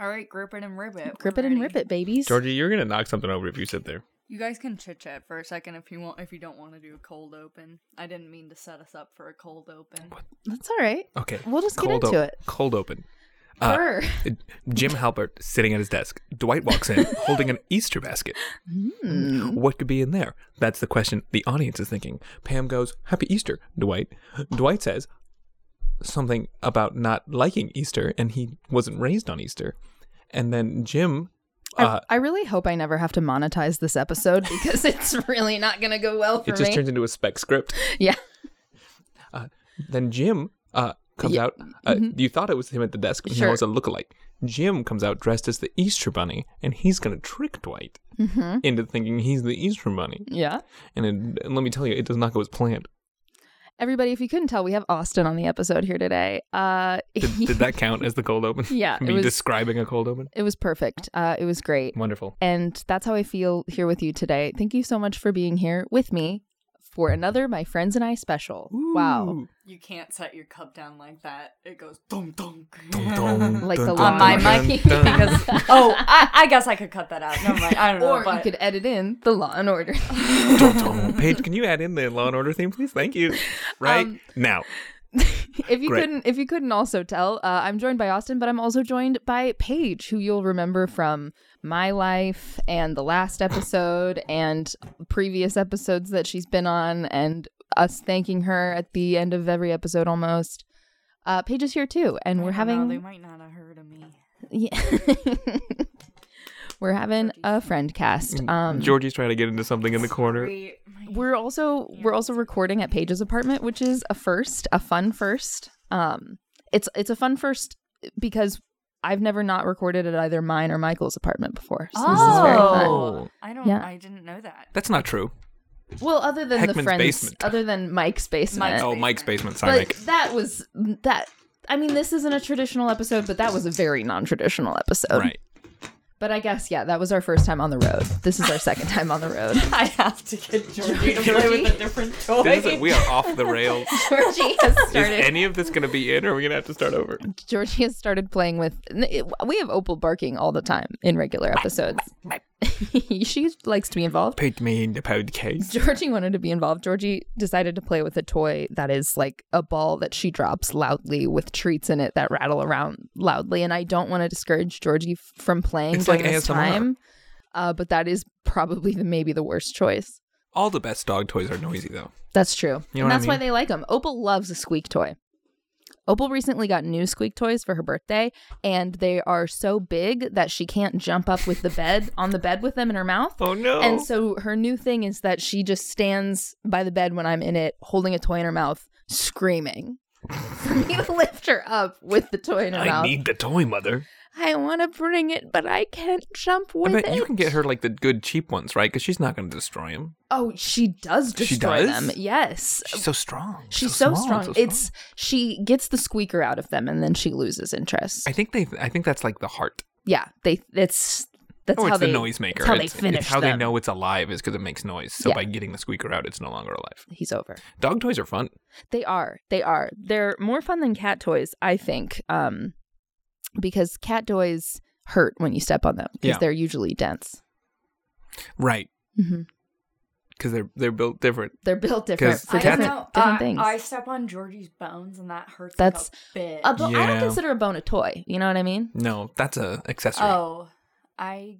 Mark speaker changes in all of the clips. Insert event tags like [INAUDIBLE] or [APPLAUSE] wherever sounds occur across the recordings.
Speaker 1: All right, grip it and rip it. We're
Speaker 2: Grip it and
Speaker 1: ready.
Speaker 2: rip it, babies.
Speaker 3: Georgie, you're gonna knock something over if you sit there.
Speaker 1: You guys can chit chat for a second if you want. If you don't want to do a cold open, I didn't mean to set us up for a cold open.
Speaker 2: That's all right.
Speaker 3: Okay.
Speaker 2: We'll just get into
Speaker 3: o-
Speaker 2: it.
Speaker 3: Cold open. Uh,
Speaker 2: Purr.
Speaker 3: Jim Halpert sitting at his desk. Dwight walks
Speaker 2: [LAUGHS]
Speaker 3: in holding an Easter basket.
Speaker 2: Mm.
Speaker 3: What could be in there? That's the question the audience is thinking. Pam goes, Happy Easter, Dwight. Dwight says something about not liking Easter and he wasn't raised on Easter. And then Jim,
Speaker 2: I,
Speaker 3: uh,
Speaker 2: I really hope I never have to monetize this
Speaker 3: [LAUGHS]
Speaker 2: episode because it's really not going to go well for
Speaker 3: it just
Speaker 2: me.
Speaker 3: turns into a spec script.
Speaker 2: [LAUGHS] Yeah.
Speaker 3: Uh, then Jim uh, comes
Speaker 2: Yeah, Mm-hmm.
Speaker 3: out. Uh, You thought it was him at the desk, but
Speaker 2: Sure.
Speaker 3: no, it's a lookalike. Jim comes out dressed as the Easter Bunny, and he's going to trick Dwight
Speaker 2: hmm
Speaker 3: into thinking he's the Easter Bunny.
Speaker 2: Yeah.
Speaker 3: And, it, and let me tell you, it does not go as planned.
Speaker 2: Everybody, if you couldn't tell, we have Austin on the episode here today. Uh, [LAUGHS]
Speaker 3: Did, did that count as the cold open? [LAUGHS]
Speaker 2: Yeah, it
Speaker 3: Me
Speaker 2: was-
Speaker 3: describing a cold open?
Speaker 2: it was perfect. Uh, it was great.
Speaker 3: Wonderful.
Speaker 2: And that's how I feel here with you today. Thank you so much for being here with me for another My Friends and I special. Wow.
Speaker 3: Ooh.
Speaker 1: You can't set your cup down like that. It goes dunk dunk.
Speaker 3: Dun, dun,
Speaker 2: Like the
Speaker 3: dun,
Speaker 2: On
Speaker 3: dun,
Speaker 2: my [LAUGHS]
Speaker 3: dun,
Speaker 2: mic.
Speaker 3: dun, dun.
Speaker 1: because [LAUGHS] oh, I, I guess I could cut that out. Never mind.
Speaker 2: [LAUGHS]
Speaker 1: I don't know.
Speaker 2: Or you
Speaker 1: but
Speaker 2: could edit in the Law and Order.
Speaker 3: Dun, dun. [LAUGHS] Paige, can you add in the Law and Order theme, please?
Speaker 2: [LAUGHS]
Speaker 3: Thank you. Right
Speaker 2: Um,
Speaker 3: now.
Speaker 2: if you
Speaker 3: Great.
Speaker 2: couldn't, if you couldn't also tell, uh, I'm joined by Austin, but I'm also joined by Paige, who you'll remember from my life and the last episode and previous episodes that she's been on, and us thanking her at the end of every episode almost. Uh, Paige is here too, and we're
Speaker 1: I don't know, They
Speaker 2: having
Speaker 1: might not have heard of me.
Speaker 2: yeah. we're having a friend cast. Um,
Speaker 3: Georgie's trying to get into something in the corner.
Speaker 1: Sorry, my-
Speaker 2: we're also we're also recording at Paige's apartment, which is a first, a fun first. Um, it's it's a fun first because I've never not recorded at either mine or Michael's apartment before. So this is very
Speaker 1: Oh.
Speaker 2: fun.
Speaker 3: fun.
Speaker 1: I don't.
Speaker 2: Yeah.
Speaker 1: I didn't know that. [LAUGHS]
Speaker 3: That's
Speaker 2: [LAUGHS]
Speaker 3: not true.
Speaker 2: Well, other than the
Speaker 3: Heckman's
Speaker 2: friends,
Speaker 3: basement.
Speaker 2: other than Mike's basement,
Speaker 1: Mike's
Speaker 3: Oh, Mike's basement. Sorry,
Speaker 2: but
Speaker 3: Mike.
Speaker 2: that was that. I mean, this isn't a traditional episode, but that was a very non-traditional episode.
Speaker 3: Right.
Speaker 2: But I guess yeah, that was our first time on the road. This is our second time on the [LAUGHS] road.
Speaker 1: I have to get Georgie to
Speaker 2: play with a
Speaker 1: different toy.
Speaker 3: [LAUGHS] This is, we are off the rails.
Speaker 2: Georgie has [LAUGHS]
Speaker 3: Is
Speaker 2: started.
Speaker 3: any of this going to be in, or are we going to have to start over?
Speaker 2: Georgie has started playing with. n- it- We have Opal barking all the time in regular episodes. [LAUGHS] she likes to be involved.
Speaker 3: Put me in the podcast.
Speaker 2: Georgie wanted to be involved. Georgie decided to play with a toy that is like a ball that she drops loudly with treats in it that rattle around loudly. And I don't want to discourage Georgie f- from playing
Speaker 3: It's
Speaker 2: during
Speaker 3: like
Speaker 2: this
Speaker 3: ASMR.
Speaker 2: time. Uh, but that is probably the maybe the worst choice.
Speaker 3: All the best dog toys are noisy, though.
Speaker 2: That's true.
Speaker 3: You know what I
Speaker 2: and that's why
Speaker 3: mean?
Speaker 2: they like them. Opal loves a squeak toy. Opal recently got new squeak toys for her birthday, and they are so big that she can't jump up with the bed
Speaker 3: [LAUGHS]
Speaker 2: on the bed with them in her mouth.
Speaker 3: Oh no!
Speaker 2: And so her new thing is that she just stands by the bed when I'm in it, holding a toy in her mouth, screaming. [LAUGHS] For me
Speaker 3: [LAUGHS]
Speaker 2: to lift her up with the toy in her
Speaker 3: I
Speaker 2: mouth.
Speaker 3: need the toy, mother.
Speaker 2: I want to bring it, but I can't jump
Speaker 3: I
Speaker 2: with
Speaker 3: bet
Speaker 2: it.
Speaker 3: you can get her like the good cheap ones, right? Because she's not going to destroy him.
Speaker 2: Oh, she does
Speaker 3: She
Speaker 2: destroy
Speaker 3: does?
Speaker 2: them. Yes.
Speaker 3: She's so strong.
Speaker 2: She's so,
Speaker 3: small,
Speaker 2: strong.
Speaker 3: so
Speaker 2: It's she gets the squeaker out of them and then she loses interest.
Speaker 3: I think they. I think that's like the heart.
Speaker 2: yeah, they that's that's
Speaker 3: or
Speaker 2: how
Speaker 3: Oh, it's
Speaker 2: they
Speaker 3: the noisemaker.
Speaker 2: that's how they
Speaker 3: It's- it's
Speaker 2: finish
Speaker 3: how
Speaker 2: them.
Speaker 3: they know it's alive is because it makes noise. So
Speaker 2: Yeah.
Speaker 3: by getting the squeaker out, it's no longer alive.
Speaker 2: He's over.
Speaker 3: Dog toys are fun.
Speaker 2: They are. They are. They're more fun than cat toys, I think. Um because cat toys hurt when you step on them because
Speaker 3: Yeah.
Speaker 2: they're usually dense.
Speaker 3: Right.
Speaker 2: Mhm.
Speaker 3: Because they're they're built different.
Speaker 2: They're built different
Speaker 3: 'Cause
Speaker 2: for
Speaker 1: I
Speaker 3: cats-
Speaker 2: different,
Speaker 1: don't know.
Speaker 2: different
Speaker 1: I,
Speaker 2: things.
Speaker 1: I step on Georgie's bones and that hurts.
Speaker 2: That's-
Speaker 1: like a bit.
Speaker 2: A bo- I don't
Speaker 3: Yeah.
Speaker 2: consider a bone a toy. You know what I mean?
Speaker 3: No, that's a accessory.
Speaker 1: oh, I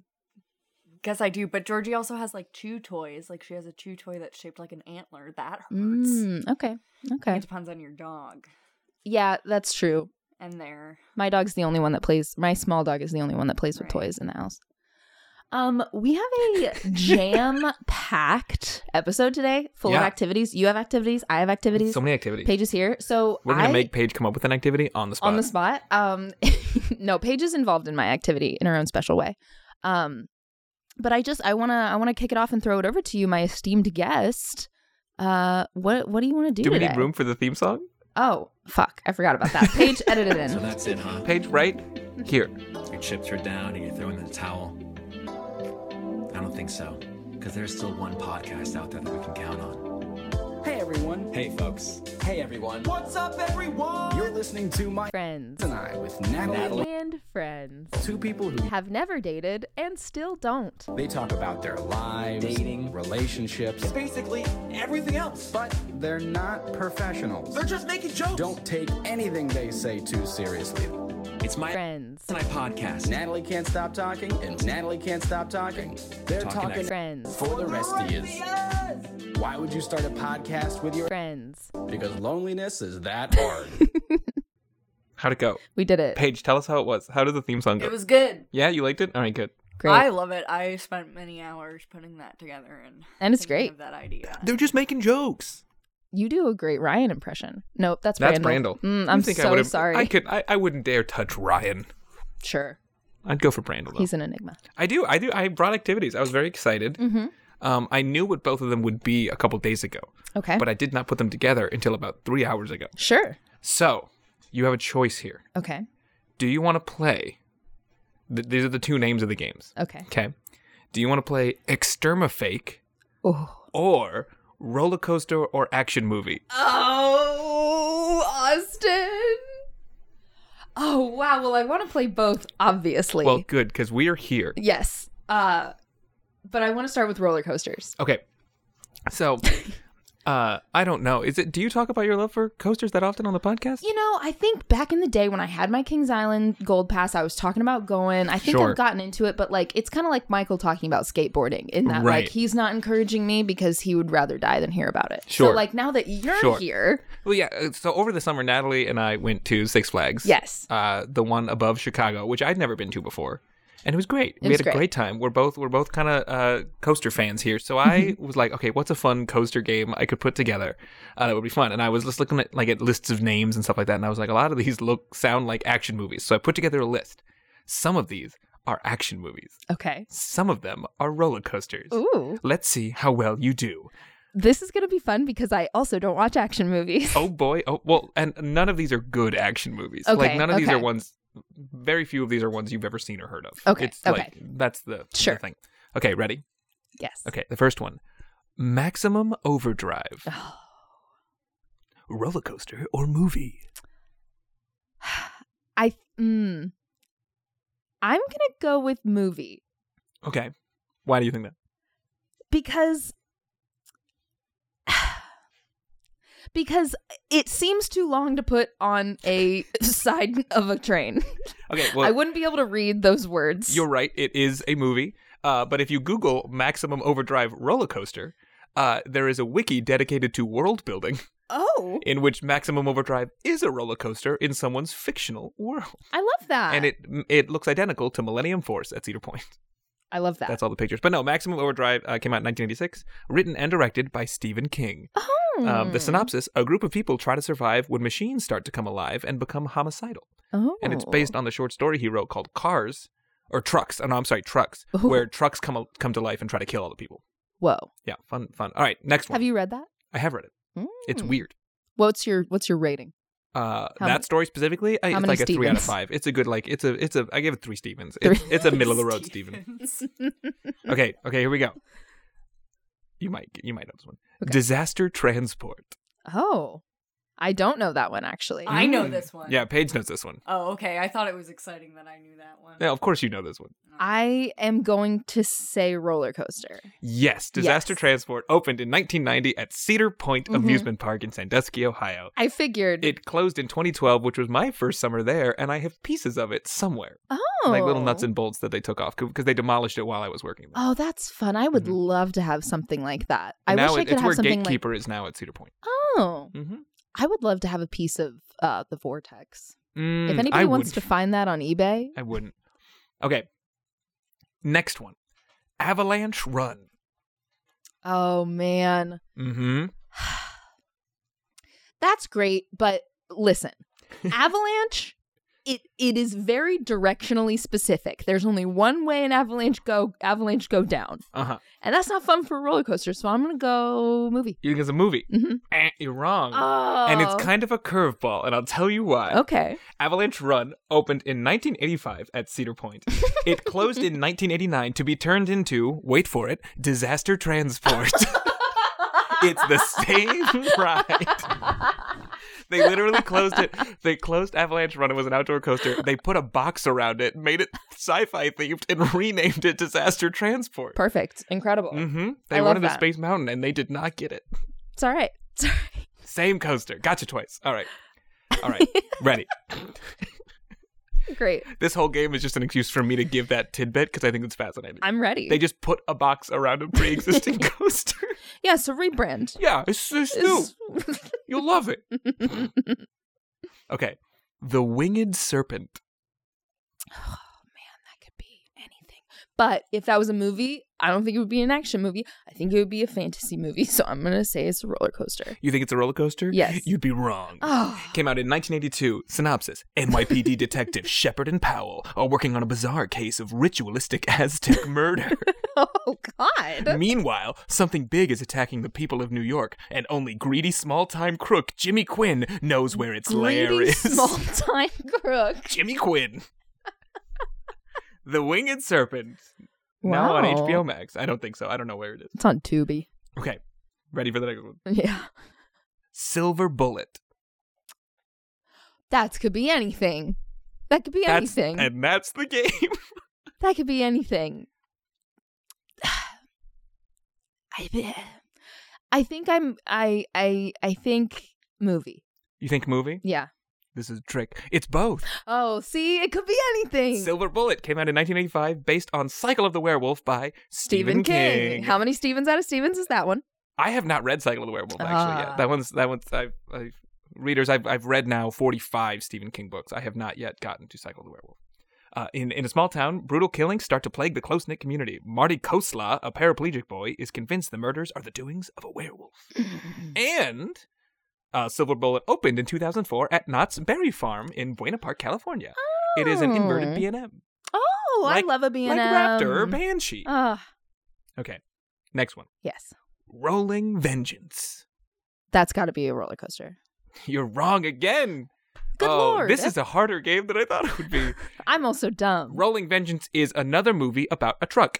Speaker 1: guess I do. But Georgie also has like chew toys. Like she has a chew toy that's shaped like an antler. That hurts.
Speaker 2: Mm, okay. Okay.
Speaker 1: It depends on your dog
Speaker 2: Yeah, that's true.
Speaker 1: and their
Speaker 2: My dog's the only one that plays. My small dog is the only one that plays with
Speaker 1: Right.
Speaker 2: toys in the house. Um, we have a jam-packed episode today, full of
Speaker 3: Yeah.
Speaker 2: activities. You have activities. I have activities.
Speaker 3: So many activities.
Speaker 2: Paige is here, so
Speaker 3: We're gonna
Speaker 2: I-
Speaker 3: make Paige come up with an activity on the spot.
Speaker 2: on the spot. Um, [LAUGHS] no, Paige is involved in my activity in her own special way. Um, but I just I wanna I wanna kick it off and throw it over to you, my esteemed guest. Uh, what what do you want to do?
Speaker 3: Do we
Speaker 2: today?
Speaker 3: need room for the theme song?
Speaker 2: Oh fuck, I forgot about that. Paige edited
Speaker 3: [LAUGHS]
Speaker 4: So
Speaker 2: in.
Speaker 4: that's it, huh?
Speaker 3: Paige, right here.
Speaker 4: Your chips are down and you're throwing in the towel. I don't think so, because there's still one podcast out there that we can count on.
Speaker 5: Hey everyone.
Speaker 4: Hey, folks. Hey, everyone.
Speaker 5: What's up everyone? You're listening to my
Speaker 2: Friends
Speaker 5: and I with Natalie
Speaker 2: and friends
Speaker 5: Two people who
Speaker 2: have never dated and still don't.
Speaker 5: they talk about their lives,
Speaker 4: Dating.
Speaker 5: relationships,
Speaker 4: Basically, everything else.
Speaker 5: but they're not professionals.
Speaker 4: They're just making jokes.
Speaker 5: Don't take anything they say too seriously.
Speaker 4: It's my
Speaker 2: Friends.
Speaker 4: my podcast.
Speaker 5: Natalie can't stop talking, and Natalie can't stop talking. They're
Speaker 4: Talking
Speaker 5: talking
Speaker 2: Friends.
Speaker 5: for the rest of you. Why would you start a podcast with your
Speaker 2: Friends.
Speaker 5: because loneliness is that hard?
Speaker 4: [LAUGHS]
Speaker 3: How'd it go?
Speaker 2: We did it.
Speaker 3: Paige, tell us how it was. How did the theme song go?
Speaker 1: It was good.
Speaker 3: yeah, you liked it? All right, good.
Speaker 2: Great.
Speaker 1: I love it. I spent many hours putting that together and
Speaker 2: And it's
Speaker 1: thinking
Speaker 2: great.
Speaker 1: of that idea.
Speaker 3: They're just making jokes.
Speaker 2: you do a great Ryan impression. Nope, that's
Speaker 3: That's
Speaker 2: Brandel.
Speaker 3: Brandel.
Speaker 2: Mm,
Speaker 3: You
Speaker 2: I'm
Speaker 3: think I
Speaker 2: so
Speaker 3: would've-
Speaker 2: sorry.
Speaker 3: I could I, I wouldn't dare touch Ryan.
Speaker 2: Sure.
Speaker 3: I'd go for Brandel though.
Speaker 2: He's an enigma.
Speaker 3: I do. I do. I brought activities. I was very excited.
Speaker 2: Mm-hmm.
Speaker 3: Um, I knew what both of them would be a couple days ago,
Speaker 2: Okay.
Speaker 3: but I did not put them together until about three hours ago.
Speaker 2: sure.
Speaker 3: So you have a choice here.
Speaker 2: Okay.
Speaker 3: Do you want to play? Th- these are the two names of the games.
Speaker 2: Okay.
Speaker 3: Okay. Do you want to play Extermafake
Speaker 2: Oh.
Speaker 3: or Roller Coaster or Action Movie?
Speaker 2: Oh, Austin. Oh, wow. Well, I want to play both, obviously.
Speaker 3: Well, good because we are here.
Speaker 2: yes. Uh, but I want to start with roller coasters.
Speaker 3: Okay. So, uh, I don't know. Is it? Do you talk about your love for coasters that often on the podcast?
Speaker 2: You know, I think back in the day when I had my Kings Island Gold Pass, I was talking about going. I think
Speaker 3: Sure.
Speaker 2: I've gotten into it, but like it's kind of like Michael talking about skateboarding in that
Speaker 3: Right.
Speaker 2: like he's not encouraging me because he would rather die than hear about it. So
Speaker 3: Sure.
Speaker 2: like now that you're
Speaker 3: Sure.
Speaker 2: here,
Speaker 3: Well, yeah. uh, So over the summer, Natalie and I went to Six Flags.
Speaker 2: yes,
Speaker 3: Uh, the one above Chicago, which I'd never been to before, and it was great. we
Speaker 2: was
Speaker 3: had
Speaker 2: great.
Speaker 3: a great time. We're both we're both kind of uh, coaster fans here, so I
Speaker 2: Mm-hmm.
Speaker 3: was like, okay, what's a fun coaster game I could put together uh, that would be fun? And I was just looking at like at lists of names and stuff like that, and I was like, a lot of these look sound like action movies, so I put together a list. Some of these are action movies.
Speaker 2: okay.
Speaker 3: Some of them are roller coasters.
Speaker 2: Ooh,
Speaker 3: Let's see how well you do.
Speaker 2: this is gonna be fun because I also don't watch action movies.
Speaker 3: Oh boy. Oh well, and none of these are good action movies.
Speaker 2: Okay,
Speaker 3: like none of these
Speaker 2: okay.
Speaker 3: are ones. Very few of these are ones you've ever seen or heard of.
Speaker 2: Okay,
Speaker 3: It's
Speaker 2: okay.
Speaker 3: like that's the, the
Speaker 2: Sure.
Speaker 3: thing. Okay, ready?
Speaker 2: [LAUGHS] Yes.
Speaker 3: Okay, the first one. Maximum Overdrive. Roller coaster or movie?
Speaker 2: I mm, I'm gonna go with movie
Speaker 3: Okay. Why do you think that?
Speaker 2: because [SIGHS] because it seems too long to put on a [LAUGHS] side of a train.
Speaker 3: Okay, well
Speaker 2: I wouldn't be able to read those words.
Speaker 3: You're right. It is a movie. Uh, but if you Google Maximum Overdrive roller coaster, uh, there is a wiki dedicated to world building
Speaker 2: oh,
Speaker 3: in which Maximum Overdrive is a roller coaster in someone's fictional world.
Speaker 2: I love that.
Speaker 3: and it it looks identical to Millennium Force at Cedar Point.
Speaker 2: I love that.
Speaker 3: That's all the pictures. But no, Maximum Overdrive uh, came out in 1986, written and directed by Stephen King.
Speaker 2: oh.
Speaker 3: Um, the synopsis: A group of people try to survive when machines start to come alive and become homicidal.
Speaker 2: Oh.
Speaker 3: And it's based on the short story he wrote called Cars or Trucks. Oh, no, I'm sorry, Trucks,
Speaker 2: Ooh.
Speaker 3: where trucks come al- come to life and try to kill all the people.
Speaker 2: Whoa.
Speaker 3: Yeah, fun, fun. All right, next one.
Speaker 2: Have you read that?
Speaker 3: I have read it. It's
Speaker 2: Mm.
Speaker 3: weird.
Speaker 2: What's your What's your rating?
Speaker 3: Uh, that
Speaker 2: How many-
Speaker 3: story specifically, I,
Speaker 2: how
Speaker 3: it's
Speaker 2: many
Speaker 3: like a three out of
Speaker 2: Stevens?
Speaker 3: five. It's a good like. It's a. It's a. I give it three Stevens. It's,
Speaker 2: [LAUGHS]
Speaker 3: it's a middle of the road Steven.
Speaker 1: Stevens.
Speaker 3: Okay, okay, here we go. You might you might know this one.
Speaker 2: Okay.
Speaker 3: Disaster transport.
Speaker 2: Oh, I don't know that one actually.
Speaker 1: I know this one.
Speaker 3: Mm. Yeah, Paige knows this one.
Speaker 1: Oh, okay. I thought it was exciting that I knew that one. [LAUGHS]
Speaker 3: Yeah, of course you know this one.
Speaker 2: I am going to say roller coaster.
Speaker 3: Yes, Disaster
Speaker 2: Yes.
Speaker 3: Transport opened in 1990 at Cedar Point
Speaker 2: Mhm.
Speaker 3: Amusement Park in Sandusky, Ohio.
Speaker 2: I figured.
Speaker 3: It closed in 2012, which was my first summer there, and I have pieces of it somewhere,
Speaker 2: oh,
Speaker 3: like little nuts and bolts that they took off because they demolished it while I was working there.
Speaker 2: Oh, that's fun. I would
Speaker 3: Mhm.
Speaker 2: love to have something like that. I
Speaker 3: And now
Speaker 2: wish I
Speaker 3: it-
Speaker 2: could
Speaker 3: it's
Speaker 2: have
Speaker 3: where
Speaker 2: something
Speaker 3: Gatekeeper is now at Cedar Point.
Speaker 2: like. Oh,
Speaker 3: Mm-hmm.
Speaker 2: I would love to have a piece of uh, the vortex. if anybody
Speaker 3: Mm, I
Speaker 2: wants
Speaker 3: wouldn't.
Speaker 2: to find that on eBay,
Speaker 3: [LAUGHS] I wouldn't. Okay. Next one. Avalanche Run.
Speaker 2: oh man,
Speaker 3: Mm-hmm.
Speaker 2: that's great. But
Speaker 3: [LAUGHS]
Speaker 2: listen, avalanche. It, it is very directionally specific. There's only one way an avalanche go avalanche go down,
Speaker 3: Uh-huh.
Speaker 2: and that's not fun for a roller coaster. So I'm gonna go movie.
Speaker 3: You think it's a movie.
Speaker 2: Mhm.
Speaker 3: Eh, you're wrong.
Speaker 2: Oh,
Speaker 3: And it's kind of a curveball, and I'll tell you why.
Speaker 2: okay. [LAUGHS]
Speaker 3: Avalanche Run opened in 1985 at Cedar Point.
Speaker 2: [LAUGHS]
Speaker 3: it closed in 1989 to be turned into, wait for it,
Speaker 2: [LAUGHS]
Speaker 3: Disaster [LAUGHS] Transport. it's the same ride They literally closed it. They closed Avalanche Run. It was an outdoor coaster. They put a box around it, made it sci-fi themed, and [LAUGHS] renamed it Disaster Transport.
Speaker 2: Perfect. Incredible.
Speaker 3: Mm-hmm.
Speaker 2: I
Speaker 3: They
Speaker 2: love
Speaker 3: wanted a
Speaker 2: that.
Speaker 3: Space Mountain, and they did not get it.
Speaker 2: It's all right. [LAUGHS] It's all right.
Speaker 3: Same coaster. Gotcha twice. All right.
Speaker 2: [LAUGHS]
Speaker 3: All right. Ready.
Speaker 2: Great.
Speaker 3: This whole game is just an excuse for me to give that tidbit because I think it's fascinating.
Speaker 2: I'm ready.
Speaker 3: They just put a box around a
Speaker 2: [LAUGHS]
Speaker 3: pre-existing coaster.
Speaker 2: yeah, so rebrand.
Speaker 3: Yeah, it's, it's new.
Speaker 2: Is- [LAUGHS]
Speaker 3: You'll love it. okay. The Winged Serpent.
Speaker 2: that could be anything. But if that was a movie, I don't think it would be an action movie. I think it would be a fantasy movie. So I'm gonna say it's a roller
Speaker 3: [LAUGHS]
Speaker 2: coaster.
Speaker 3: You think it's a roller coaster?
Speaker 2: Yes.
Speaker 3: You'd be wrong.
Speaker 2: Oh,
Speaker 3: Came out in 1982. Synopsis NYPD detective Shepard and Powell are working on a bizarre case of ritualistic
Speaker 2: [LAUGHS]
Speaker 3: Aztec murder.
Speaker 2: [LAUGHS] oh God.
Speaker 3: Meanwhile, something big is attacking the people of New York, and only greedy small time crook Jimmy Quinn knows where its lair
Speaker 2: Greedy
Speaker 3: is.
Speaker 2: small time crook.
Speaker 3: [LAUGHS] Jimmy Quinn. the Winged Serpent. Now on
Speaker 2: Wow.
Speaker 3: HBO Max. I don't think so. I don't know where it is.
Speaker 2: It's on Tubi. [LAUGHS]
Speaker 3: Okay. Ready for the next one?
Speaker 2: Yeah.
Speaker 3: Silver Bullet.
Speaker 2: That could be anything. That could be
Speaker 3: That's-
Speaker 2: anything.
Speaker 3: And that's the [LAUGHS] game.
Speaker 2: That could be anything. [SIGHS] I, thi- [SIGHS] I think I'm I I I think movie.
Speaker 3: You think movie?
Speaker 2: Yeah.
Speaker 3: This is a trick. It's both.
Speaker 2: Oh, see, it could be anything.
Speaker 3: Silver Bullet came out in 1985 based on Cycle of the Werewolf by Stephen, King.
Speaker 2: How many Stevens out of Stevens is that [CLEARS THROAT] one?
Speaker 3: I have not read Cycle of the Werewolf actually
Speaker 6: Ah.
Speaker 3: yet. That one's that one's I've, I've readers I've I've read now 45 Stephen King books. I have not yet gotten to Cycle of the Werewolf. Uh, in in a small town, brutal killings start to plague the close knit community. Marty Kosla, a paraplegic boy, is convinced the murders are the doings of a werewolf. and uh, Silver Bullet opened in 2004 at Knott's Berry Farm in Buena Park, California. It is an inverted
Speaker 2: Oh.
Speaker 3: B and M,
Speaker 2: Oh,
Speaker 3: Like-
Speaker 2: I love a B
Speaker 3: like
Speaker 2: and
Speaker 3: raptor or banshee.
Speaker 2: Ah,
Speaker 3: okay, next one.
Speaker 2: yes.
Speaker 3: Rolling Vengeance.
Speaker 2: That's got to be a roller coaster.
Speaker 3: You're wrong again.
Speaker 2: Good
Speaker 3: oh,
Speaker 2: lord.
Speaker 3: This is a harder game than I thought it
Speaker 2: [LAUGHS]
Speaker 3: would be.
Speaker 2: I'm also dumb.
Speaker 3: Rolling Vengeance is another movie about a truck.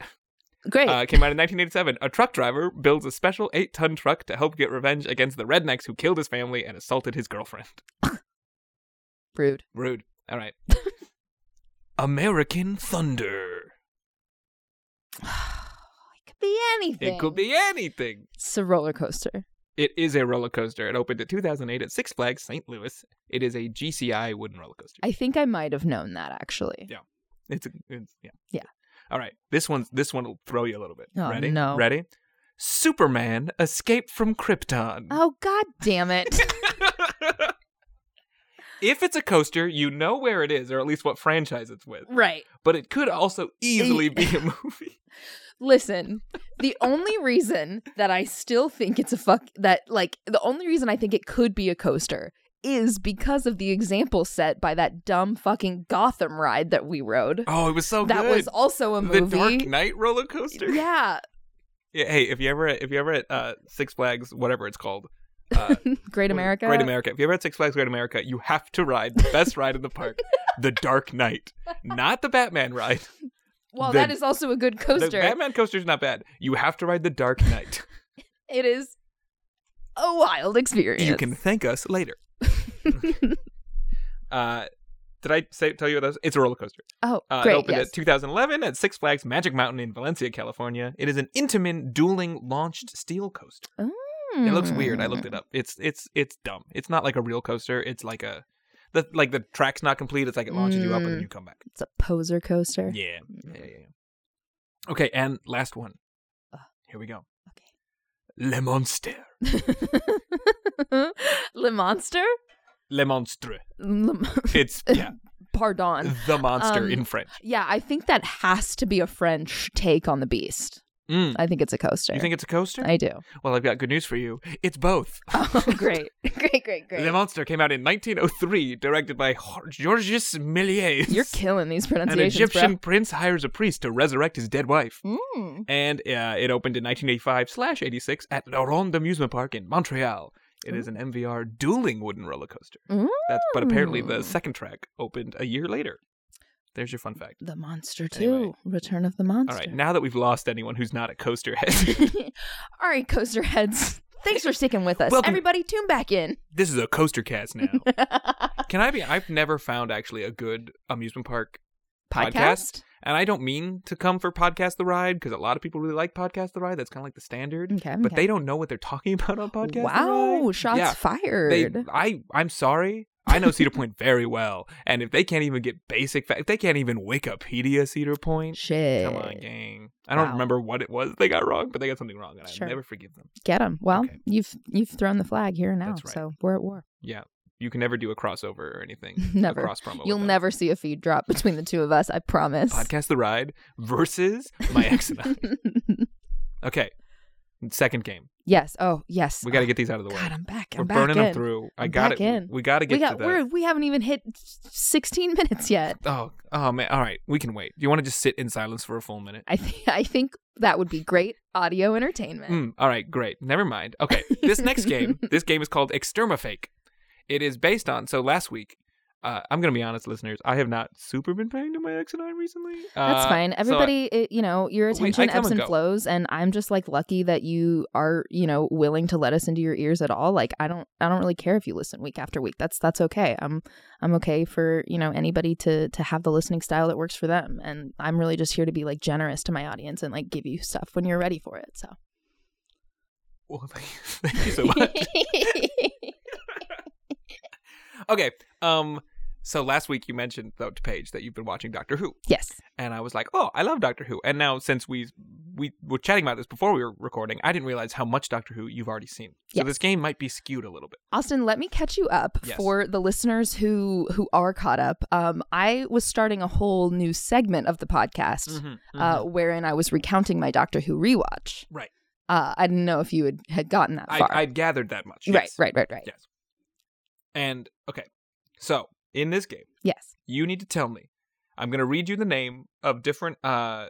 Speaker 2: Great.
Speaker 3: Uh, it came out in 1987. A truck driver builds a special eight ton truck to help get revenge against the rednecks who killed his family and assaulted his girlfriend. [LAUGHS] [SIGHS]
Speaker 2: Rude. [SIGHS]
Speaker 3: Rude.
Speaker 2: [LAUGHS]
Speaker 3: All right. American Thunder.
Speaker 2: It could be anything.
Speaker 3: It could be anything.
Speaker 2: It's a roller coaster.
Speaker 3: It is a roller coaster. It opened in 2008 at Six Flags St. Louis. It is a GCI wooden roller coaster.
Speaker 2: I think I might have known that actually.
Speaker 3: Yeah. It's, a, it's yeah.
Speaker 2: Yeah.
Speaker 3: All right. This one's this one will throw you a little bit.
Speaker 2: Oh,
Speaker 3: Ready?
Speaker 2: no.
Speaker 3: Ready? Superman escape from Krypton.
Speaker 2: Oh god damn it.
Speaker 3: [LAUGHS] if it's a coaster, you know where it is, or at least what franchise it's with.
Speaker 2: right.
Speaker 3: But it could also easily be
Speaker 2: [LAUGHS]
Speaker 3: a movie.
Speaker 2: Listen, the only reason that I still think it's a fuck that like the only reason I think it could be a coaster is because of the example set by that dumb fucking Gotham ride that we rode.
Speaker 3: Oh, it was so
Speaker 2: that
Speaker 3: good.
Speaker 2: was also a
Speaker 3: the Dark
Speaker 2: movie.
Speaker 3: Knight roller coaster.
Speaker 2: [LAUGHS] yeah.
Speaker 3: Yeah, Hey, if you ever if you ever at uh, Six Flags, whatever it's called, uh,
Speaker 2: Great
Speaker 3: what is it?
Speaker 2: America.
Speaker 3: Great America. If you ever at Six Flags Great America, you have to ride the best ride in
Speaker 2: [LAUGHS]
Speaker 3: the park, the Dark Knight, not the Batman ride.
Speaker 2: Well,
Speaker 3: The-
Speaker 2: that is also a good [LAUGHS] coaster.
Speaker 3: The Batman coaster's not bad. You have to ride the Dark
Speaker 2: [LAUGHS]
Speaker 3: Knight.
Speaker 2: it is a wild experience.
Speaker 3: You can thank us later. uh, did I say tell you what that was? It's a roller coaster.
Speaker 2: [LAUGHS] Oh,
Speaker 3: Uh, it
Speaker 2: great.
Speaker 3: opened
Speaker 2: Yes.
Speaker 3: at 2011 at Six Flags Magic Mountain in Valencia, California. It is an Intamin dueling launched steel coaster. It
Speaker 2: Hmm.
Speaker 3: looks weird. I looked it up. It's it's it's dumb. It's not like a real coaster. It's like a the like the track's not complete. It's like it launches you up and then
Speaker 2: Mm.
Speaker 3: you come back.
Speaker 2: It's a poser coaster.
Speaker 3: Yeah.
Speaker 2: Mm.
Speaker 3: Yeah, yeah, yeah. Okay, and last one. Here we go. Le Monster.
Speaker 2: [LAUGHS] Le Monster?
Speaker 3: Le Monstre.
Speaker 2: Le Mon- [LAUGHS]
Speaker 3: It's yeah,
Speaker 2: Pardon.
Speaker 3: the monster
Speaker 2: Um,
Speaker 3: in French.
Speaker 2: Yeah, I think that has to be a French take on the beast.
Speaker 3: Mm.
Speaker 2: I think it's a coaster.
Speaker 3: You think it's a coaster?
Speaker 2: I do.
Speaker 3: well, I've got good news for you. It's both.
Speaker 2: Oh, great. great, great, great.
Speaker 3: Le Monster came out in 1903, directed by Hor- Georges Méliès. [LAUGHS]
Speaker 2: You're killing these
Speaker 3: An
Speaker 2: pronunciations,
Speaker 3: Egyptian prince hires a priest to resurrect his dead wife.
Speaker 2: bro. Mm.
Speaker 3: And uh, it opened in 1985 slash 86 at La Ronde Amusement Park in Montreal.
Speaker 2: Hmm.
Speaker 3: It is an MVR dueling wooden roller coaster.
Speaker 2: Mm.
Speaker 3: That's, but apparently the
Speaker 2: Mm.
Speaker 3: second track opened a year later. There's your fun fact.
Speaker 2: The Monster too.
Speaker 3: Anyway.
Speaker 2: Return of the Monster. [LAUGHS]
Speaker 3: All right, now that we've lost anyone who's not a coaster head, [LAUGHS]
Speaker 2: All right, coaster heads. Thanks for sticking with us.
Speaker 3: Welcome-
Speaker 2: Everybody, tune back in.
Speaker 3: This is a coaster
Speaker 2: [LAUGHS]
Speaker 3: cast now. Can I be? I've never found actually a good amusement park podcast. And I don't mean to come for Podcast the Ride because a lot of people really like Podcast the Ride. That's kind of like the standard.
Speaker 2: Okay,
Speaker 3: But
Speaker 2: Mm, okay.
Speaker 3: they don't know what they're talking [LAUGHS] about on Podcast. the
Speaker 2: Wow,
Speaker 3: Ride.
Speaker 2: shots
Speaker 3: yeah,
Speaker 2: fired.
Speaker 3: They, I, I'm sorry. I know Cedar Point very well. And if they can't even get basic facts, if they can't even Wikipedia Cedar Point,
Speaker 2: Shit.
Speaker 3: come on, gang. I don't
Speaker 2: Eh, Wow.
Speaker 3: remember what it was they got wrong, but they got something wrong. And
Speaker 2: Sure.
Speaker 3: I never forgive them.
Speaker 2: Get them. Well,
Speaker 3: Okay.
Speaker 2: you've you've thrown the flag here and now,
Speaker 3: That's right.
Speaker 2: so we're at war.
Speaker 3: Yeah. You can never do a crossover or
Speaker 2: [LAUGHS]
Speaker 3: anything.
Speaker 2: Never.
Speaker 3: A cross promo. with
Speaker 2: You'll
Speaker 3: them.
Speaker 2: never see a feed drop between the two of us. I promise.
Speaker 3: Podcast the Ride versus
Speaker 2: [LAUGHS]
Speaker 3: My Ex and I. Okay. Second game.
Speaker 2: yes. Oh, yes.
Speaker 3: We got to get these out of the way.
Speaker 2: God, I'm back.
Speaker 3: We're
Speaker 2: I'm back
Speaker 3: burning
Speaker 2: in.
Speaker 3: them through. I
Speaker 2: I'm
Speaker 3: got
Speaker 2: back
Speaker 3: it.
Speaker 2: in.
Speaker 3: We got to get
Speaker 2: we got
Speaker 3: to
Speaker 2: we're
Speaker 3: the.
Speaker 2: we haven't even hit 16 minutes yet.
Speaker 3: Oh, oh man. All right, we can wait. You want to just sit in silence for a full minute?
Speaker 2: I think [LAUGHS] I think that would be great audio entertainment.
Speaker 3: Mm, all right, great. Never mind. Okay, this
Speaker 2: [LAUGHS]
Speaker 3: next game. This game is called Extermafake. It is based on. So last week, uh, I'm gonna be honest, listeners. I have not super been paying to my ex and I recently.
Speaker 2: That's
Speaker 3: Uh,
Speaker 2: fine.
Speaker 3: so I-
Speaker 2: Everybody, it, you know, your
Speaker 3: we- I
Speaker 2: attention
Speaker 3: come
Speaker 2: ebbs and
Speaker 3: and go.
Speaker 2: flows, and I'm just like lucky that you are, you know, willing to let us into your ears at all. Like I don't, I don't really care if you listen week after week. That's that's okay. I'm, I'm okay for you know anybody to to have the listening style that works for them, and I'm really just here to be like generous to my audience and like give you stuff when you're ready for it. So
Speaker 3: [LAUGHS] well, thank you thank you so much.
Speaker 2: [LAUGHS]
Speaker 3: [LAUGHS] okay. Um. So last week you mentioned though to Paige that you've been watching Doctor Who.
Speaker 2: yes,
Speaker 3: and I was like, "Oh, I love Doctor Who." And now, since we we were chatting about this before we were recording, I didn't realize how much Doctor Who you've already seen. So
Speaker 2: Yes.
Speaker 3: this game might be skewed a little bit.
Speaker 2: Austin, let me catch you up
Speaker 3: Yes.
Speaker 2: for the listeners who who are caught up. Um, I was starting a whole new segment of the podcast.
Speaker 3: Mm-hmm.
Speaker 2: uh, wherein I was recounting my Doctor Who rewatch.
Speaker 3: Right.
Speaker 2: Uh, I didn't know if you had, had gotten that
Speaker 3: I,
Speaker 2: far.
Speaker 3: I'd gathered that much.
Speaker 2: right,
Speaker 3: Yes.
Speaker 2: right, right, right.
Speaker 3: Yes. And okay, so in this game,
Speaker 2: Yes.
Speaker 3: you need to tell me. I'm going to read you the name of different, uh,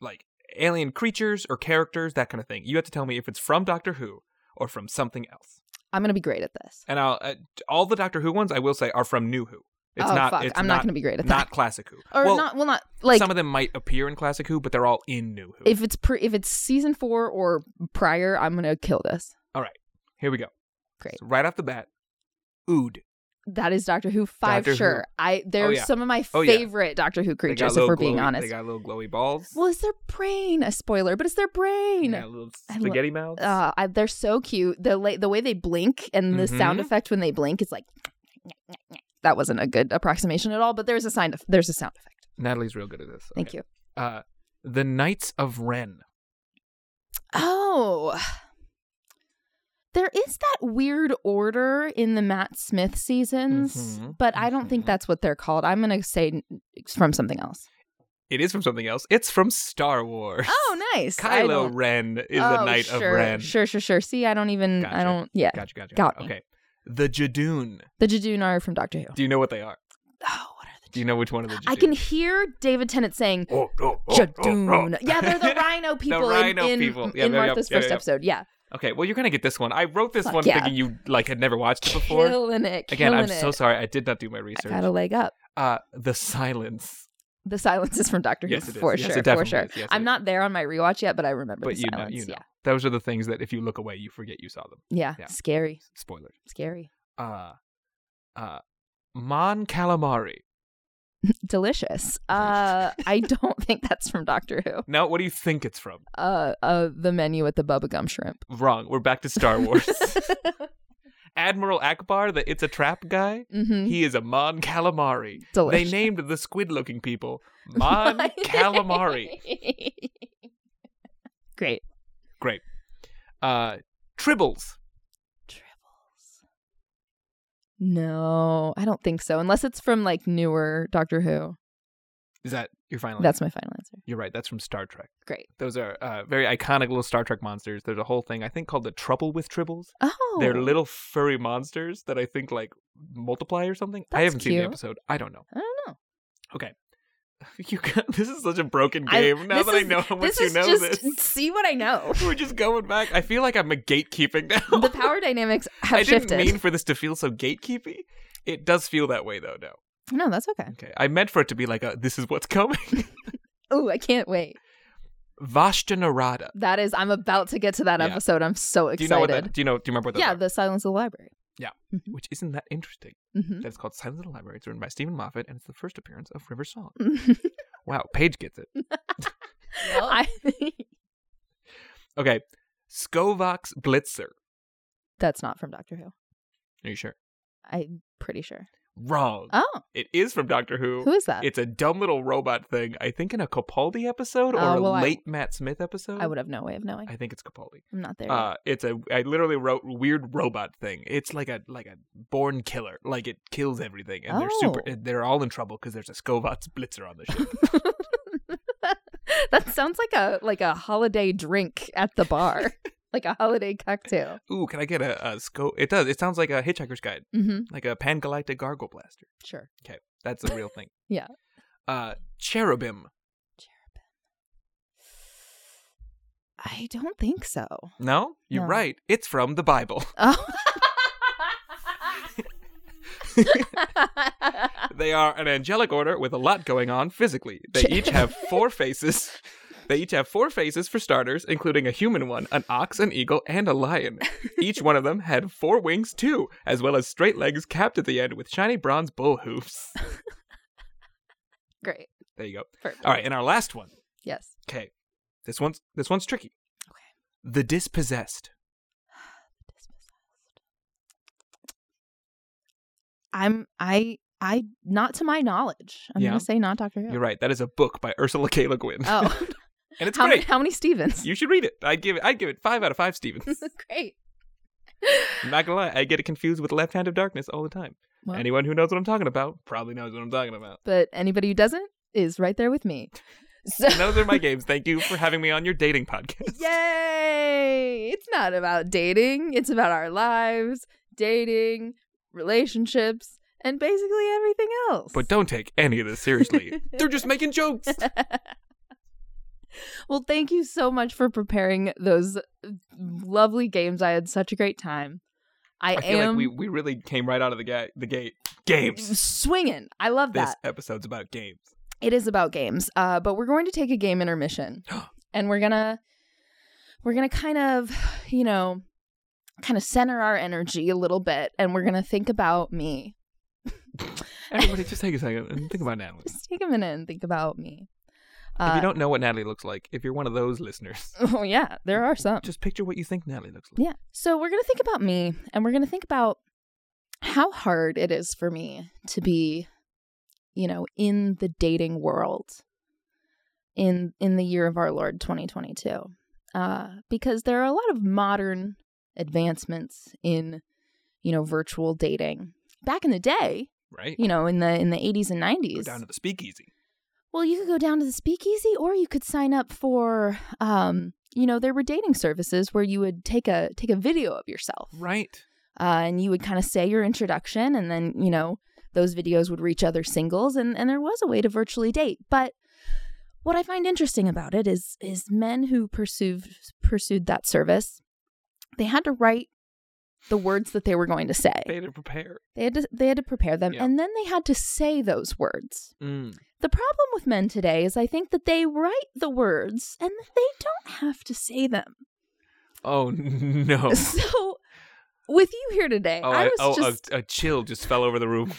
Speaker 3: like alien creatures or characters, that kind of thing. You have to tell me if it's from Doctor Who or from something else.
Speaker 2: I'm going to be great at this.
Speaker 3: And I'll uh, all the Doctor Who ones I will say are from New Who. It's
Speaker 2: oh,
Speaker 3: not.
Speaker 2: fuck.
Speaker 3: It's
Speaker 2: I'm not, going to be great at
Speaker 3: not
Speaker 2: that. [LAUGHS]
Speaker 3: classic Who.
Speaker 2: Or
Speaker 3: well,
Speaker 2: not, well, not like
Speaker 3: some of them might appear in classic Who, but they're all in new Who.
Speaker 2: if it's pre- if it's season four or prior, I'm going to kill this.
Speaker 3: Here we go.
Speaker 2: Great.
Speaker 3: So right off the bat, Ood.
Speaker 2: That is Doctor Who five
Speaker 3: Doctor Who.
Speaker 2: sure. I they're
Speaker 3: Oh, yeah.
Speaker 2: some of my
Speaker 3: Oh, yeah.
Speaker 2: favorite Doctor Who
Speaker 3: They got
Speaker 2: creatures, if
Speaker 3: little
Speaker 2: we're being
Speaker 3: glowy-
Speaker 2: honest.
Speaker 3: they got little glowy balls.
Speaker 2: well, it's their brain a spoiler, but it's their
Speaker 3: They
Speaker 2: brain.
Speaker 3: got little
Speaker 2: I lo-
Speaker 3: spaghetti mouths.
Speaker 2: Uh, I, they're so cute. The la- the way they blink and the sound
Speaker 3: Mhm.
Speaker 2: effect when they blink is like that wasn't a good approximation at all. But there's a sign of there's a sound effect.
Speaker 3: Natalie's real good at this.
Speaker 2: Thank you.
Speaker 3: you. Uh, the Knights of Ren.
Speaker 2: Oh, there is that weird order in the Matt Smith seasons,
Speaker 3: Mhm,
Speaker 2: but I don't think
Speaker 3: mhm.
Speaker 2: that's what they're called. I'm gonna say n- it's from something else.
Speaker 3: It is from something else. It's from Star Wars.
Speaker 2: Oh, nice. I
Speaker 3: [LAUGHS] Kylo
Speaker 2: don't-
Speaker 3: Ren is the
Speaker 2: Oh,
Speaker 3: Knight
Speaker 2: sure,
Speaker 3: of Ren.
Speaker 2: Sure, sure, sure. See, I don't even.
Speaker 3: Gotcha.
Speaker 2: I don't. Yeah,
Speaker 3: Gotcha, gotcha.
Speaker 2: Got
Speaker 3: gotcha.
Speaker 2: me.
Speaker 3: Okay. The Jadoon.
Speaker 2: the Jadoon are from Doctor Who.
Speaker 3: Do you know what they are?
Speaker 2: Oh, what are the?
Speaker 3: Do you know which one of the Jadoon?
Speaker 2: I can hear David Tennant saying
Speaker 3: Oh, oh, oh, oh, oh.
Speaker 2: Jadoon. Yeah,
Speaker 3: [LAUGHS]
Speaker 2: they're the Rhino people
Speaker 3: Rhino
Speaker 2: in, in,
Speaker 3: people. Yeah,
Speaker 2: in
Speaker 3: yeah, yeah,
Speaker 2: Martha's
Speaker 3: yeah,
Speaker 2: first
Speaker 3: yeah.
Speaker 2: episode. Yeah,
Speaker 3: Okay, well you're gonna get this one. I wrote this
Speaker 2: Fuck
Speaker 3: one
Speaker 2: yeah.
Speaker 3: thinking you like had never watched it before.
Speaker 2: killing it.
Speaker 3: Again, I'm
Speaker 2: killing it.
Speaker 3: so sorry. I did not do my
Speaker 2: I
Speaker 3: research.
Speaker 2: got a leg up.
Speaker 3: Uh, the silence.
Speaker 2: The silence is from Doctor Who
Speaker 3: Yes, it is.
Speaker 2: for
Speaker 3: Yes,
Speaker 2: sure.
Speaker 3: it definitely
Speaker 2: for sure.
Speaker 3: is. Yes, it
Speaker 2: I'm
Speaker 3: is.
Speaker 2: not there on my rewatch yet, but I remember
Speaker 3: But
Speaker 2: the
Speaker 3: you know,
Speaker 2: silence.
Speaker 3: you know,
Speaker 2: Yeah,
Speaker 3: those are the things that if you look away, you forget you saw them.
Speaker 2: yeah.
Speaker 3: Yeah.
Speaker 2: Scary,
Speaker 3: Spoilers.
Speaker 2: scary,
Speaker 3: Uh, uh, Mon Calamari. [LAUGHS]
Speaker 2: delicious. Uh, I don't think that's from Doctor Who.
Speaker 3: Now, what do you think it's from?
Speaker 2: Uh, uh, the menu at the Bubba Gum Shrimp.
Speaker 3: Wrong. We're back
Speaker 2: [LAUGHS]
Speaker 3: to Star Wars. Admiral Akbar, the It's a Trap guy.
Speaker 2: Mm-hmm.
Speaker 3: He is a Mon Calamari. They
Speaker 2: Delicious.
Speaker 3: named the squid-looking
Speaker 2: [LAUGHS]
Speaker 3: people Mon Calamari.
Speaker 2: Great.
Speaker 3: Uh, Tribbles.
Speaker 2: Tribbles. No, I don't think so. Unless it's from like newer Doctor Who.
Speaker 3: Is that your final?
Speaker 2: That's my final answer.
Speaker 3: You're right. That's from Star Trek.
Speaker 2: Great.
Speaker 3: Those are uh, very iconic little Star Trek monsters. There's a whole thing I think called the Trouble with Tribbles.
Speaker 2: Oh,
Speaker 3: They're little furry monsters that I think like multiply or something. I
Speaker 2: That's
Speaker 3: haven't seen the
Speaker 2: cute.
Speaker 3: episode. I don't know.
Speaker 2: I don't know.
Speaker 3: [LAUGHS] You got, this is such a broken game. now
Speaker 2: this
Speaker 3: that I
Speaker 2: is-
Speaker 3: know how much
Speaker 2: this
Speaker 3: you
Speaker 2: is
Speaker 3: know
Speaker 2: just [LAUGHS]
Speaker 3: this, [LAUGHS]
Speaker 2: see what I know.
Speaker 3: we're just going back. I feel like I'm a gatekeeping now.
Speaker 2: the power dynamics have
Speaker 3: [LAUGHS] I didn't
Speaker 2: shifted.
Speaker 3: mean for this to feel so gatekeepy. It does feel that way though. No.
Speaker 2: No, that's okay.
Speaker 3: [LAUGHS] Okay. I meant for it to be like a this is what's coming.
Speaker 2: Oh, I can't wait.
Speaker 3: Vashta Narada.
Speaker 2: That is, I'm about to get to that
Speaker 3: Yeah.
Speaker 2: episode. I'm so
Speaker 3: Do
Speaker 2: excited.
Speaker 3: you know what that? Do you know? Do you remember what those
Speaker 2: yeah,
Speaker 3: are?
Speaker 2: the Silence of the Library.
Speaker 3: Which isn't that interesting?
Speaker 2: Mhm.
Speaker 3: That's called Silence of the Library. It's written by Stephen Moffat, and it's the first appearance of River Song. Wow, Paige gets
Speaker 2: Hmm.
Speaker 3: it.
Speaker 2: [LAUGHS] I- [LAUGHS]
Speaker 3: Okay, Skovox Blitzer.
Speaker 2: That's not from Doctor Who.
Speaker 3: Are you sure?
Speaker 2: I'm pretty sure.
Speaker 3: Wrong.
Speaker 2: Oh,
Speaker 3: It is from Doctor Who.
Speaker 2: who is that?
Speaker 3: It's a dumb little robot thing. I think in a Capaldi episode or
Speaker 2: Oh,
Speaker 3: a
Speaker 2: well, I-
Speaker 3: late Matt Smith episode.
Speaker 2: I would have no way of knowing.
Speaker 3: I think it's Capaldi.
Speaker 2: I'm not there. yet.
Speaker 3: Uh, it's a. I literally wrote weird robot thing. It's like a like a born killer. Like it kills everything, and they're super.
Speaker 2: Oh.
Speaker 3: They're all in trouble because there's a Skovox Blitzer on the
Speaker 2: [LAUGHS]
Speaker 3: ship.
Speaker 2: that sounds like a like a holiday drink at the
Speaker 3: [LAUGHS]
Speaker 2: bar, like a holiday cocktail.
Speaker 3: Ooh, can I get a, a sco? It does. It sounds like a Hitchhiker's Guide,
Speaker 2: Mm-hmm.
Speaker 3: like a Pan Galactic Gargoyle Blaster.
Speaker 2: Sure.
Speaker 3: That's a real thing.
Speaker 2: [LAUGHS] Yeah.
Speaker 3: Uh, cherubim.
Speaker 2: I don't think so.
Speaker 3: No, you're
Speaker 2: No.
Speaker 3: right. It's from the Bible.
Speaker 2: Oh. [LAUGHS]
Speaker 3: They are an angelic order with a lot going on physically. They each have four faces. They each have four faces for starters, including a human one, an ox, an eagle, and a lion. Each one of them had four wings too, as well as straight legs capped at the end with shiny bronze bull hoofs.
Speaker 2: Great.
Speaker 3: There you go.
Speaker 2: Perfect.
Speaker 3: All right, and our last one.
Speaker 2: Yes.
Speaker 3: Okay. This one's this one's tricky. Okay. The dispossessed.
Speaker 2: I'm I I not to my knowledge. I'm
Speaker 3: Yeah.
Speaker 2: gonna say not Doctor Who.
Speaker 3: You're [LAUGHS] right. That is a book by Ursula K. Le Guin.
Speaker 2: Oh,
Speaker 3: and it's
Speaker 2: [LAUGHS] how, many,
Speaker 3: great.
Speaker 2: how many Stevens?
Speaker 3: You should read it. I'd give it I'd give it five out of five,
Speaker 2: [LAUGHS]
Speaker 3: Stevens.
Speaker 2: Great.
Speaker 3: I'm not gonna lie, I get it confused with Left Hand of Darkness all the time.
Speaker 2: Well.
Speaker 3: Anyone who knows what I'm talking about probably knows what I'm
Speaker 2: [LAUGHS]
Speaker 3: talking about.
Speaker 2: But anybody who doesn't is right there with
Speaker 3: [LAUGHS]
Speaker 2: me. So
Speaker 3: And those are my games. Thank you for having me on your dating podcast.
Speaker 2: Yay! It's not about dating, it's about our lives, dating, relationships, and basically everything else.
Speaker 3: But don't take any of this seriously. They're just making
Speaker 2: [LAUGHS]
Speaker 3: jokes.
Speaker 2: well, thank you so much for preparing those mm, lovely games. I had such a great time. I,
Speaker 3: I feel
Speaker 2: am
Speaker 3: like we, we really came right out of the ga- the gate. Games.
Speaker 2: swinging. I love
Speaker 3: This
Speaker 2: that.
Speaker 3: episode's about games.
Speaker 2: It is about games, uh, but we're going to take a game
Speaker 3: [GASPS]
Speaker 2: intermission, and we're gonna we're gonna kind of you know kind of center our energy a little bit, and we're gonna think about me. [LAUGHS]
Speaker 3: Everybody, just take a second and think about Natalie.
Speaker 2: Just take a minute and think about me. Uh,
Speaker 3: if you don't know what Natalie looks like, if you're one of those listeners,
Speaker 2: oh yeah, [LAUGHS] there are some.
Speaker 3: just picture what you think Natalie looks like.
Speaker 2: Yeah. So we're going to think about me and we're going to think about how hard it is for me to be, you know, in the dating world in in the year of our Lord 2022. Uh because there are a lot of modern advancements in you know, virtual dating. Back in the day,
Speaker 3: Right?
Speaker 2: you know, in the in the 80s and 90s.
Speaker 3: Go down to the speakeasy.
Speaker 2: Well, you could go down to the speakeasy or you could sign up for um, you know, there were dating services where you would take a take a video of yourself.
Speaker 3: Right.
Speaker 2: Uh, and you would kind of say your introduction and then, you know, those videos would reach other singles and and there was a way to virtually date. But what I find interesting about it is is men who pursued pursued that service, they had to write the words that they were going to
Speaker 3: They
Speaker 2: say.
Speaker 3: had to prepare.
Speaker 2: They had to they had to prepare them
Speaker 3: Yeah.
Speaker 2: and then they had to say those words.
Speaker 3: Mm.
Speaker 2: The problem with men today is I think that they write the words and that they don't have to say them. [LAUGHS]
Speaker 3: Oh, [LAUGHS] no.
Speaker 2: So, with you here today,
Speaker 3: Oh,
Speaker 2: I
Speaker 3: I,
Speaker 2: was
Speaker 3: oh
Speaker 2: just,
Speaker 3: a, a chill just fell over the
Speaker 2: [LAUGHS]
Speaker 3: room.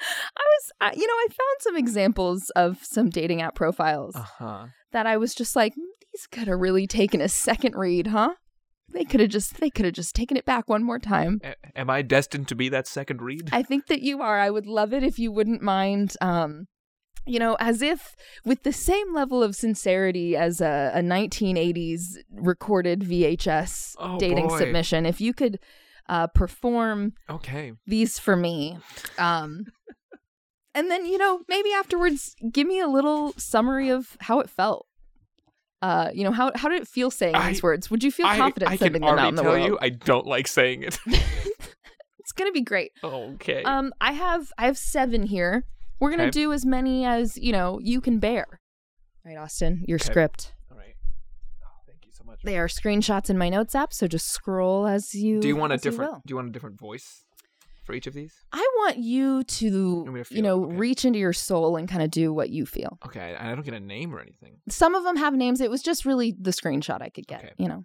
Speaker 2: I was, I, you know, I found some examples of some dating app profiles
Speaker 3: huh.
Speaker 2: that I was just like, "Mm, these could have really taken a second read, huh? They could have just, they could have just taken it back one more time.
Speaker 3: am I destined to be that second read?
Speaker 2: I think that you are. I would love it if you wouldn't mind. Um, you know, as if with the same level of sincerity as a, a 1980s recorded VHS
Speaker 3: Oh,
Speaker 2: dating
Speaker 3: boy.
Speaker 2: submission, if you could uh, perform
Speaker 3: okay.
Speaker 2: these for me. Um, and then, you know, maybe afterwards, give me a little summary of how it felt. Uh, you know, how, how did it feel saying
Speaker 3: I-
Speaker 2: these words? Would you feel
Speaker 3: I,
Speaker 2: confident
Speaker 3: I
Speaker 2: sending
Speaker 3: can
Speaker 2: them out in
Speaker 3: already
Speaker 2: the
Speaker 3: tell
Speaker 2: world?
Speaker 3: you, I don't like saying it.
Speaker 2: It's going to be great.
Speaker 3: [LAUGHS] okay.
Speaker 2: Um, I have I have seven here. We're gonna
Speaker 3: Okay.
Speaker 2: do as many as you know you can bear. All right, Austin, your
Speaker 3: Okay.
Speaker 2: script.
Speaker 3: All right. Oh, thank you so much.
Speaker 2: They are screenshots in my notes app, so just scroll as you.
Speaker 3: Do you want a
Speaker 2: as you
Speaker 3: different?
Speaker 2: will.
Speaker 3: do you want a different voice? for each of these?
Speaker 2: I want you to,
Speaker 3: want me to
Speaker 2: you
Speaker 3: feel
Speaker 2: know,
Speaker 3: it, okay.
Speaker 2: reach into your soul and kind of do what you feel.
Speaker 3: Okay, I, I don't get a name or anything
Speaker 2: Some of them have names. It was just really the screenshot I could get,
Speaker 3: Okay.
Speaker 2: you know.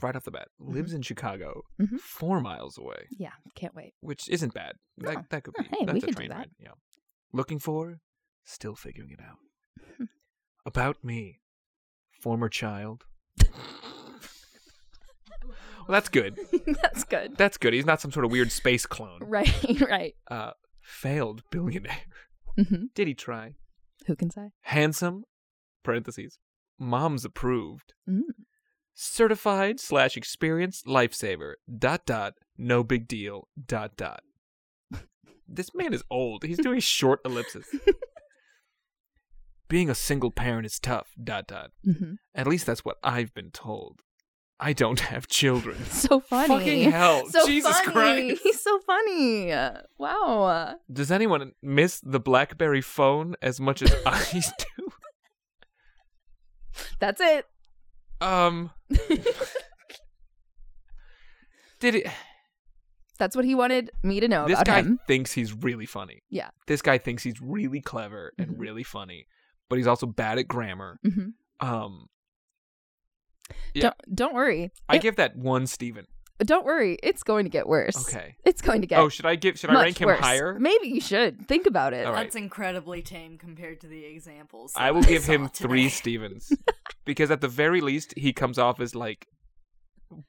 Speaker 3: right off the bat.
Speaker 2: Mm-hmm.
Speaker 3: Lives in Chicago,
Speaker 2: Mhm.
Speaker 3: four miles away,
Speaker 2: Yeah, can't wait. [LAUGHS]
Speaker 3: which isn't bad.
Speaker 2: No.
Speaker 3: That that could
Speaker 2: No,
Speaker 3: be.
Speaker 2: hey, we
Speaker 3: that's
Speaker 2: could
Speaker 3: a
Speaker 2: do
Speaker 3: train
Speaker 2: that.
Speaker 3: ride. Yeah. Looking for, still figuring
Speaker 2: [LAUGHS]
Speaker 3: it out. About me,
Speaker 2: [LAUGHS]
Speaker 3: former child. well, that's good.
Speaker 2: That's good.
Speaker 3: That's good. He's not some sort of weird space clone.
Speaker 2: Right, [LAUGHS] right.
Speaker 3: Uh, failed billionaire. [LAUGHS]
Speaker 2: hmm
Speaker 3: Did he try?
Speaker 2: Who can say?
Speaker 3: Handsome, parentheses, mom's approved.
Speaker 2: Mm.
Speaker 3: Certified slash experienced lifesaver. Dot dot. No big deal.
Speaker 2: [LAUGHS]
Speaker 3: Dot dot. this man is old. He's doing short ellipses. Being a single parent is tough. Dot dot.
Speaker 2: hmm
Speaker 3: At least that's what I've been told. I don't have children.
Speaker 2: So funny.
Speaker 3: Fucking hell.
Speaker 2: So
Speaker 3: Jesus
Speaker 2: funny. [LAUGHS]
Speaker 3: Christ.
Speaker 2: He's so funny. Wow.
Speaker 3: Does anyone miss the BlackBerry phone as much as I do?
Speaker 2: That's it.
Speaker 3: Um. Did it?
Speaker 2: That's what he wanted me to know
Speaker 3: this
Speaker 2: Oh, about
Speaker 3: guy
Speaker 2: him.
Speaker 3: thinks he's really funny.
Speaker 2: Yeah.
Speaker 3: This guy thinks he's really clever and
Speaker 2: Mhm.
Speaker 3: really funny, but he's also bad at grammar.
Speaker 2: hmm
Speaker 3: Um. Yeah.
Speaker 2: Don't don't worry.
Speaker 3: I
Speaker 2: It-
Speaker 3: give that one Steven.
Speaker 2: don't worry. It's going to get worse.
Speaker 3: Okay.
Speaker 2: It's going to get.
Speaker 3: Oh, should I give? Should I
Speaker 2: much
Speaker 3: rank him
Speaker 2: worse.
Speaker 3: higher?
Speaker 2: Maybe you should think about it.
Speaker 3: All right.
Speaker 1: That's incredibly tame compared to the examples.
Speaker 3: I will
Speaker 1: that
Speaker 3: give
Speaker 1: saw
Speaker 3: him three
Speaker 1: today.
Speaker 2: [LAUGHS]
Speaker 3: Stevens because at the very least he comes off as like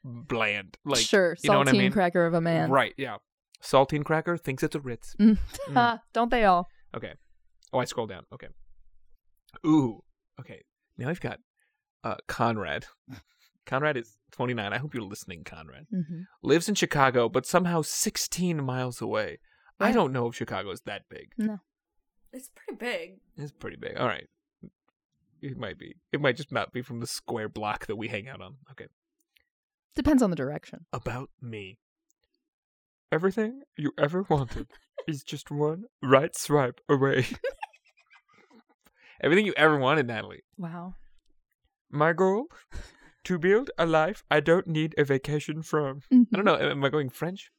Speaker 3: bland. Like
Speaker 2: sure,
Speaker 3: you know what I
Speaker 2: saltine
Speaker 3: mean?
Speaker 2: cracker of a man. [LAUGHS]
Speaker 3: Right, yeah. Saltine cracker thinks it's a Ritz.
Speaker 2: Mm.
Speaker 3: Mm.
Speaker 2: Ha, Don't they all?
Speaker 3: Okay. Oh, I scroll down. Okay. Ooh. Okay. Now I've got uh, Conrad. [LAUGHS] Conrad is 29. I hope you're listening, Conrad.
Speaker 2: Mhm.
Speaker 3: Lives in Chicago, but somehow 16 miles away. I
Speaker 2: Yeah.
Speaker 3: don't know if Chicago is that big.
Speaker 1: [LAUGHS] It's pretty big.
Speaker 3: It's pretty big. All right. It might be. It might just not be from the square block that we hang out on. Okay.
Speaker 2: Depends on the direction.
Speaker 3: About me. Everything you ever wanted is just one right swipe away. [LAUGHS] Everything you ever wanted, Natalie.
Speaker 2: Wow.
Speaker 3: My goal? to build a life I don't need a vacation from.
Speaker 2: Mm-hmm.
Speaker 3: I don't know, am I going French?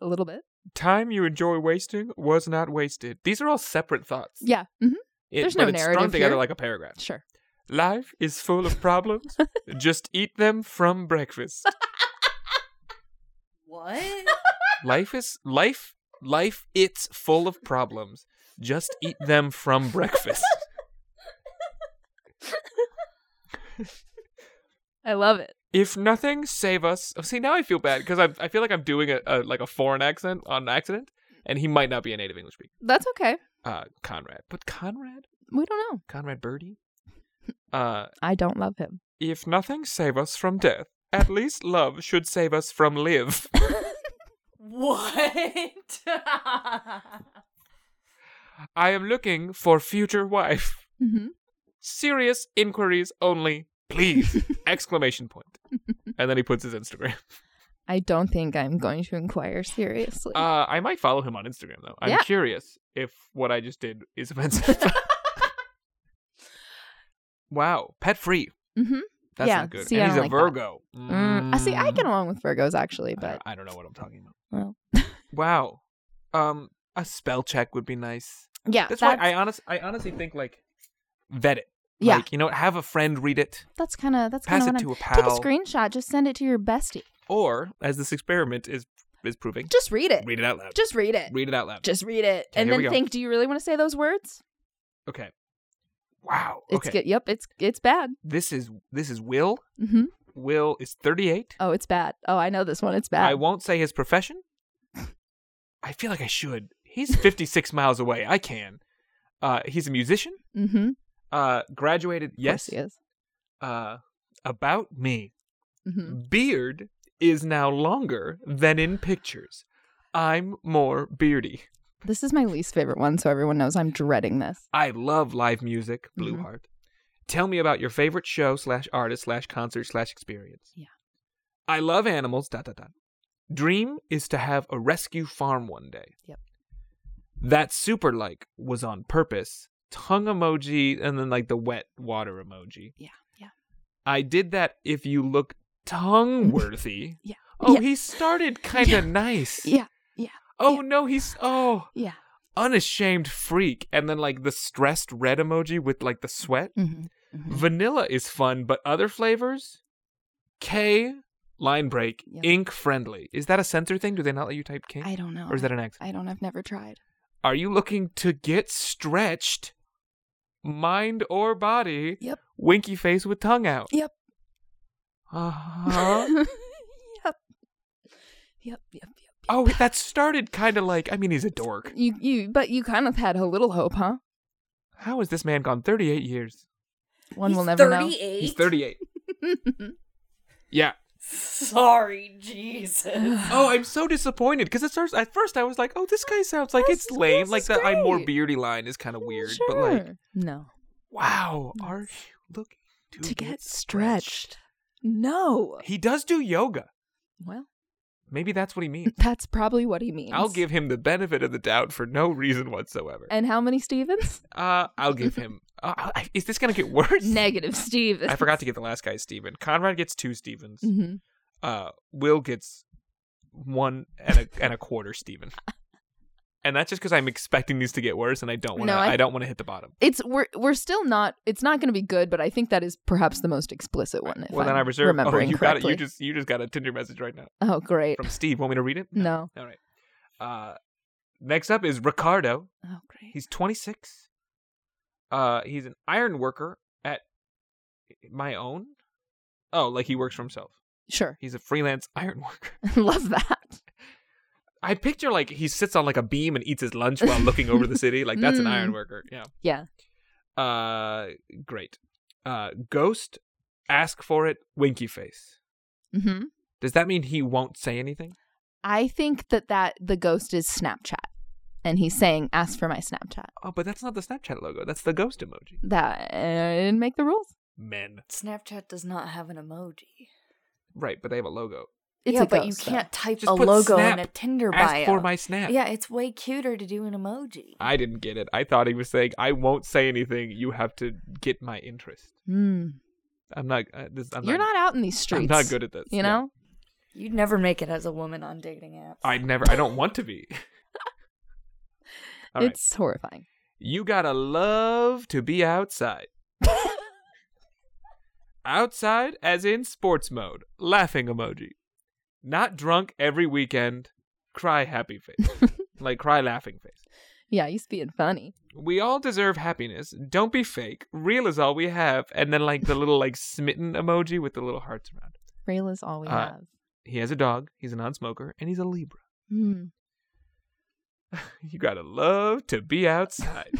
Speaker 2: A little bit.
Speaker 3: Time you enjoy wasting was not wasted. These are all separate thoughts.
Speaker 2: Yeah. hmm
Speaker 3: It-
Speaker 2: There's
Speaker 3: but
Speaker 2: no
Speaker 3: it's strung
Speaker 2: narrative
Speaker 3: together
Speaker 2: here.
Speaker 3: like a paragraph.
Speaker 2: Sure.
Speaker 3: Life is full
Speaker 2: [LAUGHS]
Speaker 3: of problems. Just eat them from breakfast.
Speaker 1: What?
Speaker 3: [LAUGHS] Life is life life it's full of problems. Just eat them from breakfast.
Speaker 2: I love it.
Speaker 3: If nothing, save us. Oh, see, now I feel bad because I, I feel like I'm doing a, a like a foreign accent on accident, and he might not be a native English speaker.
Speaker 2: That's okay.
Speaker 3: Uh, Conrad, but Conrad,
Speaker 2: We don't know.
Speaker 3: Conrad Birdie. Uh,
Speaker 2: I don't love him.
Speaker 3: if nothing save us from death, at least love should save us from live. [LAUGHS]
Speaker 1: [LAUGHS] what?
Speaker 3: I am looking for future wife.
Speaker 2: hmm
Speaker 3: Serious inquiries only, please! Exclamation point. And then he puts his Instagram.
Speaker 2: I don't think I'm going to inquire seriously.
Speaker 3: Uh, I might follow him on Instagram though. I'm
Speaker 2: Yeah.
Speaker 3: curious if what I just did
Speaker 2: [LAUGHS]
Speaker 3: is [LAUGHS] offensive. wow, pet free.
Speaker 2: hmm
Speaker 3: That's
Speaker 2: Yeah,
Speaker 3: not good.
Speaker 2: see, I
Speaker 3: and he's
Speaker 2: don't
Speaker 3: a
Speaker 2: like that.
Speaker 3: Virgo.
Speaker 2: Mm. I see. I get along with Virgos actually,
Speaker 3: I don't-
Speaker 2: but
Speaker 3: I don't know what I'm talking about.
Speaker 2: well,
Speaker 3: Wow. Um, a spell check would be nice.
Speaker 2: yeah,
Speaker 3: That's why I honest. I honestly think like vet it.
Speaker 2: yeah,
Speaker 3: Like, you know, have a friend read it,
Speaker 2: that's kind of that's kind
Speaker 3: pass
Speaker 2: of
Speaker 3: it
Speaker 2: what
Speaker 3: to a
Speaker 2: I'm. Take a
Speaker 3: pal,
Speaker 2: screenshot. Just send it to your bestie.
Speaker 3: or as this experiment is is proving,
Speaker 2: Just read it.
Speaker 3: read it out loud.
Speaker 2: Just read it.
Speaker 3: read it out loud.
Speaker 2: Just read it,
Speaker 3: Okay,
Speaker 2: and
Speaker 3: here we
Speaker 2: then
Speaker 3: go.
Speaker 2: think. Do you really want to say those words?
Speaker 3: okay. Wow.
Speaker 2: It's
Speaker 3: okay.
Speaker 2: good. Yep. It's it's bad.
Speaker 3: This is this is Will.
Speaker 2: hmm
Speaker 3: Will is 38.
Speaker 2: Oh, it's bad. Oh, I know this one. It's bad.
Speaker 3: I won't say his profession. I feel like I should.
Speaker 2: [LAUGHS]
Speaker 3: He's 56 miles away. I can. Uh, he's a musician.
Speaker 2: mm-hmm.
Speaker 3: Uh, graduated. Yes.
Speaker 2: He is.
Speaker 3: Uh, about me.
Speaker 2: hmm
Speaker 3: Beard is now longer than in pictures. I'm more beardy.
Speaker 2: This is my least favorite one, so everyone knows I'm dreading this.
Speaker 3: I love live music. Blue
Speaker 2: Mhm.
Speaker 3: Heart. Tell me about your favorite show slash artist slash concert slash experience.
Speaker 2: Yeah.
Speaker 3: I love animals. Dot dot dot. Dream is to have a rescue farm one day.
Speaker 2: Yep.
Speaker 3: That super like was on purpose. Tongue emoji and then like the wet water emoji.
Speaker 2: Yeah, yeah.
Speaker 3: I did that if you look tongue worthy.
Speaker 2: Yeah, [LAUGHS]
Speaker 3: Oh,
Speaker 2: yeah. [LAUGHS]
Speaker 3: he started kind of nice.
Speaker 2: Yeah,
Speaker 3: Oh no, he's oh
Speaker 2: Yeah.
Speaker 3: unashamed freak, and then like the stressed red emoji with like the sweat.
Speaker 2: Mhm.
Speaker 3: Vanilla is fun, but other flavors, K line break,
Speaker 2: Yep.
Speaker 3: ink friendly. Is that a censor thing? Do they not let you type king?
Speaker 2: I don't know.
Speaker 3: Or is that an X?
Speaker 2: I don't. I've never tried.
Speaker 3: Are you looking to get stretched, mind or body?
Speaker 2: Yep.
Speaker 3: Winky face with tongue out.
Speaker 2: Yep.
Speaker 3: Uh-huh.
Speaker 2: [LAUGHS] yep. Yep. Yep. Yep.
Speaker 3: oh, that started kind of like I mean he's a dork.
Speaker 2: You you but you kind of had a little hope, huh?
Speaker 3: How has this man gone 38 years?
Speaker 2: One
Speaker 1: He's
Speaker 2: will never know. [LAUGHS]
Speaker 1: 38?
Speaker 3: He's 38. yeah.
Speaker 1: Sorry, Jesus.
Speaker 3: Oh, I'm so disappointed because it starts. At first, I was like, "Oh, this guy sounds like
Speaker 2: This
Speaker 3: it's
Speaker 2: is-
Speaker 3: lame."
Speaker 2: this
Speaker 3: Like
Speaker 2: is
Speaker 3: the "I'm more
Speaker 2: great.
Speaker 3: beardy" line is kind of weird, but like,
Speaker 2: Sure. no.
Speaker 3: wow, are you looking to,
Speaker 2: to get stretched. No.
Speaker 3: He does do yoga.
Speaker 2: Well,
Speaker 3: Maybe that's what he means.
Speaker 2: that's probably what he means.
Speaker 3: I'll give him the benefit of the doubt for no reason whatsoever.
Speaker 2: And how many
Speaker 3: [LAUGHS]
Speaker 2: Stevens?
Speaker 3: Uh, I'll give him. Uh, I- is this
Speaker 2: [LAUGHS]
Speaker 3: gonna get worse?
Speaker 2: Negative Stevens.
Speaker 3: I forgot to get the last guy Steven. Conrad gets two Stevens.
Speaker 2: hmm
Speaker 3: uh, Will gets one and a and a
Speaker 2: [LAUGHS]
Speaker 3: quarter Steven. And that's just because I'm expecting these to get worse, and I don't want to.
Speaker 2: No,
Speaker 3: I,
Speaker 2: I-
Speaker 3: don't want to hit the bottom.
Speaker 2: It's we're we're still not. It's not going to be good, but I think that is perhaps the most explicit one. If
Speaker 3: well,
Speaker 2: I'm
Speaker 3: then I reserve. Oh,
Speaker 2: remembering
Speaker 3: you got it.
Speaker 2: correctly.
Speaker 3: You just you just got a Tinder message right now
Speaker 2: Oh, great.
Speaker 3: from Steve. Want me to read it?
Speaker 2: [LAUGHS]
Speaker 3: [LAUGHS]
Speaker 2: No.
Speaker 3: All right. Uh, next up is Ricardo.
Speaker 2: Oh, great.
Speaker 3: He's 26. Uh, he's an iron worker at my own. Oh, like he works for himself.
Speaker 2: sure. [LAUGHS]
Speaker 3: He's a freelance [LAUGHS] iron worker.
Speaker 2: Love that.
Speaker 3: I picture like he sits on like a beam and eats his lunch while looking over the city. Like that's an
Speaker 2: Mm.
Speaker 3: iron worker. Yeah.
Speaker 2: Yeah.
Speaker 3: Uh great. Uh ghost, ask for it, winky face.
Speaker 2: hmm
Speaker 3: Does that mean he won't say anything?
Speaker 2: I think that that the ghost is Snapchat, and he's saying, "Ask for my Snapchat."
Speaker 3: Oh, but that's not the Snapchat logo. That's the ghost emoji.
Speaker 2: That uh, didn't make the rules.
Speaker 3: Men.
Speaker 1: [SIGHS] Snapchat does not have an emoji.
Speaker 3: Right, but they have a logo.
Speaker 2: It's
Speaker 1: yeah,
Speaker 2: a
Speaker 1: but you
Speaker 2: ghost, though.
Speaker 1: can't type
Speaker 3: Just
Speaker 1: a
Speaker 3: put
Speaker 1: logo
Speaker 3: snap.
Speaker 1: in a Tinder
Speaker 3: ask
Speaker 1: bio.
Speaker 3: for my snap.
Speaker 1: Yeah, it's way cuter to do an emoji.
Speaker 3: I didn't get it. I thought he was saying, "I won't say anything. You have to get my interest."
Speaker 2: Mm.
Speaker 3: I'm not. Uh, this, I'm
Speaker 2: You're
Speaker 3: not.
Speaker 2: not out in these streets.
Speaker 3: I'm not good at this.
Speaker 2: You
Speaker 3: Yeah.
Speaker 2: know.
Speaker 1: You'd never make it as a woman on dating apps.
Speaker 3: I never. I don't want to be. [LAUGHS] All right.
Speaker 2: it's horrifying. [LAUGHS]
Speaker 3: You gotta love to be outside. outside, as in sports mode. Laughing emoji. Not drunk every weekend. Cry happy face. like cry laughing face.
Speaker 2: Yeah, he's being funny.
Speaker 3: We all deserve happiness. Don't be fake. Real is all we have. And then like the little like smitten emoji with the little hearts around. it.
Speaker 2: Rail is all we
Speaker 3: Uh,
Speaker 2: have.
Speaker 3: He has a dog. He's a non-smoker, and he's a Libra.
Speaker 2: Mm.
Speaker 3: You gotta love to be
Speaker 2: [LAUGHS]
Speaker 3: outside.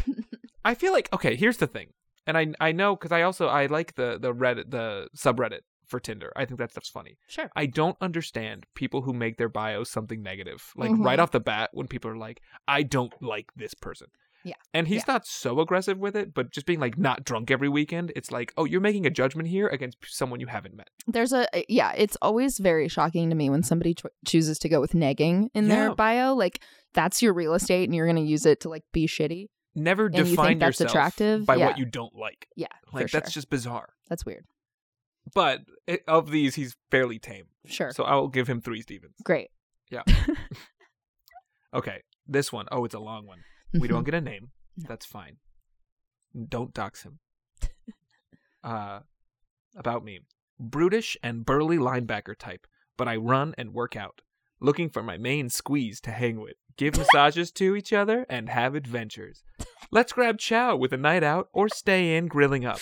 Speaker 3: I feel like okay. Here's the thing, and I I know because I also I like the the Reddit the subreddit for Tinder. I think that stuff's funny.
Speaker 2: Sure.
Speaker 3: I don't understand people who make their bios something negative, like
Speaker 2: Mhm.
Speaker 3: right off the bat when people are like, I don't like this person.
Speaker 2: Yeah.
Speaker 3: And he's not so aggressive with it, but just being like not drunk every weekend, it's like, oh, you're making a judgment here against someone you haven't met.
Speaker 2: There's a uh, yeah. It's always very shocking to me when somebody cho- chooses to go with negging in
Speaker 3: Yeah.
Speaker 2: their bio. Like that's your real estate, and you're gonna use it to like be shitty.
Speaker 3: Never
Speaker 2: you think
Speaker 3: define
Speaker 2: that's
Speaker 3: yourself
Speaker 2: attractive?
Speaker 3: by
Speaker 2: Yeah.
Speaker 3: what you don't like.
Speaker 2: Yeah,
Speaker 3: Like
Speaker 2: for sure.
Speaker 3: that's just bizarre.
Speaker 2: that's weird.
Speaker 3: But it, of these, he's fairly tame.
Speaker 2: Sure.
Speaker 3: So I'll give him three Stevens.
Speaker 2: Great.
Speaker 3: Okay, this one. Oh, it's a long one. We don't get a name.
Speaker 2: Mm-hmm. No.
Speaker 3: That's fine. Don't
Speaker 2: [LAUGHS]
Speaker 3: dox him. Uh, about me. Brutish and burly linebacker type, but I run and work out. Looking for my main squeeze to hang with. Give massages to each other and have adventures. Let's grab chow with a night out or stay in grilling up.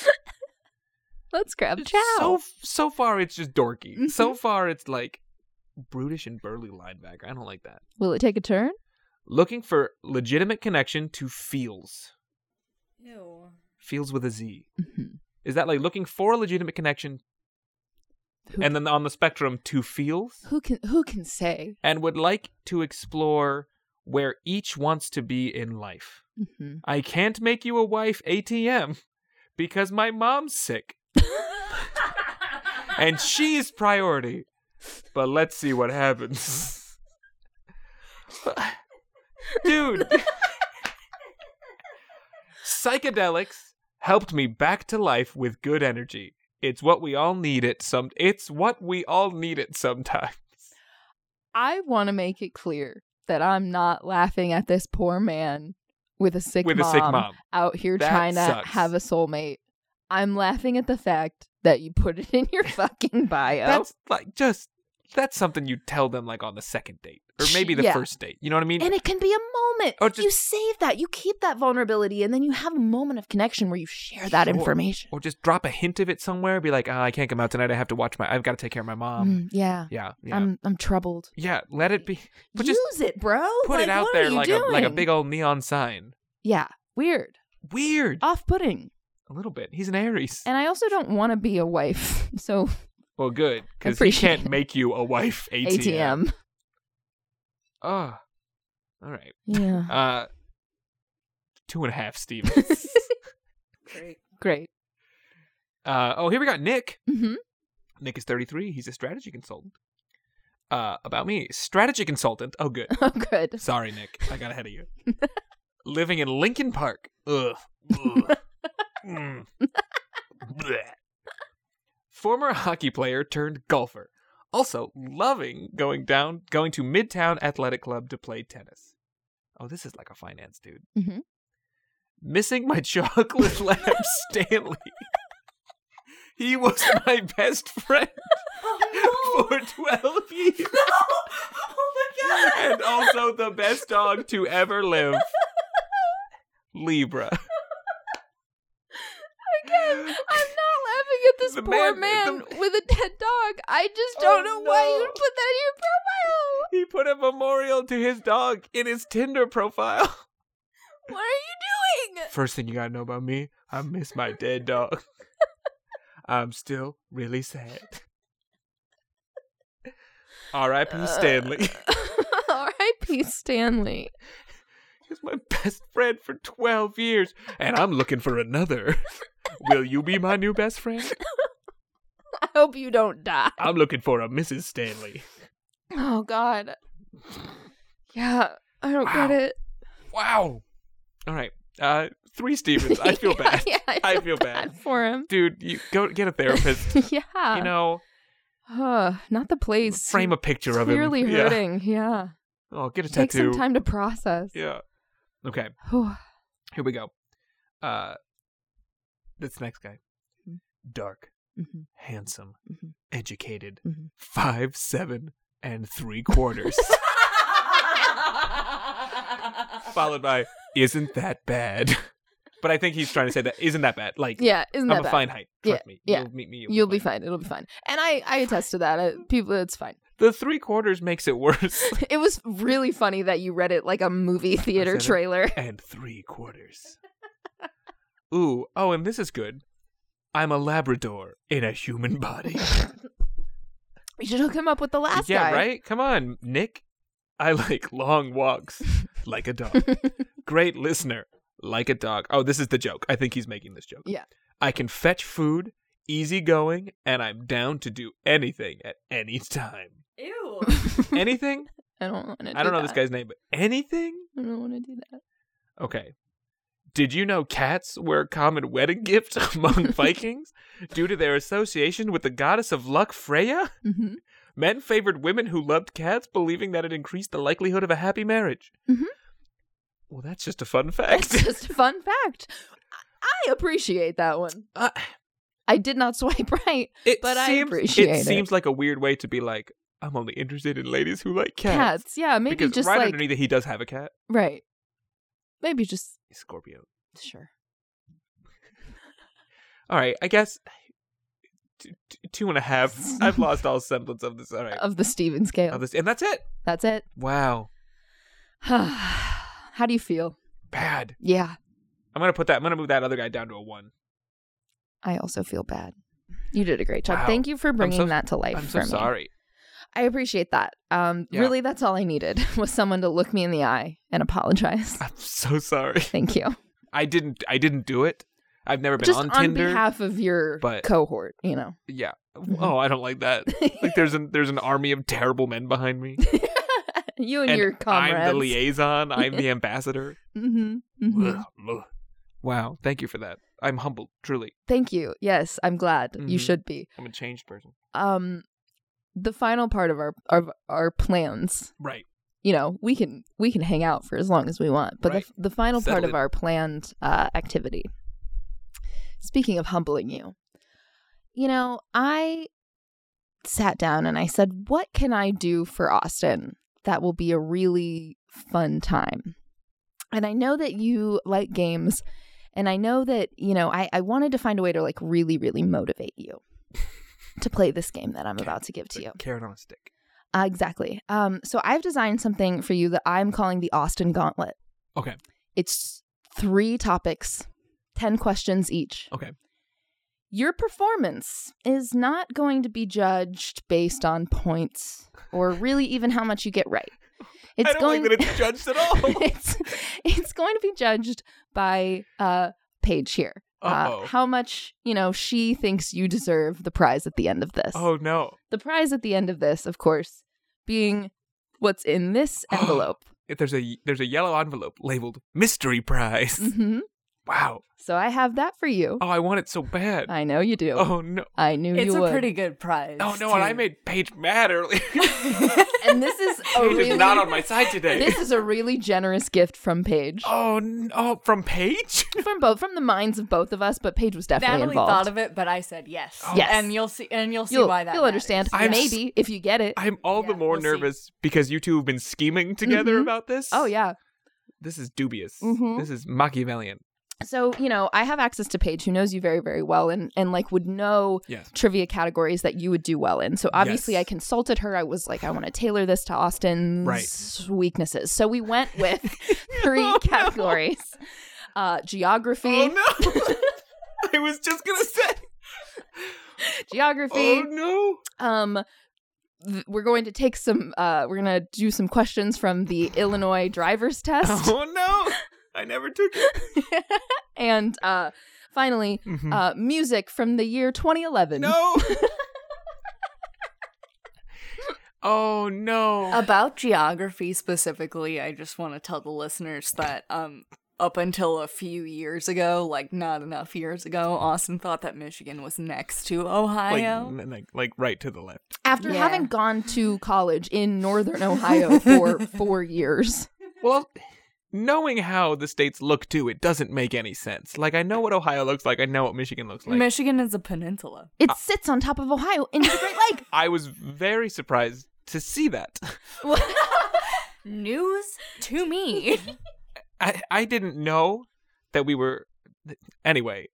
Speaker 2: [LAUGHS] Let's grab
Speaker 3: It's
Speaker 2: chow. Mm-hmm.
Speaker 3: So so far it's just dorky. so far it's like brutish and burly linebacker. I don't like that.
Speaker 2: Will it take a turn?
Speaker 3: Looking for legitimate connection to feels.
Speaker 1: Ew.
Speaker 3: Feels with a Z.
Speaker 2: Mhm.
Speaker 3: Is that like looking for a legitimate connection
Speaker 2: Who,
Speaker 3: and then on the spectrum to feels?
Speaker 2: who can who can say?
Speaker 3: And would like to explore where each wants to be in life.
Speaker 2: Mhm.
Speaker 3: I can't make you a wife ATM because my mom's sick. and she's priority. But let's see what happens. Dude. Psychedelics helped me back to life with good energy. It's what we all need it some it's what we all need it sometime.
Speaker 2: I want to make it clear that I'm not laughing at this poor man with a sick,
Speaker 3: with
Speaker 2: mom,
Speaker 3: a sick mom.
Speaker 2: out here
Speaker 3: That
Speaker 2: trying to
Speaker 3: sucks.
Speaker 2: have a soulmate. I'm laughing at the fact that you put it in
Speaker 3: [LAUGHS]
Speaker 2: your fucking bio.
Speaker 3: That's like just that's something you tell them like on the second date or maybe the
Speaker 2: Yeah.
Speaker 3: first date. You know what I mean?
Speaker 2: and it can be a moment.
Speaker 3: Or just-
Speaker 2: you save that. You keep that vulnerability, and then you have a moment of connection where you share that
Speaker 3: Sure.
Speaker 2: information.
Speaker 3: or just drop a hint of it somewhere. Be like, oh, I can't come out tonight. I have to watch my. I've got to take care of my mom.
Speaker 2: Mm, yeah,
Speaker 3: Um, Yeah, yeah,
Speaker 2: I'm I'm troubled.
Speaker 3: yeah. Let it be. But
Speaker 2: Use
Speaker 3: just
Speaker 2: it, bro.
Speaker 3: put
Speaker 2: Like,
Speaker 3: it out
Speaker 2: what are
Speaker 3: there
Speaker 2: you
Speaker 3: like a, like a
Speaker 2: doing?
Speaker 3: big old neon sign.
Speaker 2: yeah. Weird,
Speaker 3: Weird.
Speaker 2: off-putting,
Speaker 3: A little bit. He's an Aries.
Speaker 2: Oh. and I also don't want to be a wife. [LAUGHS] So
Speaker 3: well, good because he
Speaker 2: Appreciate
Speaker 3: can't
Speaker 2: it.
Speaker 3: make you a
Speaker 2: [LAUGHS]
Speaker 3: wife. ATM.
Speaker 2: ATM.
Speaker 3: Oh, all right.
Speaker 2: Yeah,
Speaker 3: Uh, two and a half, Steven.
Speaker 1: Great.
Speaker 2: [LAUGHS] great.
Speaker 3: uh, oh, here we got Nick.
Speaker 2: hmm
Speaker 3: Nick is 33. He's a strategy consultant. Uh, about me, strategy consultant. Oh, good.
Speaker 2: [LAUGHS] Oh, good. [LAUGHS]
Speaker 3: Sorry, Nick. I got ahead of you. Living in Lincoln Park. Ugh. Ugh. Mm. Blech. Former hockey player turned golfer. Also loving going down, going to Midtown Athletic Club to play tennis. Oh, this is like a finance dude.
Speaker 2: Mhm.
Speaker 3: Missing my [LAUGHS] chocolate lab, Stanley. He was my best friend [LAUGHS] for 12 years
Speaker 1: Oh my god!
Speaker 3: [LAUGHS] and also the best dog to
Speaker 1: [LAUGHS]
Speaker 3: ever live. Libra.
Speaker 2: Again, I'm not laughing at this
Speaker 3: The
Speaker 2: poor
Speaker 3: man-
Speaker 2: man,
Speaker 3: the-
Speaker 2: with a dead dog. I just don't
Speaker 3: Oh,
Speaker 2: know why you
Speaker 3: no.
Speaker 2: would put that in your profile.
Speaker 3: He put a memorial to his dog in his Tinder profile. [LAUGHS]
Speaker 2: What are you doing?
Speaker 3: First thing you gotta know about me, I miss my
Speaker 1: [LAUGHS]
Speaker 3: dead dog. I'm still really sad. R.I.P.
Speaker 1: Uh.
Speaker 3: Stanley. [LAUGHS]
Speaker 2: [LAUGHS] R.I.P. Stanley.
Speaker 3: He's my best friend for 12 years, and I'm looking for another. [LAUGHS] Will you be my new best friend?
Speaker 2: I hope you don't die.
Speaker 3: I'm looking for a Mrs. Stanley.
Speaker 2: Oh God. Yeah, I don't
Speaker 3: Wow.
Speaker 2: get it.
Speaker 3: Wow. All right. Uh, three
Speaker 2: [LAUGHS]
Speaker 3: Stevens. I feel
Speaker 2: Yeah,
Speaker 3: bad.
Speaker 2: Yeah, I feel,
Speaker 3: I feel bad.
Speaker 2: bad for him. [LAUGHS]
Speaker 3: Dude, you go get a therapist.
Speaker 2: yeah.
Speaker 3: You know,
Speaker 2: Huh, [SIGHS] not the place.
Speaker 3: frame a picture of
Speaker 2: Clearly
Speaker 3: him. Yeah.
Speaker 2: hurting.
Speaker 3: [LAUGHS]
Speaker 2: Yeah.
Speaker 3: Oh, get a
Speaker 2: Take
Speaker 3: tattoo.
Speaker 2: some time to process.
Speaker 3: Yeah. Okay.
Speaker 2: Whew.
Speaker 3: Here we go. Uh, this next guy.
Speaker 2: Mm-hmm.
Speaker 3: Dark,
Speaker 1: Mhm.
Speaker 3: handsome,
Speaker 1: Mhm.
Speaker 3: educated,
Speaker 2: Mm-hmm.
Speaker 1: Mhm.
Speaker 3: five seven and
Speaker 2: [LAUGHS]
Speaker 3: three quarters, followed by "Isn't that bad?" But I think he's trying to say that isn't that bad.
Speaker 2: [SIGHS]
Speaker 3: Like,
Speaker 2: Yeah, isn't
Speaker 3: I'm
Speaker 2: that
Speaker 3: a
Speaker 2: bad?
Speaker 3: fine height. Trust me.
Speaker 2: yeah.
Speaker 3: You'll meet me.
Speaker 2: You'll be fine. It'll be fine. And I, I attest to that. Uh, people, it's fine. [LAUGHS]
Speaker 3: The three quarters makes it worse. [LAUGHS]
Speaker 2: It was really funny that you read it like a movie theater
Speaker 3: said it.
Speaker 2: trailer. [LAUGHS]
Speaker 3: and three quarters. Ooh, oh, and this is good. I'm a Labrador in
Speaker 2: [LAUGHS]
Speaker 3: a human body.
Speaker 2: We should hook him up with the last
Speaker 3: yeah,
Speaker 2: guy.
Speaker 3: right? Come on, Nick. I like long
Speaker 2: [LAUGHS]
Speaker 3: walks like a dog. Great listener like a dog. Oh, this is the joke. I think he's making this joke.
Speaker 2: Yeah.
Speaker 3: I can fetch food, easygoing, and I'm down to do anything at any time.
Speaker 1: [LAUGHS]
Speaker 2: [LAUGHS]
Speaker 1: Ew.
Speaker 3: Anything?
Speaker 2: I don't want to.
Speaker 3: I don't know this guy's name, but anything?
Speaker 2: I don't want to do that.
Speaker 3: Okay. Did you know cats were a common wedding [LAUGHS] gift
Speaker 2: [LAUGHS]
Speaker 3: among Vikings due to their association with the goddess of luck Freya? [LAUGHS]
Speaker 2: Mhm.
Speaker 3: Men favored women who loved cats, believing that it increased the likelihood of a happy marriage.
Speaker 2: Mhm.
Speaker 3: Well, that's just a fun
Speaker 2: That's
Speaker 3: fact.
Speaker 2: just a fun fact. I I appreciate that one.
Speaker 3: Uh, [SIGHS]
Speaker 2: I did not [LAUGHS] swipe right.
Speaker 3: [LAUGHS] it
Speaker 2: But I
Speaker 3: seems,
Speaker 2: appreciate
Speaker 3: it.
Speaker 2: it.
Speaker 3: seems like a weird way to be like, I'm only interested in ladies who like cats.
Speaker 2: Cats. Yeah, maybe
Speaker 3: because
Speaker 2: just
Speaker 3: right
Speaker 2: like
Speaker 3: underneath it, he does have a cat.
Speaker 2: right. Maybe just
Speaker 3: Scorpio.
Speaker 2: sure.
Speaker 3: All right, I guess t- t- two and
Speaker 2: [LAUGHS]
Speaker 3: a half. I've lost all semblance of this. All right,
Speaker 2: Of the Steven scale.
Speaker 3: of this, and that's it.
Speaker 2: That's it. [SIGHS]
Speaker 3: Wow.
Speaker 2: How do you feel?
Speaker 3: Bad.
Speaker 2: Yeah,
Speaker 3: I'm gonna put that I'm gonna move that other guy down to a one.
Speaker 2: I also feel bad. You did a great job.
Speaker 3: Wow.
Speaker 2: Thank you for bringing
Speaker 3: so-
Speaker 2: that to life
Speaker 3: I'm
Speaker 2: for
Speaker 3: so
Speaker 2: me.
Speaker 3: sorry.
Speaker 2: I appreciate that. Um,
Speaker 3: Yeah.
Speaker 2: Really, that's all I needed [LAUGHS] was someone to look me in the eye and
Speaker 3: [LAUGHS]
Speaker 2: apologize. [LAUGHS]
Speaker 3: [LAUGHS] I'm so sorry.
Speaker 2: Thank you.
Speaker 3: I didn't I didn't do it. I've never been
Speaker 2: Just
Speaker 3: on
Speaker 2: on,
Speaker 3: Tinder.
Speaker 2: behalf Mm-hmm. of your
Speaker 3: but-
Speaker 2: cohort, you know. [LAUGHS]
Speaker 3: yeah. Oh, I don't like that. like there's an there's an army of terrible men
Speaker 2: [LAUGHS]
Speaker 3: behind me.
Speaker 2: you and,
Speaker 3: and
Speaker 2: your comrades.
Speaker 3: I'm the liaison.
Speaker 2: [LAUGHS]
Speaker 3: I'm the ambassador.
Speaker 2: Mhm, mhm.
Speaker 3: Ugh, ugh. Wow. Thank you for that. I'm humbled, truly.
Speaker 2: Thank you. Yes, I'm glad you
Speaker 3: Mhm.
Speaker 2: should be.
Speaker 3: I'm a changed person.
Speaker 2: Um, the final part of our of our plans
Speaker 3: Right.
Speaker 2: you know, we can we can hang out for as long as we want. But
Speaker 3: Right.
Speaker 2: the, the final part
Speaker 3: Settle
Speaker 2: of
Speaker 3: it.
Speaker 2: our planned uh, activity. Speaking of humbling you, you know, I sat down and I said, "What can I do for Austin that will be a really fun time?" And I know that you like games, and I know that you know I, I wanted to find a way to like really really motivate
Speaker 3: [LAUGHS]
Speaker 2: you to play this game that I'm
Speaker 3: Okay.
Speaker 2: about to give to
Speaker 3: It's
Speaker 2: you.
Speaker 3: like carrot on a stick.
Speaker 2: Uh, exactly. Um, so I've designed something for you that I'm calling the Austin Gauntlet.
Speaker 3: Okay.
Speaker 2: It's three topics, 10 questions each.
Speaker 3: Okay.
Speaker 2: Your performance is not going to be judged based on points or really even how much you get right. It's
Speaker 3: [LAUGHS] I don't
Speaker 2: going [LAUGHS]
Speaker 3: like that it's judged at all.
Speaker 2: it's it's going to be judged by uh Paige here. Uh,
Speaker 3: Uh-oh.
Speaker 2: how much, you know, she thinks you deserve the prize at the end of this
Speaker 3: oh no,
Speaker 2: the prize at the end of this, of course, being what's
Speaker 1: [GASPS]
Speaker 2: in this
Speaker 1: Oh,
Speaker 2: envelope.
Speaker 3: If there's a there's a yellow envelope labeled mystery prize.
Speaker 2: hmm
Speaker 3: wow.
Speaker 2: So I have that for you.
Speaker 3: Oh, I want it so bad.
Speaker 2: I know you do.
Speaker 3: Oh no.
Speaker 2: I knew
Speaker 1: It's
Speaker 2: you
Speaker 1: a
Speaker 2: would.
Speaker 1: pretty good prize.
Speaker 3: Oh no, and I
Speaker 1: too.
Speaker 3: made Paige mad [LAUGHS] earlier.
Speaker 2: [LAUGHS] and this is a
Speaker 1: [LAUGHS]
Speaker 3: Paige
Speaker 2: really
Speaker 3: is not on my side today.
Speaker 2: this is a really generous gift from Paige,
Speaker 3: [LAUGHS] Oh no, from Paige? [LAUGHS]
Speaker 2: from both from the minds of both of us. But Paige was definitely
Speaker 1: Natalie
Speaker 2: involved.
Speaker 1: thought of it, but I said yes.
Speaker 3: Oh.
Speaker 2: Yes.
Speaker 1: and you'll see, and you'll see
Speaker 2: you'll
Speaker 1: why that.
Speaker 2: you'll understand.
Speaker 1: matters.
Speaker 3: I'm s-
Speaker 2: Maybe if you get it.
Speaker 3: I'm all the
Speaker 1: Yeah,
Speaker 3: more
Speaker 1: we'll see.
Speaker 3: nervous because you two have been scheming together
Speaker 2: Mhm.
Speaker 3: about this.
Speaker 2: oh yeah.
Speaker 3: This is dubious.
Speaker 2: Mhm.
Speaker 3: This is Machiavellian.
Speaker 2: So you know, I have access to Paige, who knows you very very well, and and like would know
Speaker 3: Yes.
Speaker 2: trivia categories that you would do well in. So obviously,
Speaker 3: Yes.
Speaker 2: I consulted her. I was like, I want to tailor this to Austin's weaknesses. So we went
Speaker 3: [LAUGHS]
Speaker 2: with three
Speaker 3: Oh, no.
Speaker 2: categories: uh, geography,
Speaker 3: Oh no. [LAUGHS] I was just gonna say
Speaker 2: geography.
Speaker 3: Oh no.
Speaker 2: Um, th- we're going to take some. Uh, we're gonna do some questions from the Illinois driver's test,
Speaker 3: Oh no. I never took it.
Speaker 2: and uh, finally,
Speaker 3: Mhm.
Speaker 2: uh, music from the year 2011. [LAUGHS]
Speaker 3: No. oh no.
Speaker 1: About geography specifically, I just want to tell the listeners that um up until a few years ago, like not enough years ago, Austin thought that Michigan was next to
Speaker 3: like,
Speaker 1: Ohio.
Speaker 3: n- like like right to the left.
Speaker 2: After
Speaker 1: Yeah.
Speaker 2: having gone to college in Northern Ohio
Speaker 3: [LAUGHS]
Speaker 2: for four years.
Speaker 3: Well, knowing how the states look too, it doesn't make any sense. Like I know what Ohio looks like, I know what Michigan looks like.
Speaker 1: Michigan is a peninsula.
Speaker 2: It
Speaker 3: Uh,
Speaker 2: sits on top of Ohio into the Great
Speaker 3: [LAUGHS]
Speaker 2: Lake.
Speaker 3: I was very surprised to see that.
Speaker 1: [LAUGHS]
Speaker 3: [LAUGHS]
Speaker 1: News to [LAUGHS] me.
Speaker 3: I I didn't know that we were anyway.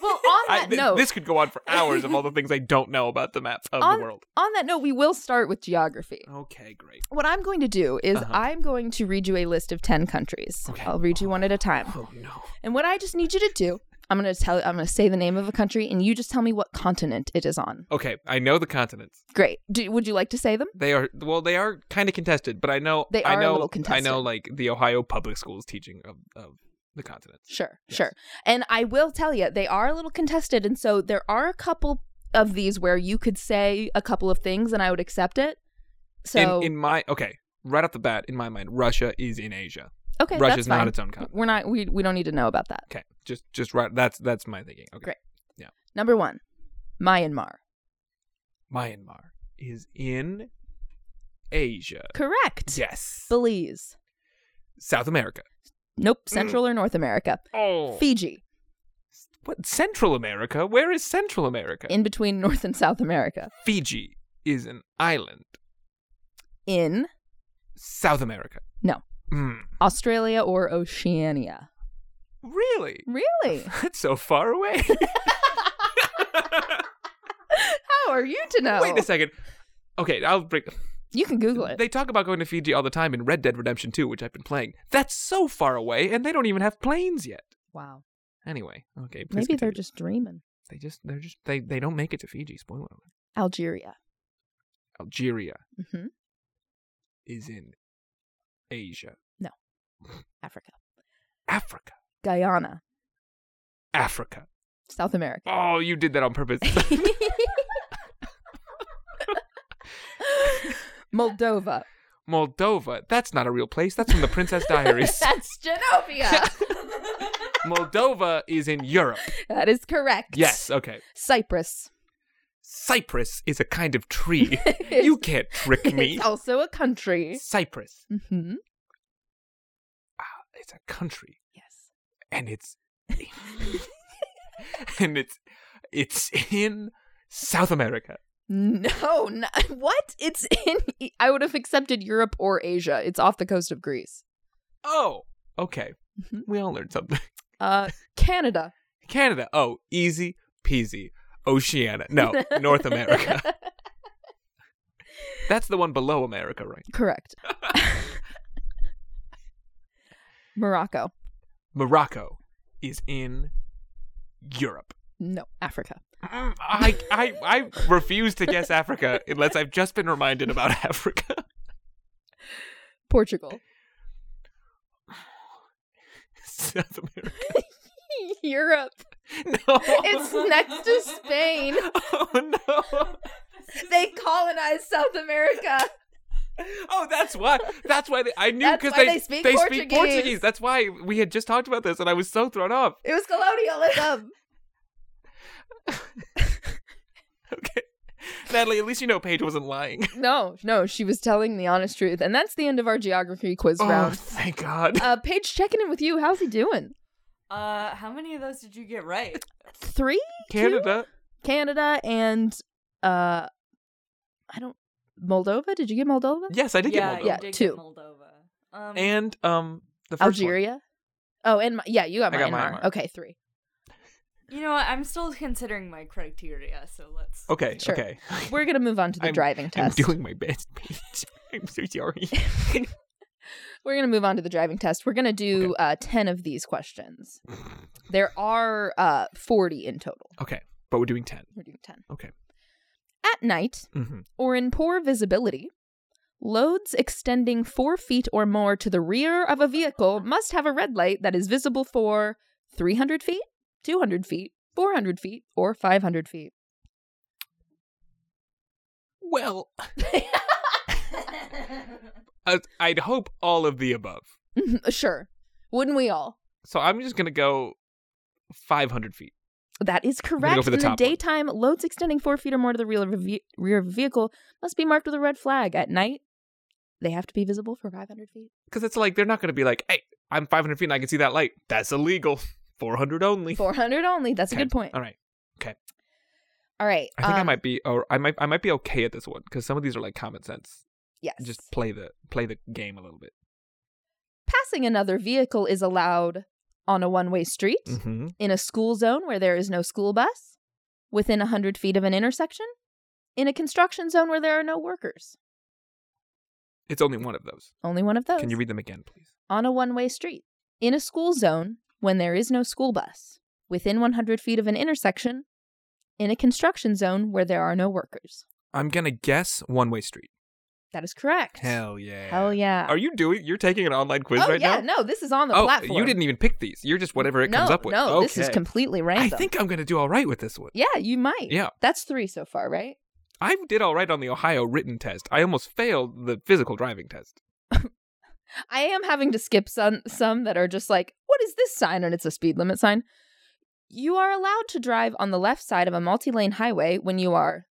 Speaker 2: Well, on
Speaker 3: I,
Speaker 2: that
Speaker 3: th-
Speaker 2: note,
Speaker 3: this could go on for hours of all
Speaker 2: [LAUGHS]
Speaker 3: the things I don't know about the map of
Speaker 2: On-
Speaker 3: the world.
Speaker 2: on that note, we will start with geography.
Speaker 3: Okay, great.
Speaker 2: What I'm going to do is
Speaker 3: Uh-huh.
Speaker 2: I'm going to read you a list of 10 countries.
Speaker 3: Okay.
Speaker 2: I'll read you one at a time.
Speaker 3: Oh no.
Speaker 2: And what I just need you to do, I'm going to tell I'm going to say the name of a country and you just tell me what continent it is on.
Speaker 3: Okay, I know the continents.
Speaker 2: Great. Do, would you like to say them?
Speaker 3: They are well. They are kind of contested, but I know
Speaker 2: They
Speaker 3: I
Speaker 2: are a
Speaker 3: know
Speaker 2: little
Speaker 3: I know
Speaker 2: contested.
Speaker 3: like the Ohio public schools teaching of, of the continents.
Speaker 2: Sure,
Speaker 3: Yes.
Speaker 2: sure. And I will tell you, they are a little contested. And so there are a couple of these where you could say a couple of things and I would accept it. So,
Speaker 3: in, in my okay, right off the bat, in my mind, Russia is in Asia.
Speaker 2: okay, that's
Speaker 3: Russia's
Speaker 2: fine.
Speaker 3: not its own continent.
Speaker 2: We're not, we, we don't need to know about that.
Speaker 3: Okay, just just right. That's that's my thinking. Okay,
Speaker 2: Great. Number one, Myanmar.
Speaker 3: Myanmar is in Asia.
Speaker 2: Correct.
Speaker 3: Yes,
Speaker 2: Belize.
Speaker 3: South America.
Speaker 2: Nope. Central or North America.
Speaker 3: Mm. Oh,
Speaker 2: Fiji.
Speaker 3: what Central America? Where is Central America?
Speaker 2: In between [LAUGHS] North and South America.
Speaker 3: Fiji is an island.
Speaker 2: In
Speaker 3: South America.
Speaker 2: No.
Speaker 3: Mm.
Speaker 2: Australia or Oceania.
Speaker 3: Really? [LAUGHS]
Speaker 2: Really?
Speaker 3: That's so far away. [LAUGHS]
Speaker 2: How are you to know?
Speaker 3: Wait a second. Okay, I'll bring.
Speaker 2: You can Google it.
Speaker 3: They talk about going to Fiji all the time in Red Dead Redemption 2, which I've been playing. That's so far away, and they don't even have planes yet.
Speaker 2: wow.
Speaker 3: Anyway, okay. please
Speaker 2: Maybe they're
Speaker 3: continue.
Speaker 2: just dreaming.
Speaker 3: They just. They're just. They. They don't make it to Fiji. Spoiler alert.
Speaker 2: Algeria.
Speaker 3: Algeria
Speaker 2: hmm
Speaker 3: is in Asia,
Speaker 2: Africa.
Speaker 3: Africa,
Speaker 2: Guyana.
Speaker 3: Africa.
Speaker 2: South
Speaker 3: [LAUGHS]
Speaker 2: America.
Speaker 3: Oh, you did that on
Speaker 2: [LAUGHS]
Speaker 3: purpose.
Speaker 2: Moldova.
Speaker 3: Moldova. That's not a real place. That's from the Princess
Speaker 2: [LAUGHS]
Speaker 3: Diaries.
Speaker 2: That's Genovia.
Speaker 3: Moldova is in Europe.
Speaker 2: [LAUGHS] that is correct.
Speaker 3: Yes. Okay.
Speaker 2: Cyprus.
Speaker 3: Cyprus is a kind
Speaker 2: [LAUGHS]
Speaker 3: of tree. you can't trick me.
Speaker 2: It's also a country.
Speaker 3: Cyprus.
Speaker 2: hmm
Speaker 3: Ah, it's a country.
Speaker 2: Yes. [LAUGHS]
Speaker 3: and it's [LAUGHS] and it's it's in South America.
Speaker 2: No, not, [LAUGHS] what? It's in. E- I would have accepted Europe or Asia. It's off the coast of Greece.
Speaker 3: Oh, okay.
Speaker 2: Mhm.
Speaker 3: We all learned something. [LAUGHS]
Speaker 2: Uh, Canada.
Speaker 3: Canada. Oh, easy peasy. Oceania. No,
Speaker 2: [LAUGHS]
Speaker 3: North America. That's the one below America, right?
Speaker 2: Correct. [LAUGHS] Morocco.
Speaker 3: Morocco is in Europe.
Speaker 2: No, Africa.
Speaker 3: Mm, I, I I refuse to guess Africa unless I've just been reminded about [LAUGHS] Africa.
Speaker 2: Portugal.
Speaker 3: South America.
Speaker 2: [LAUGHS] Europe.
Speaker 3: No.
Speaker 2: It's next to Spain.
Speaker 3: [LAUGHS] Oh no.
Speaker 2: They colonized South America.
Speaker 3: Oh, that's why. That's why they, I knew
Speaker 2: That's
Speaker 3: because
Speaker 2: why
Speaker 3: they,
Speaker 2: they speak Portuguese.
Speaker 3: Portuguese. That's why we had just talked about this, and I was so thrown off.
Speaker 2: It was colonialism.
Speaker 3: Okay, [LAUGHS] Natalie, at least you know Paige wasn't lying.
Speaker 2: no, no, she was telling the honest truth. And that's the end of our geography quiz
Speaker 3: Oh,
Speaker 2: round. [LAUGHS]
Speaker 3: thank God.
Speaker 2: Uh, Paige, checking in with you. How's he doing?
Speaker 1: Uh, how many of those did you get right?
Speaker 2: Three?
Speaker 3: Canada.
Speaker 2: Canada and, uh, I don't, Moldova? Did you get Moldova?
Speaker 3: Yes, I did
Speaker 1: yeah,
Speaker 3: get Moldova.
Speaker 1: you
Speaker 2: Yeah,
Speaker 1: did get
Speaker 2: two.
Speaker 1: Moldova. Um,
Speaker 3: And um, the first
Speaker 2: Algeria? Oh, and my, yeah, you got
Speaker 3: I got
Speaker 2: Myanmar.
Speaker 3: Myanmar.
Speaker 2: Okay, three.
Speaker 1: you know, what? I'm still considering my criteria, so let's. [LAUGHS]
Speaker 3: One. Okay.
Speaker 2: Sure. [LAUGHS]
Speaker 3: Okay.
Speaker 2: We're going to move on to the
Speaker 3: I'm-
Speaker 2: driving
Speaker 3: I'm
Speaker 2: test.
Speaker 3: doing my best, Paige. [LAUGHS] I'm so
Speaker 2: [LAUGHS]
Speaker 3: sorry.
Speaker 2: We're going to move on to the driving test. We're going to do uh, 10 of these questions.
Speaker 3: Mm.
Speaker 2: there are uh, 40 in total.
Speaker 3: okay, but we're doing 10
Speaker 2: We're doing 10.
Speaker 3: Okay.
Speaker 2: At night
Speaker 3: Mm-hmm.
Speaker 2: or in poor visibility, loads extending four feet or more to the rear of a vehicle must have a red light that is visible for 300 feet, 200 feet, 400 feet, or 500 feet. [LAUGHS]
Speaker 3: Well,
Speaker 2: [LAUGHS]
Speaker 3: uh, I'd hope all of the above.
Speaker 2: sure. Wouldn't we all?
Speaker 3: So I'm just gonna go 500 feet.
Speaker 2: That is
Speaker 3: gonna go
Speaker 2: correct.
Speaker 3: for the
Speaker 2: In the
Speaker 3: top one.
Speaker 2: daytime, loads extending four feet or more to the rear of, a ve- rear of a vehicle must be marked with a red flag. At night, they have to be visible for 500 feet.
Speaker 3: Because it's like they're not going to be like, "Hey, I'm 500 feet and I can see that light. That's illegal. [LAUGHS] 400 only."
Speaker 2: 400 only. That's
Speaker 3: Okay.
Speaker 2: a good point.
Speaker 3: All right,
Speaker 2: All right.
Speaker 3: I think I
Speaker 2: um,
Speaker 3: might be, or I might, I might be okay at this one because some of these are like common sense.
Speaker 2: Yes.
Speaker 3: Just play the play the game a little bit.
Speaker 2: Passing another vehicle is allowed on a one way street,
Speaker 3: Mm-hmm.
Speaker 2: in a school zone where there is no school bus, within a 100 feet of an intersection, in a construction zone where there are no workers.
Speaker 3: It's only one of those.
Speaker 2: Only one of those.
Speaker 3: Can you read them again, please?
Speaker 2: on a one way street, in a school zone when there is no school bus, within 100 feet of an intersection, in a construction zone where there are no workers.
Speaker 3: I'm gonna guess one way street.
Speaker 2: That is correct.
Speaker 3: yeah.
Speaker 2: Hell yeah.
Speaker 3: Are you doing? You're taking an online quiz
Speaker 2: oh,
Speaker 3: right
Speaker 2: yeah,
Speaker 3: now.
Speaker 2: no, this is on the
Speaker 3: oh,
Speaker 2: platform.
Speaker 3: you didn't even pick these. You're just whatever it
Speaker 2: no,
Speaker 3: comes up with.
Speaker 2: No, this is
Speaker 3: Okay.
Speaker 2: completely
Speaker 3: I
Speaker 2: random.
Speaker 3: think I'm gonna do all right with this one.
Speaker 2: Yeah, you might.
Speaker 3: Yeah.
Speaker 2: That's three so far, right?
Speaker 3: I did all right on the Ohio written test. I almost failed the physical driving test.
Speaker 2: I am having to skip some some that are just like, what is this sign? And it's a speed limit sign. You are allowed to drive on the left side of a multi-lane highway when you are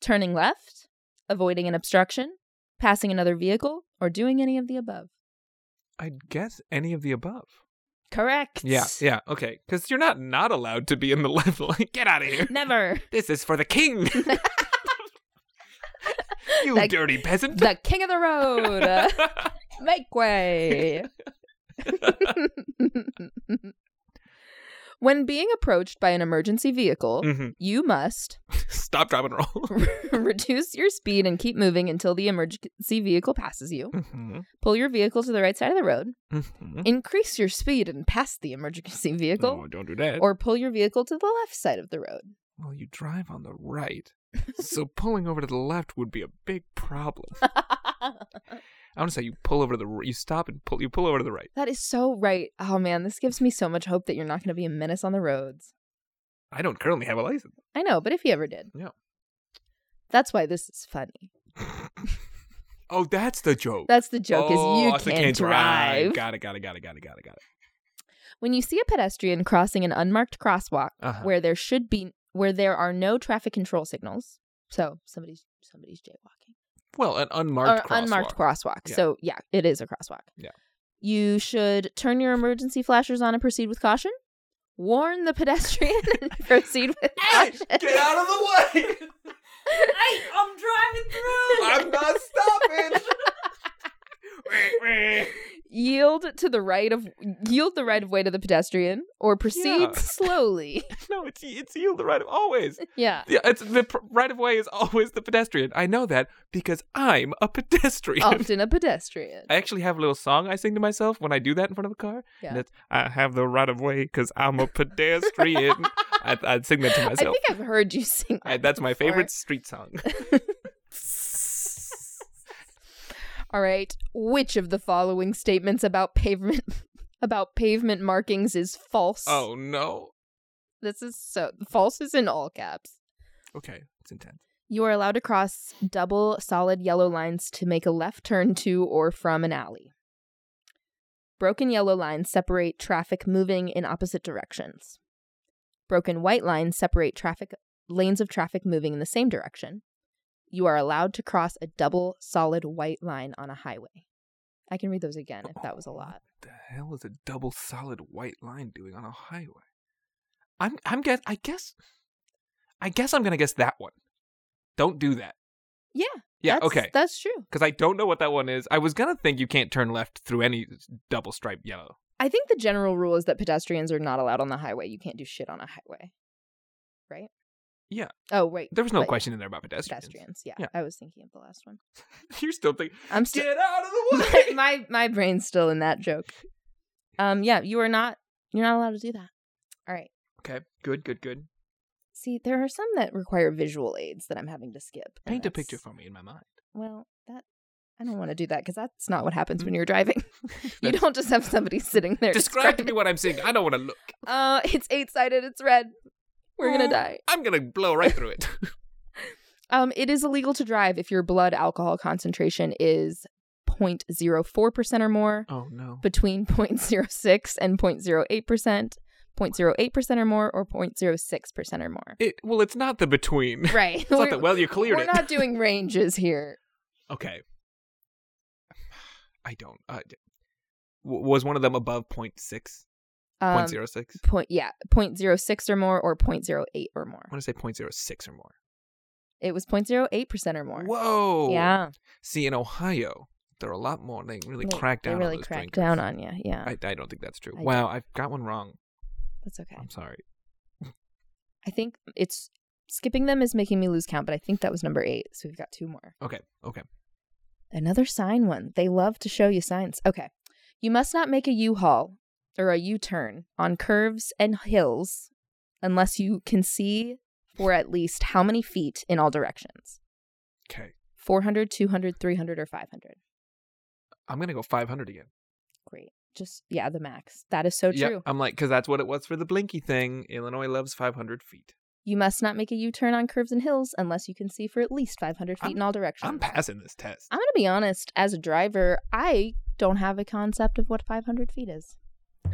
Speaker 2: turning left, avoiding an obstruction, passing another vehicle, or doing any of the above.
Speaker 3: I'd guess any of the above.
Speaker 2: Correct.
Speaker 3: Yeah, yeah, okay. Because you're not not allowed to be in the [LAUGHS] left lane. Get out of here.
Speaker 2: Never.
Speaker 3: This is for
Speaker 2: [LAUGHS]
Speaker 3: the king. you
Speaker 2: Like- oh.
Speaker 3: dirty peasant.
Speaker 2: [LAUGHS] The
Speaker 3: [LAUGHS]
Speaker 2: king of the road. [LAUGHS] Make
Speaker 3: [LAUGHS]
Speaker 2: way. [LAUGHS] when being approached by an emergency vehicle,
Speaker 3: Mhm.
Speaker 2: you must
Speaker 3: Stop, drop, and roll.
Speaker 2: [LAUGHS] reduce your speed and keep moving until the emergency vehicle passes you.
Speaker 3: hmm
Speaker 2: Pull your vehicle to the right side of the road.
Speaker 3: hmm
Speaker 2: Increase your speed and pass the emergency [LAUGHS] vehicle.
Speaker 3: No, don't do that.
Speaker 2: Or pull your vehicle to the left side of the road.
Speaker 3: well, you drive on the right, so pulling over to the left would be a big
Speaker 2: [LAUGHS]
Speaker 3: problem. I want to say you pull over to the r- you stop and pull you pull over to the right.
Speaker 2: that is so right. Oh man, this gives me so much hope that you're not going to be a menace on the roads.
Speaker 3: I don't currently have a license.
Speaker 2: I know, but if you ever did.
Speaker 3: Yeah.
Speaker 2: That's why this is funny.
Speaker 3: Oh, that's the joke.
Speaker 2: That's the joke
Speaker 3: Oh, I
Speaker 2: is
Speaker 3: see,
Speaker 2: you can't drive.
Speaker 3: Got it, got it, got it, got it, got it, got it.
Speaker 2: When you see a pedestrian crossing an unmarked crosswalk
Speaker 3: Uh-huh.
Speaker 2: where there should be where there are no traffic control signals, So somebody's somebody's jaywalking.
Speaker 3: Well, an unmarked
Speaker 2: or
Speaker 3: crosswalk.
Speaker 2: unmarked crosswalk.
Speaker 3: Yeah.
Speaker 2: So yeah, it is a crosswalk.
Speaker 3: Yeah.
Speaker 2: You should turn your emergency flashers on and proceed with caution. Warn the pedestrian [LAUGHS] and proceed
Speaker 3: [LAUGHS]
Speaker 2: with caution.
Speaker 3: Get out of
Speaker 2: [LAUGHS]
Speaker 3: the way!
Speaker 1: Hey, I'm driving
Speaker 3: [LAUGHS]
Speaker 1: through.
Speaker 3: I'm not stopping.
Speaker 2: yield to the right of yield the right of way to the pedestrian or proceed
Speaker 3: Yeah. [LAUGHS]
Speaker 2: slowly.
Speaker 3: [LAUGHS] no, it's it's you, the right of always.
Speaker 2: yeah.
Speaker 3: Yeah, it's the pr- right of way is always the pedestrian. I know that because I'm a [LAUGHS] pedestrian.
Speaker 2: Often a pedestrian.
Speaker 3: I actually have a little song I sing to myself when I do that in front of the car.
Speaker 2: Yeah.
Speaker 3: And it's, I have the right of way because I'm
Speaker 2: [LAUGHS]
Speaker 3: a pedestrian. I, I'd sing that to
Speaker 2: I
Speaker 3: myself.
Speaker 2: think I've heard you sing that.
Speaker 3: I, that's my
Speaker 2: before.
Speaker 3: favorite
Speaker 2: [LAUGHS]
Speaker 3: street song.
Speaker 2: All right. Which of the following statements about pavement [LAUGHS] about pavement markings is false?
Speaker 3: oh no.
Speaker 2: This is so false is in all caps.
Speaker 3: Okay, it's intense.
Speaker 2: You are allowed to cross double solid yellow lines to make a left turn to or from an alley. Broken yellow lines separate traffic moving in opposite directions. Broken white lines separate traffic lanes of traffic moving in the same direction. You are allowed to cross a double solid white line on a highway. I can read those again if that was a lot.
Speaker 3: Oh, the hell is a double solid white line doing on a highway? I'm I'm guess I guess I guess I'm gonna guess that one. Don't do that.
Speaker 2: Yeah.
Speaker 3: Yeah,
Speaker 2: that's,
Speaker 3: okay.
Speaker 2: That's true.
Speaker 3: Because I don't know what that one is. I was gonna think you can't turn left through any double stripe yellow.
Speaker 2: I think the general rule is that pedestrians are not allowed on the highway. You can't do shit on a highway. Right?
Speaker 3: Yeah.
Speaker 2: Oh, wait.
Speaker 3: There was no
Speaker 2: But-
Speaker 3: question in there about pedestrians.
Speaker 2: pedestrians. Yeah,
Speaker 3: Yeah.
Speaker 2: I was thinking of the last one.
Speaker 3: [LAUGHS] You're still thinking
Speaker 2: I'm still
Speaker 3: get out of the
Speaker 2: my, [LAUGHS]
Speaker 3: way.
Speaker 2: my my brain's still in that joke. Um, yeah, you are not you're not allowed to do that. All right.
Speaker 3: okay, good, good, good.
Speaker 2: See, there are some that require visual aids that I'm having to skip. and
Speaker 3: Paint a
Speaker 2: that's-
Speaker 3: picture for me in my mind.
Speaker 2: Well, that I don't want to do that because that's not what happens when you're
Speaker 3: [LAUGHS]
Speaker 2: driving. [LAUGHS] you
Speaker 3: That's-
Speaker 2: don't just have somebody sitting there.
Speaker 3: Describe to me
Speaker 2: describing-
Speaker 3: what I'm seeing. I don't want to look.
Speaker 2: Uh, it's eight sided. It's red. We're gonna
Speaker 3: Mm.
Speaker 2: die.
Speaker 3: I'm gonna blow right through
Speaker 2: [LAUGHS]
Speaker 3: it.
Speaker 2: Um, it is illegal to drive if your blood alcohol concentration is 0.04 percent or more.
Speaker 3: oh no.
Speaker 2: between [LAUGHS] 0.06 and 0.08%, 0.08% or more, or 0.06% or more.
Speaker 3: It well, it's not the
Speaker 2: [LAUGHS]
Speaker 3: between. It's
Speaker 2: Right.
Speaker 3: not
Speaker 2: we're
Speaker 3: that well you cleared
Speaker 2: we're
Speaker 3: it.
Speaker 2: not doing ranges
Speaker 3: [LAUGHS]
Speaker 2: here.
Speaker 3: Okay. I don't. Uh, d- w- was one of them above 0.6?
Speaker 2: Um,
Speaker 3: 0.06?
Speaker 2: Point, yeah, 0.06 or more, or 0.08 or more.
Speaker 3: I want to say 0.06 or more.
Speaker 2: It was 0.08% or more.
Speaker 3: Whoa.
Speaker 2: Yeah.
Speaker 3: See, in Ohio, there are a lot more. They really
Speaker 2: They-
Speaker 3: crack down
Speaker 2: They really
Speaker 3: on those
Speaker 2: crack
Speaker 3: drinkers.
Speaker 2: down on you. Yeah.
Speaker 3: I, I don't think that's true.
Speaker 2: I
Speaker 3: wow, I've got one wrong.
Speaker 2: that's okay.
Speaker 3: I'm sorry.
Speaker 2: I think it's skipping them is making me lose count, but I think that was number eight. So we've got two more.
Speaker 3: Okay, okay.
Speaker 2: Another sign one. They love to show you signs. Okay. You must not make a U-Haul or a U-turn on curves and hills unless you can see for at least how many feet in all directions?
Speaker 3: Okay.
Speaker 2: 400, 200, 300 or 500.
Speaker 3: I'm going to go 500 again.
Speaker 2: Great. Just yeah, the max. That is so
Speaker 3: Yep,
Speaker 2: true.
Speaker 3: I'm like, because that's what it was for the blinky thing. Illinois loves 500 feet.
Speaker 2: You must not make a U-turn on curves and hills unless you can see for at least 500 feet
Speaker 3: I'm-
Speaker 2: in all directions.
Speaker 3: I'm passing this test.
Speaker 2: I'm going to be honest, as a driver, I don't have a concept of what 500 feet is.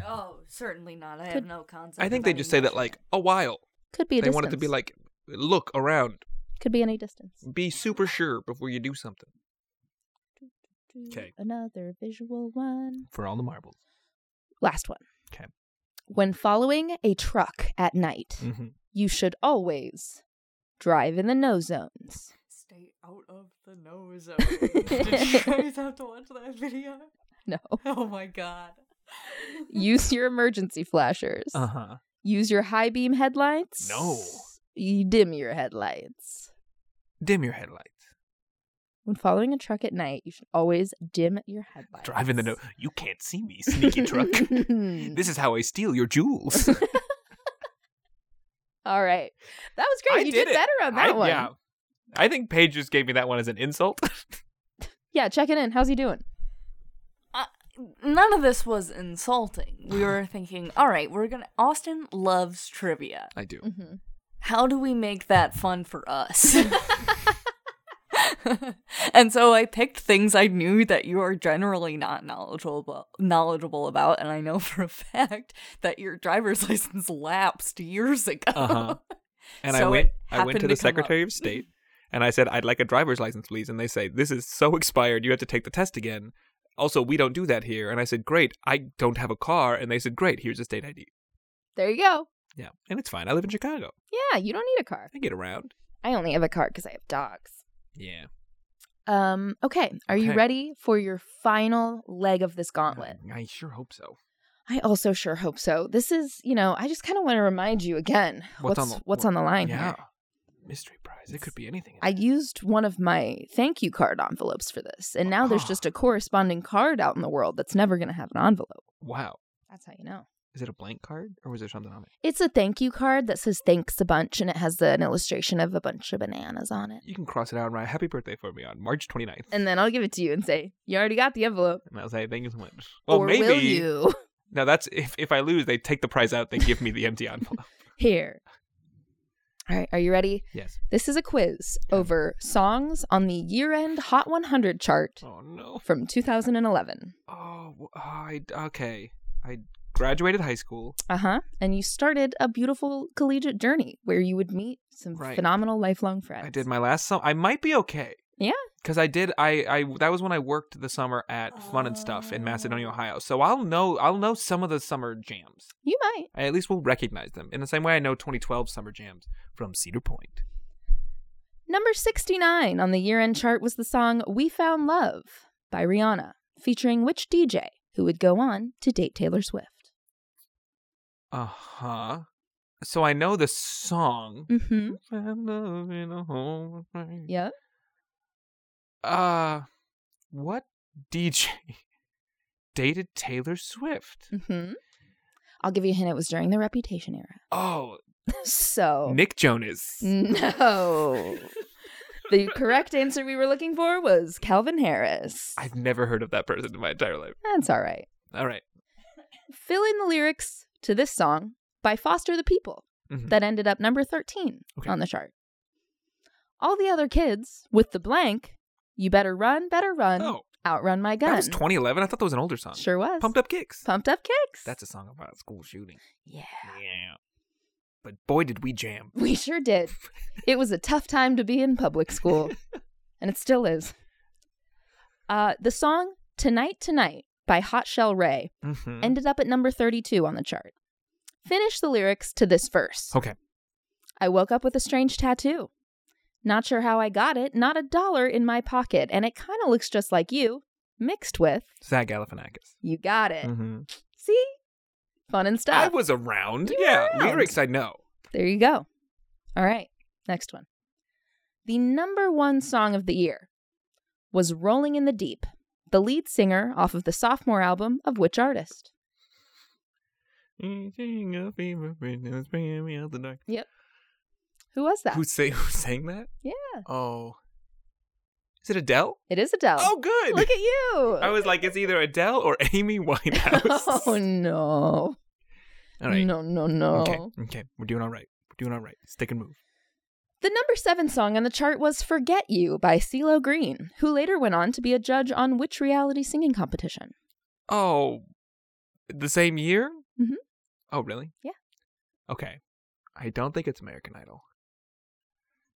Speaker 1: Oh, certainly not. I
Speaker 2: Could-
Speaker 1: have no concept.
Speaker 3: I
Speaker 1: of
Speaker 3: think they
Speaker 1: any
Speaker 3: just say that,
Speaker 1: measurement.
Speaker 3: like, a while.
Speaker 2: Could be a
Speaker 3: They
Speaker 2: distance.
Speaker 3: want it to be like, look around,
Speaker 2: could be any distance.
Speaker 3: be super sure before you do something. Okay.
Speaker 2: Another visual one.
Speaker 3: For all the marbles.
Speaker 2: Last one.
Speaker 3: Okay.
Speaker 2: When following a truck at night,
Speaker 3: Mm-hmm.
Speaker 2: you should always drive in the no zones.
Speaker 1: [LAUGHS] Stay out of the no zone. [LAUGHS] Did you guys have to watch that video? [LAUGHS]
Speaker 2: No.
Speaker 1: Oh my god.
Speaker 2: [LAUGHS] Use your emergency flashers.
Speaker 3: huh.
Speaker 2: Use your high beam headlights.
Speaker 3: Uh. No.
Speaker 2: You dim your headlights.
Speaker 3: Dim your headlights.
Speaker 2: When following a truck at night, you should always dim your headlights.
Speaker 3: Drive
Speaker 2: [LAUGHS]
Speaker 3: in the no. You can't see me, sneaky truck. this is how I steal your jewels.
Speaker 2: All right. That was great.
Speaker 3: I
Speaker 2: you
Speaker 3: did
Speaker 2: did,
Speaker 3: it.
Speaker 2: better on that
Speaker 3: I,
Speaker 2: one.
Speaker 3: Yeah. I think Paige just gave me that one as an insult.
Speaker 2: yeah, checking in. How's he doing?
Speaker 1: None of this was insulting. We were thinking, all right, we're gonna. Austin loves trivia.
Speaker 3: [LAUGHS] I do.
Speaker 2: Mm-hmm.
Speaker 1: how do we make that fun for us? [LAUGHS] and so I picked things I knew that you are generally not knowledgeable knowledgeable about, and I know for a fact that your driver's [LAUGHS] license lapsed years ago.
Speaker 3: Uh-huh. And I
Speaker 1: So
Speaker 3: went
Speaker 1: it
Speaker 3: I went
Speaker 1: happened to
Speaker 3: to the
Speaker 1: come up.
Speaker 3: Secretary of State and I said, I'd like a driver's license, please. And they say, This is so expired, you have to take the test again. Also, we don't do that here. And I said, Great, I don't have a car. And they said, Great, here's a state ID.
Speaker 2: There you go.
Speaker 3: Yeah. And it's fine. I live in Chicago.
Speaker 2: Yeah, you don't need a car.
Speaker 3: I get around.
Speaker 2: I only have a car because I have dogs.
Speaker 3: Yeah.
Speaker 2: Um, okay. Are you
Speaker 3: Okay.
Speaker 2: ready for your final leg of this gauntlet?
Speaker 3: I sure hope so.
Speaker 2: I also sure hope so. This is, you know, I just kind of want to remind you again what's what's on the, line
Speaker 3: Yeah.
Speaker 2: here.
Speaker 3: Mystery prize. It could be anything.
Speaker 2: I used one of my thank you card envelopes for this, and now
Speaker 3: Ah.
Speaker 2: there's just a corresponding card out in the world that's never going to have an envelope.
Speaker 3: wow.
Speaker 2: That's how you know.
Speaker 3: Is it a blank card or was there something on it?
Speaker 2: It's a thank you card that says thanks a bunch, and it has an illustration of a bunch of bananas on it.
Speaker 3: You can cross it out and write happy birthday for me on March 29th.
Speaker 2: And then I'll give it to you and say, You already got the envelope.
Speaker 3: And I'll say, thank you so much. Well,
Speaker 2: or
Speaker 3: maybe.
Speaker 2: will you?
Speaker 3: Now, that's if, if I lose, they take the prize out, they give me
Speaker 2: [LAUGHS]
Speaker 3: the empty envelope.
Speaker 2: Here. All right, are you ready?
Speaker 3: yes.
Speaker 2: This is a quiz over songs on the year end Hot 100 chart
Speaker 3: Oh, no.
Speaker 2: from 2011.
Speaker 3: Oh, w- I, okay. I graduated high school.
Speaker 2: Uh huh. And you started a beautiful collegiate journey where you would meet some
Speaker 3: Right.
Speaker 2: phenomenal lifelong friends.
Speaker 3: I did my last summer. I might be okay.
Speaker 2: Yeah.
Speaker 3: Because I did. I, I that was when I worked the summer at Fun and Stuff in Macedonia,
Speaker 2: Oh.
Speaker 3: Ohio. So I'll know. I'll know some of the summer jams.
Speaker 2: You might.
Speaker 3: I at least will recognize them in the same way I know 2012 summer jams from Cedar Point.
Speaker 2: Number 69 on the year end chart was the song We Found Love by Rihanna, featuring which DJ who would go on to date Taylor Swift?
Speaker 3: Uh huh. So I know the song.
Speaker 2: Mm hmm.
Speaker 3: Found love in a hole.
Speaker 2: Yep.
Speaker 3: Uh, what DJ [LAUGHS] dated Taylor Swift?
Speaker 2: Mm hmm. I'll give you a hint. It was during the Reputation era. [LAUGHS]
Speaker 3: Oh,
Speaker 2: So.
Speaker 3: Nick Jonas.
Speaker 2: Mm. No. the correct answer we were looking for was Calvin Harris.
Speaker 3: I've never heard of that person in my entire life.
Speaker 2: That's all right.
Speaker 3: All right.
Speaker 2: Fill in the lyrics to this song by Foster the People
Speaker 3: Mhm.
Speaker 2: that ended up number 13
Speaker 3: Okay.
Speaker 2: on the chart. All the other kids with the blank, you better run, better run,
Speaker 3: Oh,
Speaker 2: outrun my gun.
Speaker 3: that was 2011. I thought that was an older song.
Speaker 2: Sure was.
Speaker 3: Pumped Up Kicks.
Speaker 2: Pumped up kicks.
Speaker 3: That's a song about school shooting.
Speaker 2: yeah.
Speaker 3: Yeah. But boy, did we jam.
Speaker 2: We sure did. it was a tough time to be in public school, and it still is. Uh, the song Tonight Tonight by Hot Shell Ray
Speaker 3: Mm-hmm.
Speaker 2: ended up at number 32 on the chart. Finish the lyrics to this verse.
Speaker 3: Okay.
Speaker 2: I woke up with a strange tattoo. Not sure how I got it, not a dollar in my pocket, and it kind of looks just like you, mixed with,
Speaker 3: Zach Galifianakis.
Speaker 2: you got it.
Speaker 3: Mm-hmm.
Speaker 2: See? Fun and stuff.
Speaker 3: I was around.
Speaker 2: You were
Speaker 3: yeah.
Speaker 2: around.
Speaker 3: Lyrics I know.
Speaker 2: There you go. All right, next one. The number one song of the year was Rolling in the Deep, the lead singer off of the sophomore album of which artist?
Speaker 3: Who
Speaker 2: Who was that?
Speaker 3: say [LAUGHS] who sang that?
Speaker 2: yeah,
Speaker 3: Oh. Is it Adele?
Speaker 2: it is Adele.
Speaker 3: Oh, good.
Speaker 2: Look at you.
Speaker 3: [LAUGHS] I was like, it's either Adele or [LAUGHS]
Speaker 2: [LAUGHS]
Speaker 3: Amy Winehouse.
Speaker 2: Oh, no.
Speaker 3: all right.
Speaker 2: No, no, no.
Speaker 3: Okay. Okay. We're doing all right. We're doing all right. Stick and move.
Speaker 2: The number seven song on the chart was Forget You by CeeLo Green, who later went on to be a judge on which reality singing competition?
Speaker 3: Oh, the same year?
Speaker 2: Mhm.
Speaker 3: Oh, really?
Speaker 2: Yeah.
Speaker 3: Okay. I don't think it's American Idol.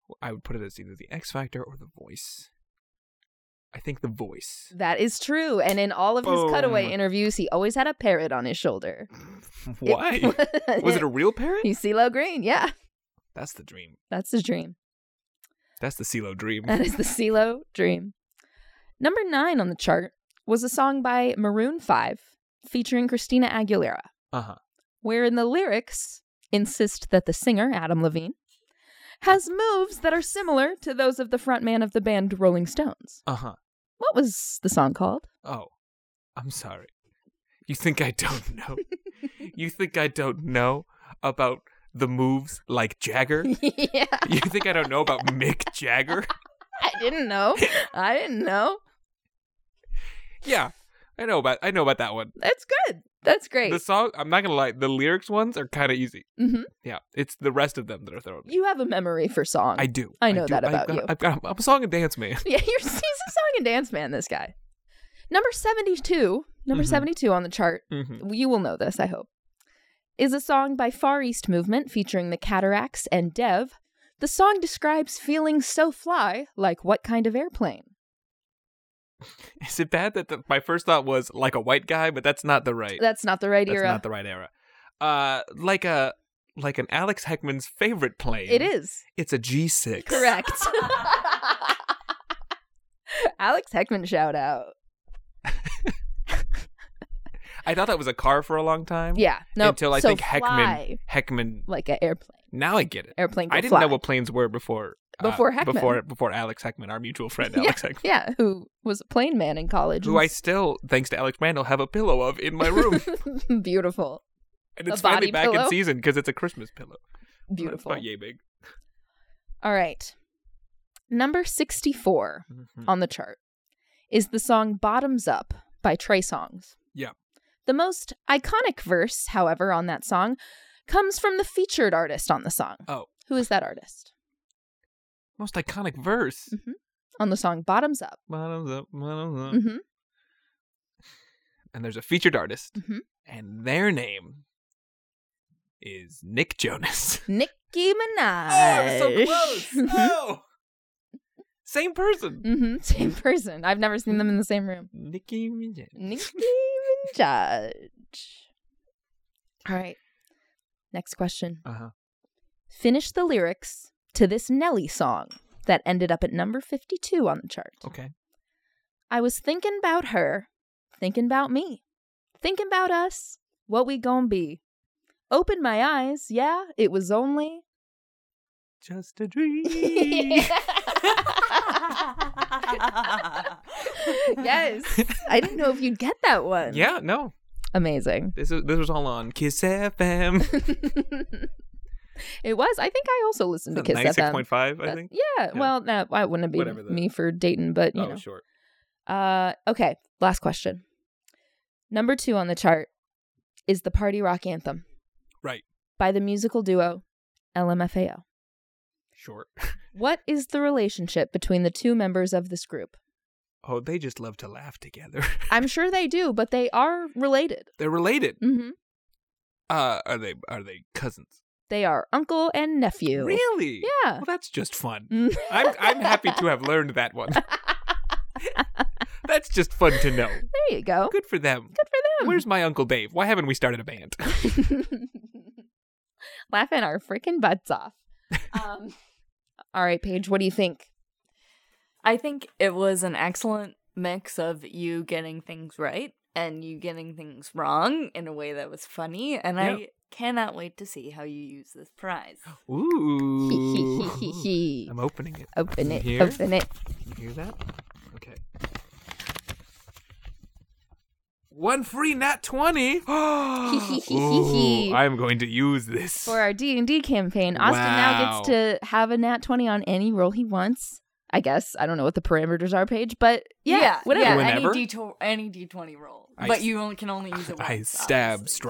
Speaker 3: Well, I would put it as either the X Factor or the Voice. I think the Voice.
Speaker 2: That is true. And in all of his
Speaker 3: Boom.
Speaker 2: cutaway interviews, he always had a parrot on his shoulder.
Speaker 3: [LAUGHS]
Speaker 2: [LAUGHS]
Speaker 3: Why? Was it a real parrot?
Speaker 2: He's CeeLo Green. Yeah,
Speaker 3: That's the dream.
Speaker 2: that's his dream.
Speaker 3: That's the CeeLo
Speaker 2: [LAUGHS]
Speaker 3: dream.
Speaker 2: That is the CeeLo dream. Number nine on the chart was a song by Maroon 5 featuring Christina Aguilera.
Speaker 3: Uh huh.
Speaker 2: wherein the lyrics insist that the singer, Adam Levine, has moves that are similar to those of the frontman of the band Rolling Stones.
Speaker 3: Uh huh.
Speaker 2: What was the song called?
Speaker 3: Oh, I'm sorry. You think I don't [LAUGHS] know? you think I don't know about the moves like Jagger?
Speaker 2: [LAUGHS] yeah,
Speaker 3: You think I don't know about Mick Jagger?
Speaker 2: I didn't know. I didn't know.
Speaker 3: Yeah, I know about I know about that one.
Speaker 2: That's good. That's great.
Speaker 3: The song, I'm not gonna lie, the lyrics ones are kind of easy.
Speaker 2: hmm
Speaker 3: Yeah, it's the rest of them that are thrown.
Speaker 2: You have a memory for song.
Speaker 3: I do.
Speaker 2: I know
Speaker 3: do.
Speaker 2: that about
Speaker 3: I've got,
Speaker 2: you.
Speaker 3: I've got. I'm a song and dance man. [LAUGHS]
Speaker 2: [LAUGHS] Yeah, you're, he's a song and dance man, this guy. Number 72, number
Speaker 3: Mhm.
Speaker 2: 72 on the chart,
Speaker 3: Mm-hmm.
Speaker 2: you will know this, I hope, is a song by Far East Movement featuring the Cataracts and Dev The song describes feeling so fly, like what kind of airplane?
Speaker 3: Is it bad that the, my first thought was like a white guy, but that's not the right.
Speaker 2: That's not the right
Speaker 3: that's
Speaker 2: era.
Speaker 3: not the right era. Uh, like a like an Alex Heckman's favorite plane.
Speaker 2: It is.
Speaker 3: It's a G six.
Speaker 2: Correct. [LAUGHS] Alex Heckman shout out.
Speaker 3: I thought that was a car for a long time.
Speaker 2: Yeah. No.
Speaker 3: Until I
Speaker 2: so
Speaker 3: think
Speaker 2: fly,
Speaker 3: Heckman. Heckman.
Speaker 2: Like an airplane.
Speaker 3: Now I get it.
Speaker 2: Airplane.
Speaker 3: I
Speaker 2: can
Speaker 3: didn't
Speaker 2: fly.
Speaker 3: know what planes were before. uh,
Speaker 2: Before Heckman.
Speaker 3: Before before Alex Heckman, our mutual friend Alex Heckman,
Speaker 2: [LAUGHS] Yeah, who was a plane man in college.
Speaker 3: who I still, thanks to Alex Randall, have a pillow of in my room,
Speaker 2: [LAUGHS] beautiful,
Speaker 3: and
Speaker 2: A
Speaker 3: it's finally
Speaker 2: body
Speaker 3: back in
Speaker 2: pillow?
Speaker 3: season because it's a Christmas pillow. It's
Speaker 2: beautiful.
Speaker 3: About yay big.
Speaker 2: All right, number sixty-four
Speaker 3: Mhm.
Speaker 2: on the chart is the song "Bottoms Up" by Trey Songs.
Speaker 3: Yeah.
Speaker 2: The most iconic verse, however, on that song comes from the featured artist on the song.
Speaker 3: Oh.
Speaker 2: Who is that artist
Speaker 3: Most iconic verse.
Speaker 2: Mm. on the song "Bottoms Up"?
Speaker 3: Bottoms up, bottoms up.
Speaker 2: hmm
Speaker 3: And there's a featured artist,
Speaker 2: Mhm.
Speaker 3: and their name is Nick Jonas. [LAUGHS]
Speaker 2: Nicki Minaj. [LAUGHS]
Speaker 3: oh, same person.
Speaker 2: hmm Same person. I've never seen them in the same room.
Speaker 3: Nicki Minaj.
Speaker 2: Nicki
Speaker 3: [LAUGHS]
Speaker 2: Minaj. All right. Next question.
Speaker 3: Uh huh.
Speaker 2: Finish the lyrics to this Nelly song that ended up at number 52 on the chart.
Speaker 3: Okay.
Speaker 2: I was thinking about her, thinking about me, thinking about us, what we gon' be. Opened my eyes, yeah, it was only. [LAUGHS]
Speaker 3: Just a dream. [LAUGHS]
Speaker 2: yes. I didn't know if you'd get that one.
Speaker 3: yeah. No.
Speaker 2: Amazing.
Speaker 3: This is this was all on
Speaker 2: [LAUGHS]
Speaker 3: Kiss FM.
Speaker 2: it was. I think I also listened
Speaker 3: [LAUGHS]
Speaker 2: to Kiss
Speaker 3: Ninety six
Speaker 2: FM.
Speaker 3: point five. I
Speaker 2: That-
Speaker 3: think.
Speaker 2: Yeah,
Speaker 3: Yeah.
Speaker 2: Well, no, I wouldn't be
Speaker 3: Whatever the-
Speaker 2: me for Dayton, but you
Speaker 3: oh,
Speaker 2: know.
Speaker 3: sure.
Speaker 2: Uh, okay. Last question. Number two on the chart is the party rock anthem.
Speaker 3: Right.
Speaker 2: By the musical duo LMFAO.
Speaker 3: Sure.
Speaker 2: What is the relationship between the two members of this group?
Speaker 3: [LAUGHS] Oh, they just love to laugh together. [LAUGHS]
Speaker 2: I'm sure they do, but they are related.
Speaker 3: They're related.
Speaker 2: hmm
Speaker 3: Uh, are they? Are they cousins?
Speaker 2: They are uncle and nephew.
Speaker 3: Really?
Speaker 2: Yeah.
Speaker 3: Well, that's just fun.
Speaker 2: Mm.
Speaker 3: I'm I'm happy to have learned
Speaker 2: [LAUGHS]
Speaker 3: that one. that's just fun to know.
Speaker 2: There you go.
Speaker 3: Good for them.
Speaker 2: Good for them.
Speaker 3: Where's my uncle Dave? Why haven't we started
Speaker 2: [LAUGHS]
Speaker 3: a band? [LAUGHS]
Speaker 2: laughing our freaking butts off. Um, all right, Paige, what do you think?
Speaker 1: I think it was an excellent mix of you getting things right and you getting things wrong in a way that was funny, and
Speaker 3: Yeah.
Speaker 1: I cannot wait to see how you use this prize.
Speaker 2: [LAUGHS]
Speaker 3: Ooh.
Speaker 2: Open
Speaker 3: I'm opening it.
Speaker 2: it,
Speaker 3: Here.
Speaker 2: open it.
Speaker 3: You hear that? Okay. One free
Speaker 2: [LAUGHS]
Speaker 3: nat 20. [GASPS] Ooh, I'm going to use this.
Speaker 2: For our D&D campaign, Austin now gets
Speaker 3: Wow.
Speaker 2: to have a nat 20 on any roll he wants. I guess. I don't know what the parameters are, Paige, but yeah, whatever.
Speaker 1: Yeah,
Speaker 3: Whenever?
Speaker 1: any D any D twenty roll,
Speaker 3: I
Speaker 1: but
Speaker 3: s-
Speaker 1: you only, can
Speaker 3: [LAUGHS]
Speaker 1: only use it. Once,
Speaker 3: I stab
Speaker 1: obviously.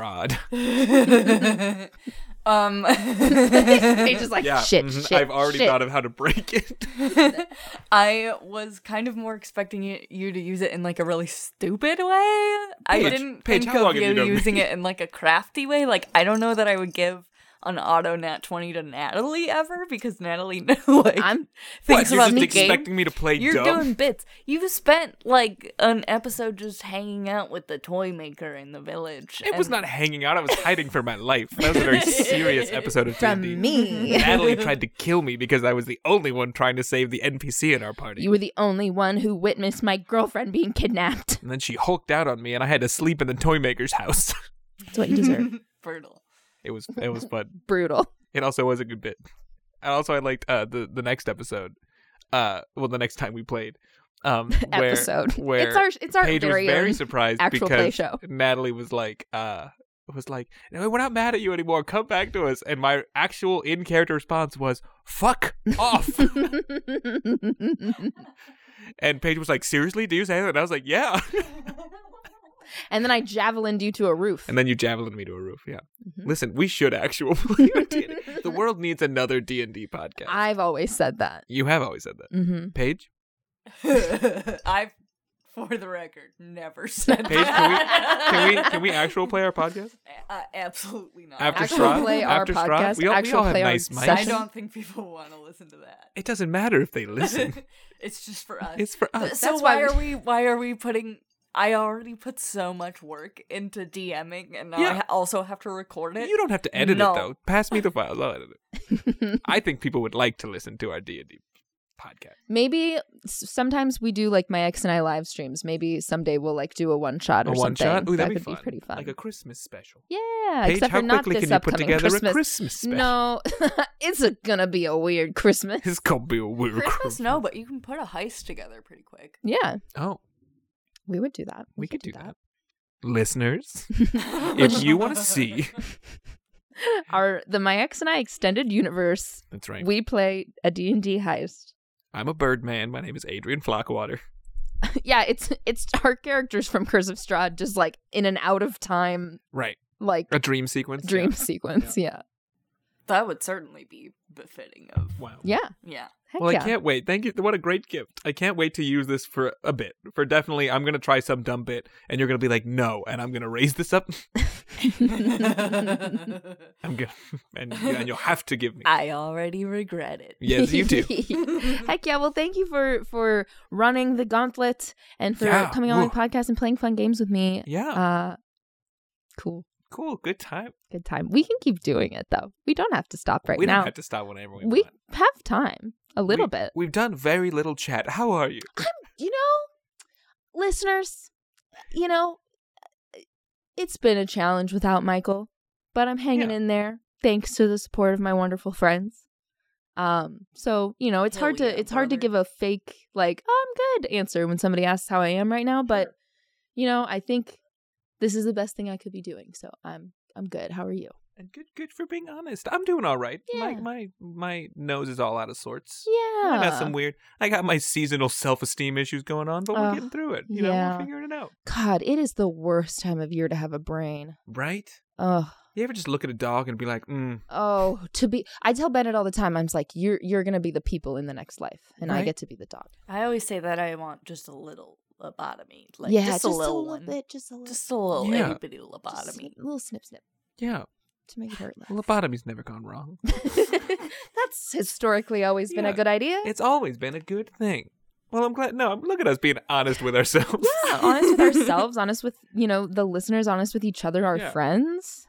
Speaker 3: Strahd. [LAUGHS]
Speaker 1: [LAUGHS] um,
Speaker 2: [LAUGHS] Paige is like, shit,
Speaker 3: mhm,
Speaker 2: shit,
Speaker 3: I've already
Speaker 2: shit.
Speaker 3: thought of how to break it.
Speaker 1: I was kind of more expecting you, you to use it in like a really stupid way. I
Speaker 3: Paige,
Speaker 1: didn't
Speaker 3: Paige,
Speaker 1: think
Speaker 3: how long
Speaker 1: of
Speaker 3: have
Speaker 1: you,
Speaker 3: you known me?
Speaker 1: using it in like a crafty way. Like I don't know that I would give an auto nat twenty to Natalie ever because Natalie [LAUGHS] like
Speaker 2: [LAUGHS] I'm-
Speaker 1: thinks
Speaker 3: What,
Speaker 1: about
Speaker 3: you're
Speaker 1: the
Speaker 3: just
Speaker 1: game.
Speaker 3: expecting me to play
Speaker 1: You're
Speaker 3: dumb?
Speaker 1: doing bits. You've spent like an episode just hanging out with the toy maker in the village.
Speaker 3: It was
Speaker 1: and-
Speaker 3: not hanging out. I was hiding for my life. That was
Speaker 2: [LAUGHS]
Speaker 3: a very serious episode of
Speaker 2: From
Speaker 3: [LAUGHS] D&D.
Speaker 2: me. [LAUGHS]
Speaker 3: Natalie tried to kill me because I was the only one trying to save the NPC in our party.
Speaker 2: You were the only one who witnessed my girlfriend being kidnapped. [LAUGHS]
Speaker 3: and then she hulked out on me, and I had to sleep in the toy maker's house. [LAUGHS]
Speaker 2: That's what you deserve.
Speaker 1: [LAUGHS] fertile.
Speaker 3: it was it was fun.
Speaker 2: Brutal.
Speaker 3: It also was a good bit. And also, I liked uh, the the next episode. Uh, well, the next time we played,
Speaker 2: [LAUGHS]
Speaker 3: um, where,
Speaker 2: Episode.
Speaker 3: where
Speaker 2: It's our- it's our
Speaker 3: Paige
Speaker 2: very
Speaker 3: was very
Speaker 2: own
Speaker 3: surprised
Speaker 2: actual
Speaker 3: because
Speaker 2: play show.
Speaker 3: Natalie was like, uh, was like, no, we're not mad at you anymore. Come back to us. And my actual in character response was, "Fuck
Speaker 2: [LAUGHS]
Speaker 3: off." and Paige was like, "Seriously, do you say that?" And I was like, "Yeah." [LAUGHS]
Speaker 2: And then I javelined you to a roof.
Speaker 3: and then you javelin me to a roof. Yeah.
Speaker 2: Mm-hmm.
Speaker 3: Listen, we should actually [LAUGHS] play on D&D.
Speaker 2: [LAUGHS]
Speaker 3: The world needs another D and D podcast.
Speaker 2: I've always said that. Mm-hmm.
Speaker 3: you have always said that,
Speaker 2: hmm
Speaker 3: Paige.
Speaker 1: I've For the record, never said
Speaker 3: Paige, can we
Speaker 1: that. [LAUGHS]
Speaker 3: can we can we actual play
Speaker 2: [LAUGHS]
Speaker 3: our podcast?
Speaker 1: Uh, absolutely not.
Speaker 3: After
Speaker 2: Actual
Speaker 3: Straw?
Speaker 2: play our
Speaker 3: After Straw?
Speaker 2: podcast.
Speaker 3: We all- we
Speaker 2: actual
Speaker 3: all have
Speaker 2: play
Speaker 3: nice
Speaker 2: our
Speaker 3: mics.
Speaker 1: I
Speaker 2: session.
Speaker 1: don't think people want to listen to that.
Speaker 3: It doesn't matter if
Speaker 2: [LAUGHS]
Speaker 3: they listen.
Speaker 1: [LAUGHS] it's just for us.
Speaker 3: it's for us.
Speaker 1: so
Speaker 2: That's
Speaker 1: why,
Speaker 2: why
Speaker 1: are we why are we putting I already put so much work into DMing and now I
Speaker 3: Yeah.
Speaker 1: ha- also have to record it.
Speaker 3: You don't have to edit
Speaker 1: No.
Speaker 3: it though. Pass me the files. I'll edit
Speaker 2: [LAUGHS]
Speaker 3: it. I think people would like to listen to our D and D podcast.
Speaker 2: Maybe s- sometimes we do like my ex and I live streams. Maybe someday we'll like do a one shot or
Speaker 3: a one
Speaker 2: something.
Speaker 3: shot. Ooh, that'd
Speaker 2: that
Speaker 3: be
Speaker 2: could
Speaker 3: fun.
Speaker 2: be pretty fun.
Speaker 3: Like a Christmas special.
Speaker 2: yeah,
Speaker 3: Paige,
Speaker 2: except
Speaker 3: how
Speaker 2: for not
Speaker 3: quickly
Speaker 2: this
Speaker 3: can you put
Speaker 2: upcoming
Speaker 3: together
Speaker 2: Christmas.
Speaker 3: a Christmas special?
Speaker 2: No, [LAUGHS] it's a, gonna be a weird Christmas.
Speaker 3: It's gonna be a weird
Speaker 1: Christmas no, but you can put a heist together pretty quick.
Speaker 2: Yeah,
Speaker 3: Oh,
Speaker 2: we would do that.
Speaker 3: we, could do that.
Speaker 2: [LAUGHS]
Speaker 3: Listeners,
Speaker 1: if
Speaker 3: if you want to see,
Speaker 2: Our the my ex and I extended universe.
Speaker 3: that's right.
Speaker 2: We play a D and D heist. [LAUGHS]
Speaker 3: I'm a bird man. My name is Adrian Flockwater.
Speaker 2: yeah, it's it's our characters from Curse of Strahd, just like in an out of time
Speaker 3: Right.
Speaker 2: like
Speaker 3: A dream sequence.
Speaker 2: dream [LAUGHS] sequence. Yeah,
Speaker 1: that would certainly be befitting of
Speaker 3: Yeah. Wow.
Speaker 2: yeah.
Speaker 1: [LAUGHS] yeah.
Speaker 2: Heck
Speaker 3: Well,
Speaker 2: yeah.
Speaker 3: I can't wait. Thank you. What a great gift. I can't wait to use this for a bit. For definitely, I'm going to try some dumb bit, and you're going to be like, no. And I'm going to raise this up. [LAUGHS] I'm going to, and, and you'll have to
Speaker 2: [LAUGHS]
Speaker 3: give me.
Speaker 2: Uh,
Speaker 1: I already regret it. [LAUGHS]
Speaker 3: Yes, you do.
Speaker 2: [LAUGHS] Heck yeah! Well, thank you for for running the gauntlet and for
Speaker 3: Yeah,
Speaker 2: coming on
Speaker 3: woo.
Speaker 2: the podcast and playing fun games with me.
Speaker 3: Yeah.
Speaker 2: Uh, cool,
Speaker 3: cool. Good time.
Speaker 2: good time. We can keep doing it though. We don't have to stop right
Speaker 3: we
Speaker 2: now.
Speaker 3: don't have to stop whenever we,
Speaker 2: we
Speaker 3: want.
Speaker 2: have time, a little
Speaker 3: We-
Speaker 2: bit.
Speaker 3: We've done very little chat. How are you?
Speaker 2: you know, listeners, you know, eh, it's been a challenge without Michael, but I'm hanging
Speaker 3: Yeah.
Speaker 2: in there thanks to the support of my wonderful friends. Um, so you know, it's
Speaker 1: Hell
Speaker 2: hard to
Speaker 1: yeah,
Speaker 2: it's hard to
Speaker 1: brother.
Speaker 2: give a fake like "Oh, I'm good" answer when somebody asks how I am right now, but you know, I think this is the best thing I could be doing. So I'm I'm good. How are you?
Speaker 3: And good, good for being honest. I'm doing all right. My
Speaker 2: Yeah.
Speaker 3: my my nose is all out of sorts.
Speaker 2: Yeah.
Speaker 3: I got some weird. I got my seasonal self esteem issues going on, but we're
Speaker 2: Ugh,
Speaker 3: getting through it. You know,
Speaker 2: yeah.
Speaker 3: we're figuring it out,
Speaker 2: God, it is the worst time of year to have a brain.
Speaker 3: right?
Speaker 2: Ugh.
Speaker 3: You ever just look at a dog and be like, mm,
Speaker 2: Oh, to be I tell Bennett all the time, I'm just like, You're you're gonna be the people in the next life and I
Speaker 3: Right.
Speaker 2: get to be the dog.
Speaker 1: I always say that I want just a little lobotomy. Like
Speaker 2: yeah,
Speaker 1: just, a little, one.
Speaker 2: bit, just a little
Speaker 1: Just a little
Speaker 3: Yeah.
Speaker 1: itty bitty
Speaker 2: just a
Speaker 1: lobotomy.
Speaker 2: snip- little snip snip
Speaker 3: yeah,
Speaker 2: to make it
Speaker 3: [LAUGHS]
Speaker 2: hurt less.
Speaker 3: lobotomy's never
Speaker 2: [LAUGHS]
Speaker 3: gone wrong.
Speaker 2: That's historically always been a
Speaker 3: Yeah.
Speaker 2: good idea.
Speaker 3: It's always been a good thing. Well, I'm glad. No, look at us being honest with ourselves. [LAUGHS]
Speaker 2: yeah, honest with ourselves, honest with you know, the listeners, honest with each other, our
Speaker 3: Yeah.
Speaker 2: friends.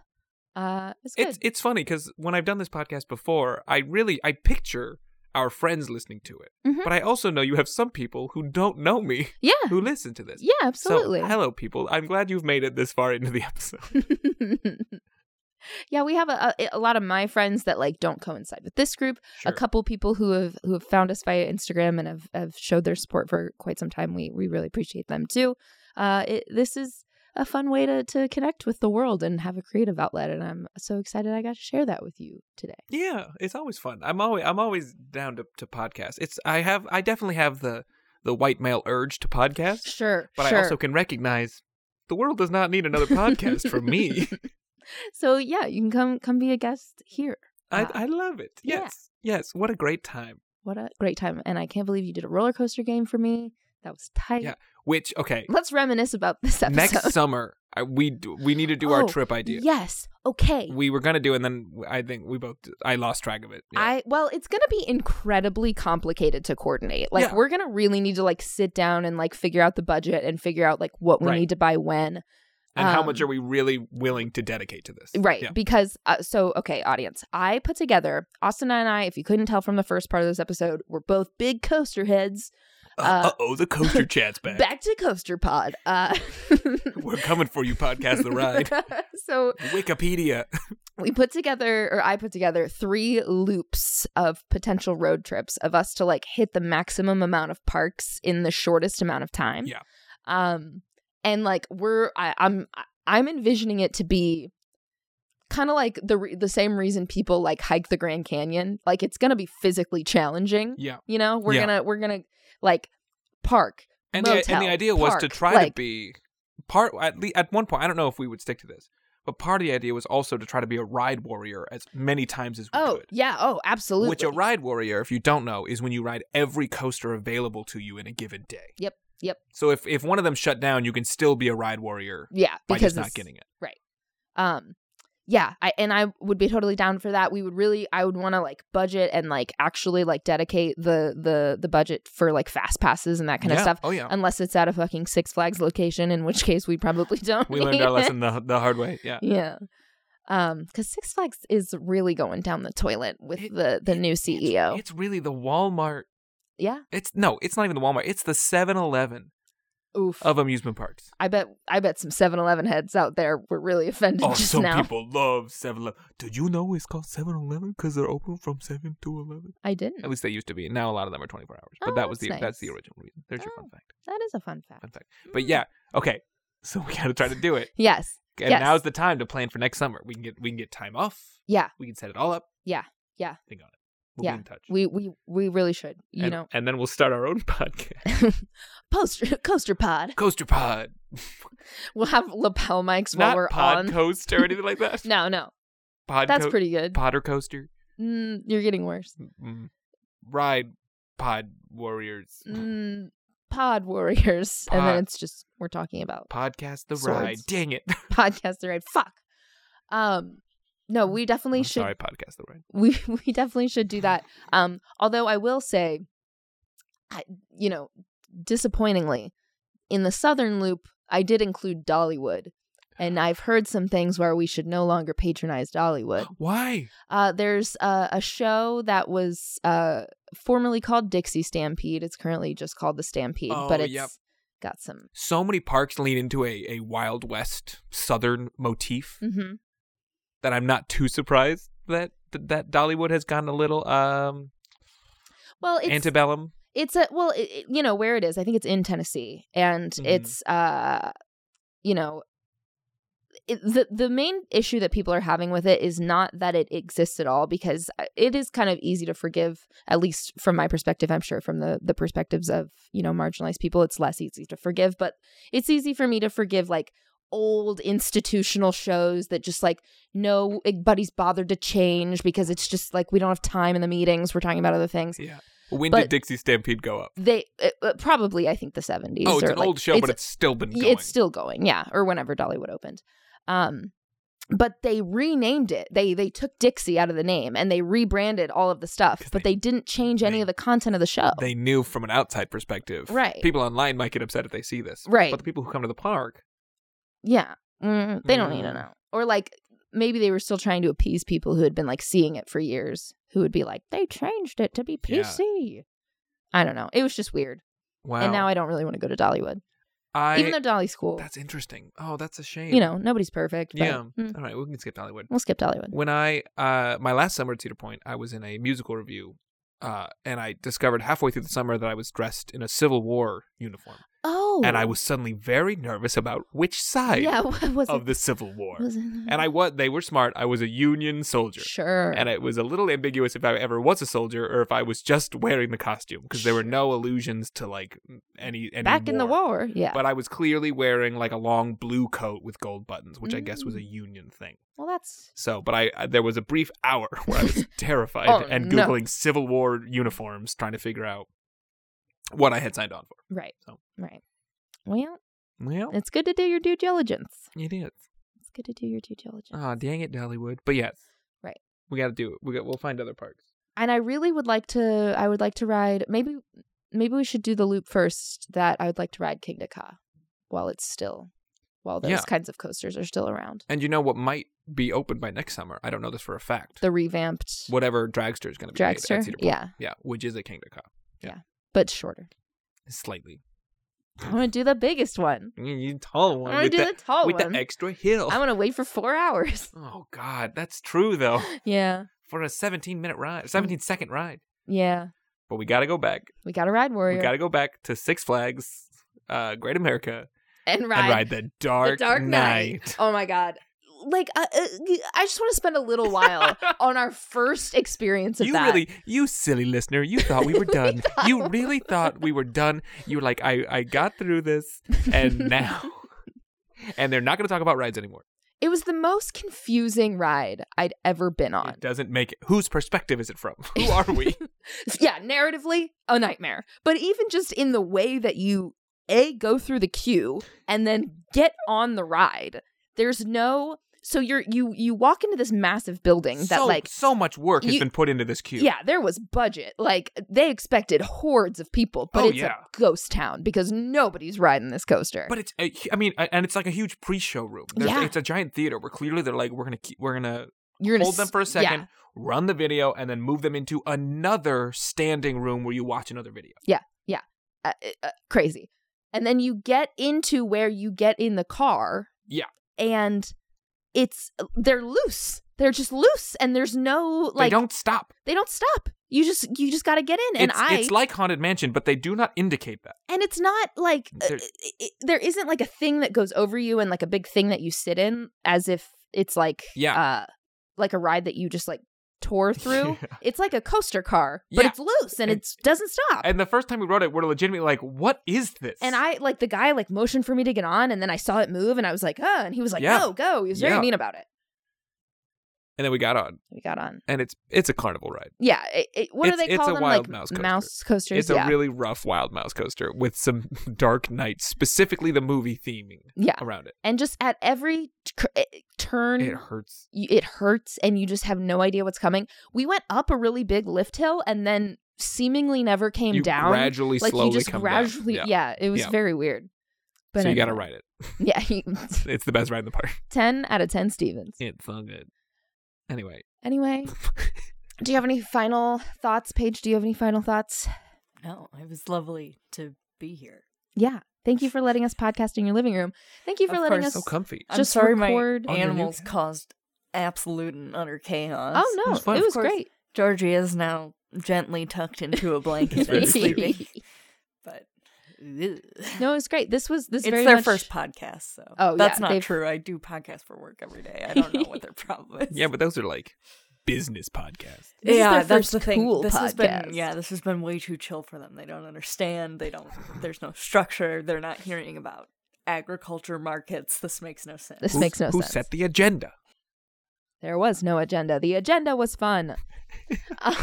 Speaker 2: Uh it's good.
Speaker 3: It's it's funny because when I've done this podcast before, I really I picture our friends listening to it,
Speaker 2: Mhm.
Speaker 3: but I also know you have some people who don't know me
Speaker 2: yeah.
Speaker 3: who listen to this.
Speaker 2: Yeah, absolutely.
Speaker 3: So, hello, people. I'm glad you've made it this far into the [LAUGHS] episode.
Speaker 2: [LAUGHS] yeah, we have a, a, a lot of my friends that like don't coincide with this group. A
Speaker 3: Sure.
Speaker 2: couple people who have who have found us via Instagram and have, have showed their support for quite some time. We we really appreciate them too. Uh, it, this is a fun way to to connect with the world and have a creative outlet, and I'm so excited I got to share that with you today.
Speaker 3: Yeah, it's always fun. I'm always I'm always down to to podcast. It's I have I definitely have the the white male urge to podcast,
Speaker 2: Sure,
Speaker 3: but
Speaker 2: sure.
Speaker 3: I also can recognize the world does not need another podcast
Speaker 2: [LAUGHS]
Speaker 3: from me.
Speaker 2: so yeah, you can come come be a guest here.
Speaker 3: I
Speaker 2: Ah.
Speaker 3: I love it.
Speaker 2: Yeah.
Speaker 3: Yes. Yes, what a great time.
Speaker 2: What a great time! And I can't believe you did a roller coaster game for me. That was tight.
Speaker 3: Yeah. Which okay,
Speaker 2: Let's reminisce about this episode.
Speaker 3: next summer I, we do, we need to do our
Speaker 2: Oh,
Speaker 3: trip idea.
Speaker 2: Yes. Okay.
Speaker 3: We were going to do and then I think we both I lost track of it. Yeah.
Speaker 2: I well, it's gonna be incredibly complicated to coordinate. Like
Speaker 3: Yeah.
Speaker 2: we're gonna really need to like sit down and like figure out the budget and figure out like what we
Speaker 3: Right.
Speaker 2: need to buy when.
Speaker 3: and how much
Speaker 2: um,
Speaker 3: are we really willing to dedicate to this?
Speaker 2: Right,
Speaker 3: Yeah.
Speaker 2: because uh, so okay, audience. I put together Austin and I. If you couldn't tell from the first part of this episode, we're both big coaster heads. uh,
Speaker 3: Uh oh, the coaster chat's
Speaker 2: [LAUGHS]
Speaker 3: back.
Speaker 2: Back, to Coaster Pod. Uh,
Speaker 3: [LAUGHS] We're coming for you, podcast the ride.
Speaker 2: [LAUGHS] so
Speaker 3: Wikipedia. [LAUGHS]
Speaker 2: we put together or i put together three loops of potential road trips of us to like hit the maximum amount of parks in the shortest amount of time
Speaker 3: Yeah.
Speaker 2: um and like we're I, i'm I- i'm envisioning it to be kind of like the re- the same reason people like hike the grand canyon like it's gonna be physically challenging
Speaker 3: Yeah.
Speaker 2: you know we're
Speaker 3: Yeah.
Speaker 2: gonna we're gonna like park
Speaker 3: And the
Speaker 2: motel,
Speaker 3: and the idea was to
Speaker 2: park,
Speaker 3: try to
Speaker 2: like-
Speaker 3: be part at le at one point. I don't know if we would stick to this, but part of the idea was also to try to be a ride warrior as many times as we
Speaker 2: oh
Speaker 3: could.
Speaker 2: yeah oh absolutely
Speaker 3: Which a ride warrior, if you don't know, is when you ride every coaster available to you in a given day.
Speaker 2: Yep. Yep.
Speaker 3: So if if one of them shut down, you can still be a ride warrior
Speaker 2: Yeah,
Speaker 3: by
Speaker 2: because
Speaker 3: just not
Speaker 2: it's-
Speaker 3: getting it.
Speaker 2: um yeah i and i would be totally down for that we would really i would want to like budget and like actually like dedicate the the the budget for like fast passes and that kind
Speaker 3: Yeah.
Speaker 2: of stuff [LAUGHS]
Speaker 3: Oh yeah.
Speaker 2: unless it's at a fucking six flags location in which case we probably [LAUGHS] don't
Speaker 3: We learned
Speaker 2: need
Speaker 3: our
Speaker 2: it.
Speaker 3: lesson the the hard way. Yeah.
Speaker 2: yeah um because six flags is really going down the toilet with
Speaker 3: It-
Speaker 2: the the
Speaker 3: it-
Speaker 2: new E
Speaker 3: it's-
Speaker 2: ceo
Speaker 3: It's really the Walmart.
Speaker 2: yeah
Speaker 3: It's no, it's not even the Walmart. It's the 7-Eleven
Speaker 2: oof
Speaker 3: of amusement parks.
Speaker 2: i bet i bet some 7-eleven heads out there were really offended
Speaker 3: Oh,
Speaker 2: [LAUGHS] just
Speaker 3: some
Speaker 2: now
Speaker 3: people love 7-Eleven. Did you know it's called 7-Eleven because they're open from 7 to 11?
Speaker 2: i didn't
Speaker 3: At least they used to be. Now a lot of them are 24 hours. But
Speaker 2: Oh,
Speaker 3: that was the
Speaker 2: that's
Speaker 3: that's the
Speaker 2: nice.
Speaker 3: original reason. There's your
Speaker 2: Oh.
Speaker 3: fun fact.
Speaker 2: that is a fun fact
Speaker 3: Fun fact. But yeah, okay. So we got to try to do it.
Speaker 2: yes
Speaker 3: And
Speaker 2: Yes.
Speaker 3: now's the time to plan for next summer. We can get we can get time off.
Speaker 2: Yeah.
Speaker 3: We can set it all up.
Speaker 2: Yeah. Yeah.
Speaker 3: Think on it. We'll
Speaker 2: Yeah.
Speaker 3: be in touch.
Speaker 2: we we we really should you
Speaker 3: and,
Speaker 2: know
Speaker 3: and then we'll start our own [LAUGHS] podcast.
Speaker 2: [LAUGHS] Poster, coaster pod.
Speaker 3: Coaster pod.
Speaker 2: We'll have lapel mics while
Speaker 3: Not
Speaker 2: we're
Speaker 3: pod
Speaker 2: on.
Speaker 3: coaster or anything like
Speaker 2: [LAUGHS]
Speaker 3: that.
Speaker 2: no, no,
Speaker 3: Pod
Speaker 2: that's
Speaker 3: co-
Speaker 2: pretty good.
Speaker 3: Podder coaster.
Speaker 2: Mm, you're getting worse.
Speaker 3: Mm. Ride pod warriors.
Speaker 2: Mm, pod warriors, and
Speaker 3: Pod-
Speaker 2: then it's just we're talking about [LAUGHS]
Speaker 3: Podcast the
Speaker 2: Swords.
Speaker 3: ride. Dang it.
Speaker 2: podcast the ride. Fuck. Um, no, we definitely
Speaker 3: [LAUGHS] I'm
Speaker 2: should.
Speaker 3: Sorry, podcast the ride.
Speaker 2: [LAUGHS] We we definitely should do that. Um, although I will say, I, you know, disappointingly, in the southern loop, I did include Dollywood, and I've heard some things where we should no longer patronize Dollywood.
Speaker 3: Why?
Speaker 2: Uh, there's uh, a show that was uh, formerly called Dixie Stampede. It's currently just called the Stampede,
Speaker 3: Oh,
Speaker 2: but it's
Speaker 3: yep.
Speaker 2: got some.
Speaker 3: So many parks lean into a, a Wild West Southern motif
Speaker 2: hmm
Speaker 3: that I'm not too surprised that that Dollywood has gotten a little um
Speaker 2: Well, it's
Speaker 3: antebellum.
Speaker 2: it's a well, it, it- you know where it is. I think it's in Tennessee, and
Speaker 3: Mhm.
Speaker 2: it's uh, you know. It, the the main issue that people are having with it is not that it exists at all because uh, it is kind of easy to forgive at least from my perspective I'm sure from the the perspectives of you know marginalized people it's less easy to forgive but it's easy for me to forgive like old institutional shows that just like nobody's bothered to change because it's just like we don't have time in the meetings we're talking about other things
Speaker 3: Yeah. When
Speaker 2: But-
Speaker 3: did Dixie Stampede go up?
Speaker 2: they uh, uh, probably I think the 70s
Speaker 3: Oh, it's
Speaker 2: or
Speaker 3: an
Speaker 2: like-
Speaker 3: old show, but it's still been
Speaker 2: y-
Speaker 3: going.
Speaker 2: it's still going yeah or whenever dollywood opened um but they renamed it they they took dixie out of the name and they rebranded all of the stuff
Speaker 3: 'Cause
Speaker 2: but
Speaker 3: they-
Speaker 2: they, didn't change any
Speaker 3: they-
Speaker 2: of the content of the show
Speaker 3: they knew from an outside perspective.
Speaker 2: Right.
Speaker 3: People online might get upset if they see this.
Speaker 2: Right.
Speaker 3: But the people who come to the park,
Speaker 2: yeah Mm, they don't need to
Speaker 3: Mm.
Speaker 2: know or like maybe they were still trying to appease people who had been like seeing it for years who would be like they changed it to be
Speaker 3: Yeah.
Speaker 2: pc i don't know it was just weird
Speaker 3: wow.
Speaker 2: and now i don't really want to go to dollywood
Speaker 3: I,
Speaker 2: even though dolly's cool
Speaker 3: that's interesting. Oh, that's a shame.
Speaker 2: you know nobody's perfect but,
Speaker 3: Yeah.
Speaker 2: mm,
Speaker 3: All right, we can skip Hollywood.
Speaker 2: we'll skip dollywood
Speaker 3: When I uh my last summer at Cedar Point, I was in a musical review, uh, and I discovered halfway through the summer that I was dressed in a Civil War uniform,
Speaker 2: Oh,
Speaker 3: and I was suddenly very nervous about which side
Speaker 2: yeah. [LAUGHS] What was
Speaker 3: of
Speaker 2: it?
Speaker 3: the Civil War.
Speaker 2: Was it?
Speaker 3: And I was they were smart. I was a Union soldier.
Speaker 2: [LAUGHS] sure.
Speaker 3: and it was a little ambiguous if I ever was a soldier or if I was just wearing the costume because there were no allusions to like any, any
Speaker 2: back in the war. Yeah.
Speaker 3: But I was clearly wearing like a long blue coat with gold buttons, which I guess was a
Speaker 2: Mm.
Speaker 3: Union thing.
Speaker 2: well, that's
Speaker 3: So, but I, I there was a brief hour [LAUGHS] where I
Speaker 2: [LAUGHS]
Speaker 3: was terrified
Speaker 2: Oh,
Speaker 3: and
Speaker 2: no.
Speaker 3: googling Civil War uniforms, trying to figure out what I had signed on for.
Speaker 2: right.
Speaker 3: So.
Speaker 2: Right. Well,
Speaker 3: Well,
Speaker 2: it's good to do your due diligence.
Speaker 3: it is.
Speaker 2: It's good to do your due diligence.
Speaker 3: Oh, dang it, Dollywood. But yes,
Speaker 2: Right.
Speaker 3: We got to do it. We got. We'll find other parks.
Speaker 2: and I really would like to. I would like to ride. Maybe, maybe we should do the loop first. That I would like to ride King to Ka while it's still, while those
Speaker 3: Yeah.
Speaker 2: kinds of coasters are still around.
Speaker 3: And you know what might be open by next summer? I don't know this for a fact.
Speaker 2: The revamped
Speaker 3: whatever dragster is going to be made at
Speaker 2: dragster.
Speaker 3: Cedar Point.
Speaker 2: Yeah,
Speaker 3: yeah, which is a Kingdom Cup,
Speaker 2: but shorter.
Speaker 3: slightly.
Speaker 2: I want to do the biggest one.
Speaker 3: You need tall
Speaker 2: I
Speaker 3: one
Speaker 2: want
Speaker 3: with
Speaker 2: to do
Speaker 3: the,
Speaker 2: the tall
Speaker 3: with
Speaker 2: one.
Speaker 3: the extra hill.
Speaker 2: I want to wait for four hours. [LAUGHS]
Speaker 3: oh God, that's true though.
Speaker 2: Yeah.
Speaker 3: For a 17 minute ride, 17 second ride.
Speaker 2: Yeah.
Speaker 3: But we got to go back.
Speaker 2: We got to ride Warrior.
Speaker 3: We got to go back to Six Flags, uh, Great America,
Speaker 2: and ride,
Speaker 3: and ride the Dark,
Speaker 2: the Dark Knight.
Speaker 3: Knight.
Speaker 2: Oh my God. Like, uh, uh, I just want to spend a little
Speaker 3: [LAUGHS]
Speaker 2: while on our first experience of
Speaker 3: You
Speaker 2: that.
Speaker 3: really, you silly listener, you thought
Speaker 2: [LAUGHS]
Speaker 3: we were done.
Speaker 2: thought-
Speaker 3: you really thought we were done. You were like, I, I got through this,
Speaker 2: [LAUGHS]
Speaker 3: and now, [LAUGHS] and they're not going to talk about rides anymore.
Speaker 2: It was the most confusing ride I'd ever been on.
Speaker 3: It doesn't make it. Whose perspective is it from? [LAUGHS] Who
Speaker 2: [LAUGHS]
Speaker 3: are we?
Speaker 2: yeah, narratively, a nightmare. But even just in the way that you A, go through the queue and then get on the ride. There's no so you're you you walk into this massive building that
Speaker 3: so,
Speaker 2: like
Speaker 3: so much work has
Speaker 2: you-
Speaker 3: been put into this queue.
Speaker 2: yeah, there was budget. Like they expected hordes of people, but
Speaker 3: Oh,
Speaker 2: it's
Speaker 3: yeah.
Speaker 2: a ghost town because nobody's riding this coaster.
Speaker 3: But it's, a- I mean, and it's like a huge pre-show room. There's,
Speaker 2: Yeah.
Speaker 3: It's a giant theater where clearly they're like, we're gonna keep, we're gonna
Speaker 2: you're gonna
Speaker 3: hold them
Speaker 2: s-
Speaker 3: for a second,
Speaker 2: Yeah,
Speaker 3: run the video, and then move them into another standing room where you watch another video.
Speaker 2: uh, uh, crazy. And then you get into where you get in the car.
Speaker 3: Yeah.
Speaker 2: and it's uh, they're loose. They're just loose, and there's no like
Speaker 3: they don't stop.
Speaker 2: they don't stop. You just you just got to get in, and
Speaker 3: it's,
Speaker 2: I
Speaker 3: it's like haunted mansion, but they do not indicate that.
Speaker 2: and it's not like uh,
Speaker 3: There-
Speaker 2: it- it- there isn't like a thing that goes over you and like a big thing that you sit in as if it's like
Speaker 3: Yeah.
Speaker 2: uh like a ride that you just like tore through
Speaker 3: [LAUGHS] Yeah.
Speaker 2: it's like a coaster car but
Speaker 3: Yeah.
Speaker 2: it's loose and,
Speaker 3: And-
Speaker 2: it doesn't stop and,
Speaker 3: And the first time we wrote it, we're legitimately like, what is this?
Speaker 2: i like the guy like motioned for me to get on and then i saw it move and i was like oh and he was like
Speaker 3: Yeah.
Speaker 2: go go he was very
Speaker 3: Yeah.
Speaker 2: mean about it
Speaker 3: and then we got on,
Speaker 2: we got on
Speaker 3: and it's it's a carnival ride.
Speaker 2: yeah it, it- what do
Speaker 3: It's-
Speaker 2: they
Speaker 3: it's
Speaker 2: call
Speaker 3: a
Speaker 2: them
Speaker 3: wild
Speaker 2: like
Speaker 3: mouse coaster.
Speaker 2: coasters
Speaker 3: It's
Speaker 2: yeah
Speaker 3: a really rough wild mouse coaster with some [LAUGHS] dark nights, specifically the movie theming
Speaker 2: yeah
Speaker 3: around it.
Speaker 2: and just at every cr- eh, turn
Speaker 3: It hurts.
Speaker 2: you, it hurts and you just have no idea what's coming. We went up a really big lift hill and then seemingly never came
Speaker 3: you
Speaker 2: down.
Speaker 3: gradually,
Speaker 2: like
Speaker 3: slowly
Speaker 2: you just
Speaker 3: come
Speaker 2: gradually,
Speaker 3: down.
Speaker 2: yeah. it was
Speaker 3: Yeah.
Speaker 2: very weird.
Speaker 3: so you got to
Speaker 2: anyway.
Speaker 3: ride it.
Speaker 2: Yeah, he, [LAUGHS]
Speaker 3: It's the best ride in the park. [LAUGHS]
Speaker 2: ten out of ten Stevens.
Speaker 3: It's so good. Anyway, [LAUGHS]
Speaker 2: Anyway, do you have any final thoughts, Paige? Do you have any final thoughts?
Speaker 1: No, it was lovely to be here.
Speaker 2: Yeah. Thank you for letting us podcast in your living room. Thank you for
Speaker 1: Of
Speaker 2: letting
Speaker 1: course.
Speaker 2: us. Oh,
Speaker 3: so comfy.
Speaker 1: I'm
Speaker 2: Just
Speaker 1: sorry
Speaker 2: record
Speaker 1: my
Speaker 3: on your new
Speaker 1: animals
Speaker 3: cat.
Speaker 1: caused absolute and utter chaos.
Speaker 2: oh no,
Speaker 3: was fun.
Speaker 2: it
Speaker 3: Of
Speaker 2: was
Speaker 1: course.
Speaker 2: great.
Speaker 1: Georgie is now gently tucked
Speaker 2: [LAUGHS]
Speaker 1: into a blanket
Speaker 3: very
Speaker 1: and sleeping. But ugh.
Speaker 2: no, it was great. This was this
Speaker 1: it's
Speaker 2: very
Speaker 1: their
Speaker 2: much-
Speaker 1: first podcast, so
Speaker 2: Oh,
Speaker 1: that's
Speaker 2: yeah,
Speaker 1: not
Speaker 2: they've-
Speaker 1: true. I do podcast for work every day. I don't know
Speaker 2: [LAUGHS]
Speaker 1: what their problem is.
Speaker 3: Yeah, but those are like business podcasts.
Speaker 2: This is
Speaker 1: yeah,
Speaker 2: their
Speaker 1: that's
Speaker 2: first
Speaker 1: the thing.
Speaker 2: cool
Speaker 1: this has been
Speaker 2: podcast.
Speaker 1: yeah, this has been way too chill for them. They don't understand. They don't. There's no structure. They're not hearing about agriculture markets. This makes no sense.
Speaker 2: This
Speaker 3: Who-
Speaker 2: makes no
Speaker 3: who
Speaker 2: sense.
Speaker 3: set the agenda?
Speaker 2: There was no agenda. The agenda was fun. [LAUGHS] Uh,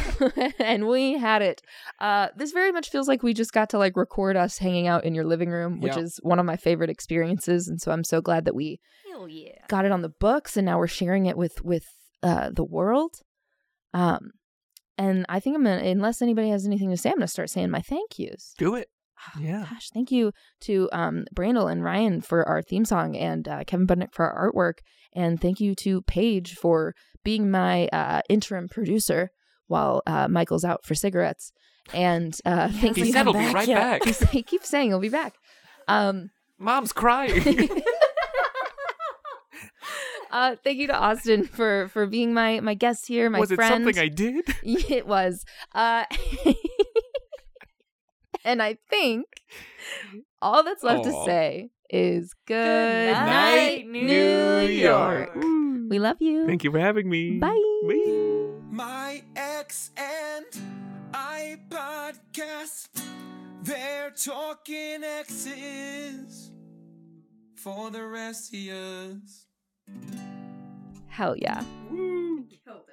Speaker 2: and we had it. Uh, this very much feels like we just got to like record us hanging out in your living room, which
Speaker 3: Yeah.
Speaker 2: is one of my favorite experiences. And so I'm so glad that we
Speaker 1: Hell yeah.
Speaker 2: got it on the books and now we're sharing it with with uh, the world. Um, and I think I'm gonna, unless anybody has anything to say, I'm gonna start saying my thank yous.
Speaker 1: [SIGHS]
Speaker 3: Do it. Yeah.
Speaker 2: Gosh, thank you to um, Brandel and Ryan for our theme song and uh, Kevin Budnick for our artwork. And thank you to Paige for being my uh, interim producer while uh, Michael's out for cigarettes. And uh,
Speaker 3: [LAUGHS]
Speaker 2: thank
Speaker 1: hasn't
Speaker 2: you. [LAUGHS]
Speaker 3: He said
Speaker 1: come
Speaker 3: he'll be
Speaker 1: back
Speaker 3: right
Speaker 1: yet.
Speaker 3: back.
Speaker 2: he keeps saying he'll be back. Um,
Speaker 3: [LAUGHS] Mom's crying.
Speaker 1: [LAUGHS]
Speaker 2: uh, thank you to Austin for for being my my guest here, my
Speaker 3: Was it
Speaker 2: friend.
Speaker 3: something I did?
Speaker 2: [LAUGHS] it was. Uh, [LAUGHS] and I think all that's left
Speaker 3: Aw.
Speaker 2: to say is good,
Speaker 1: night, New York.
Speaker 2: We love you.
Speaker 3: Thank you for having me.
Speaker 2: Bye.
Speaker 3: Bye.
Speaker 5: My ex and I podcast. They're talking exes for the rest of us.
Speaker 2: Hell yeah.
Speaker 1: Hell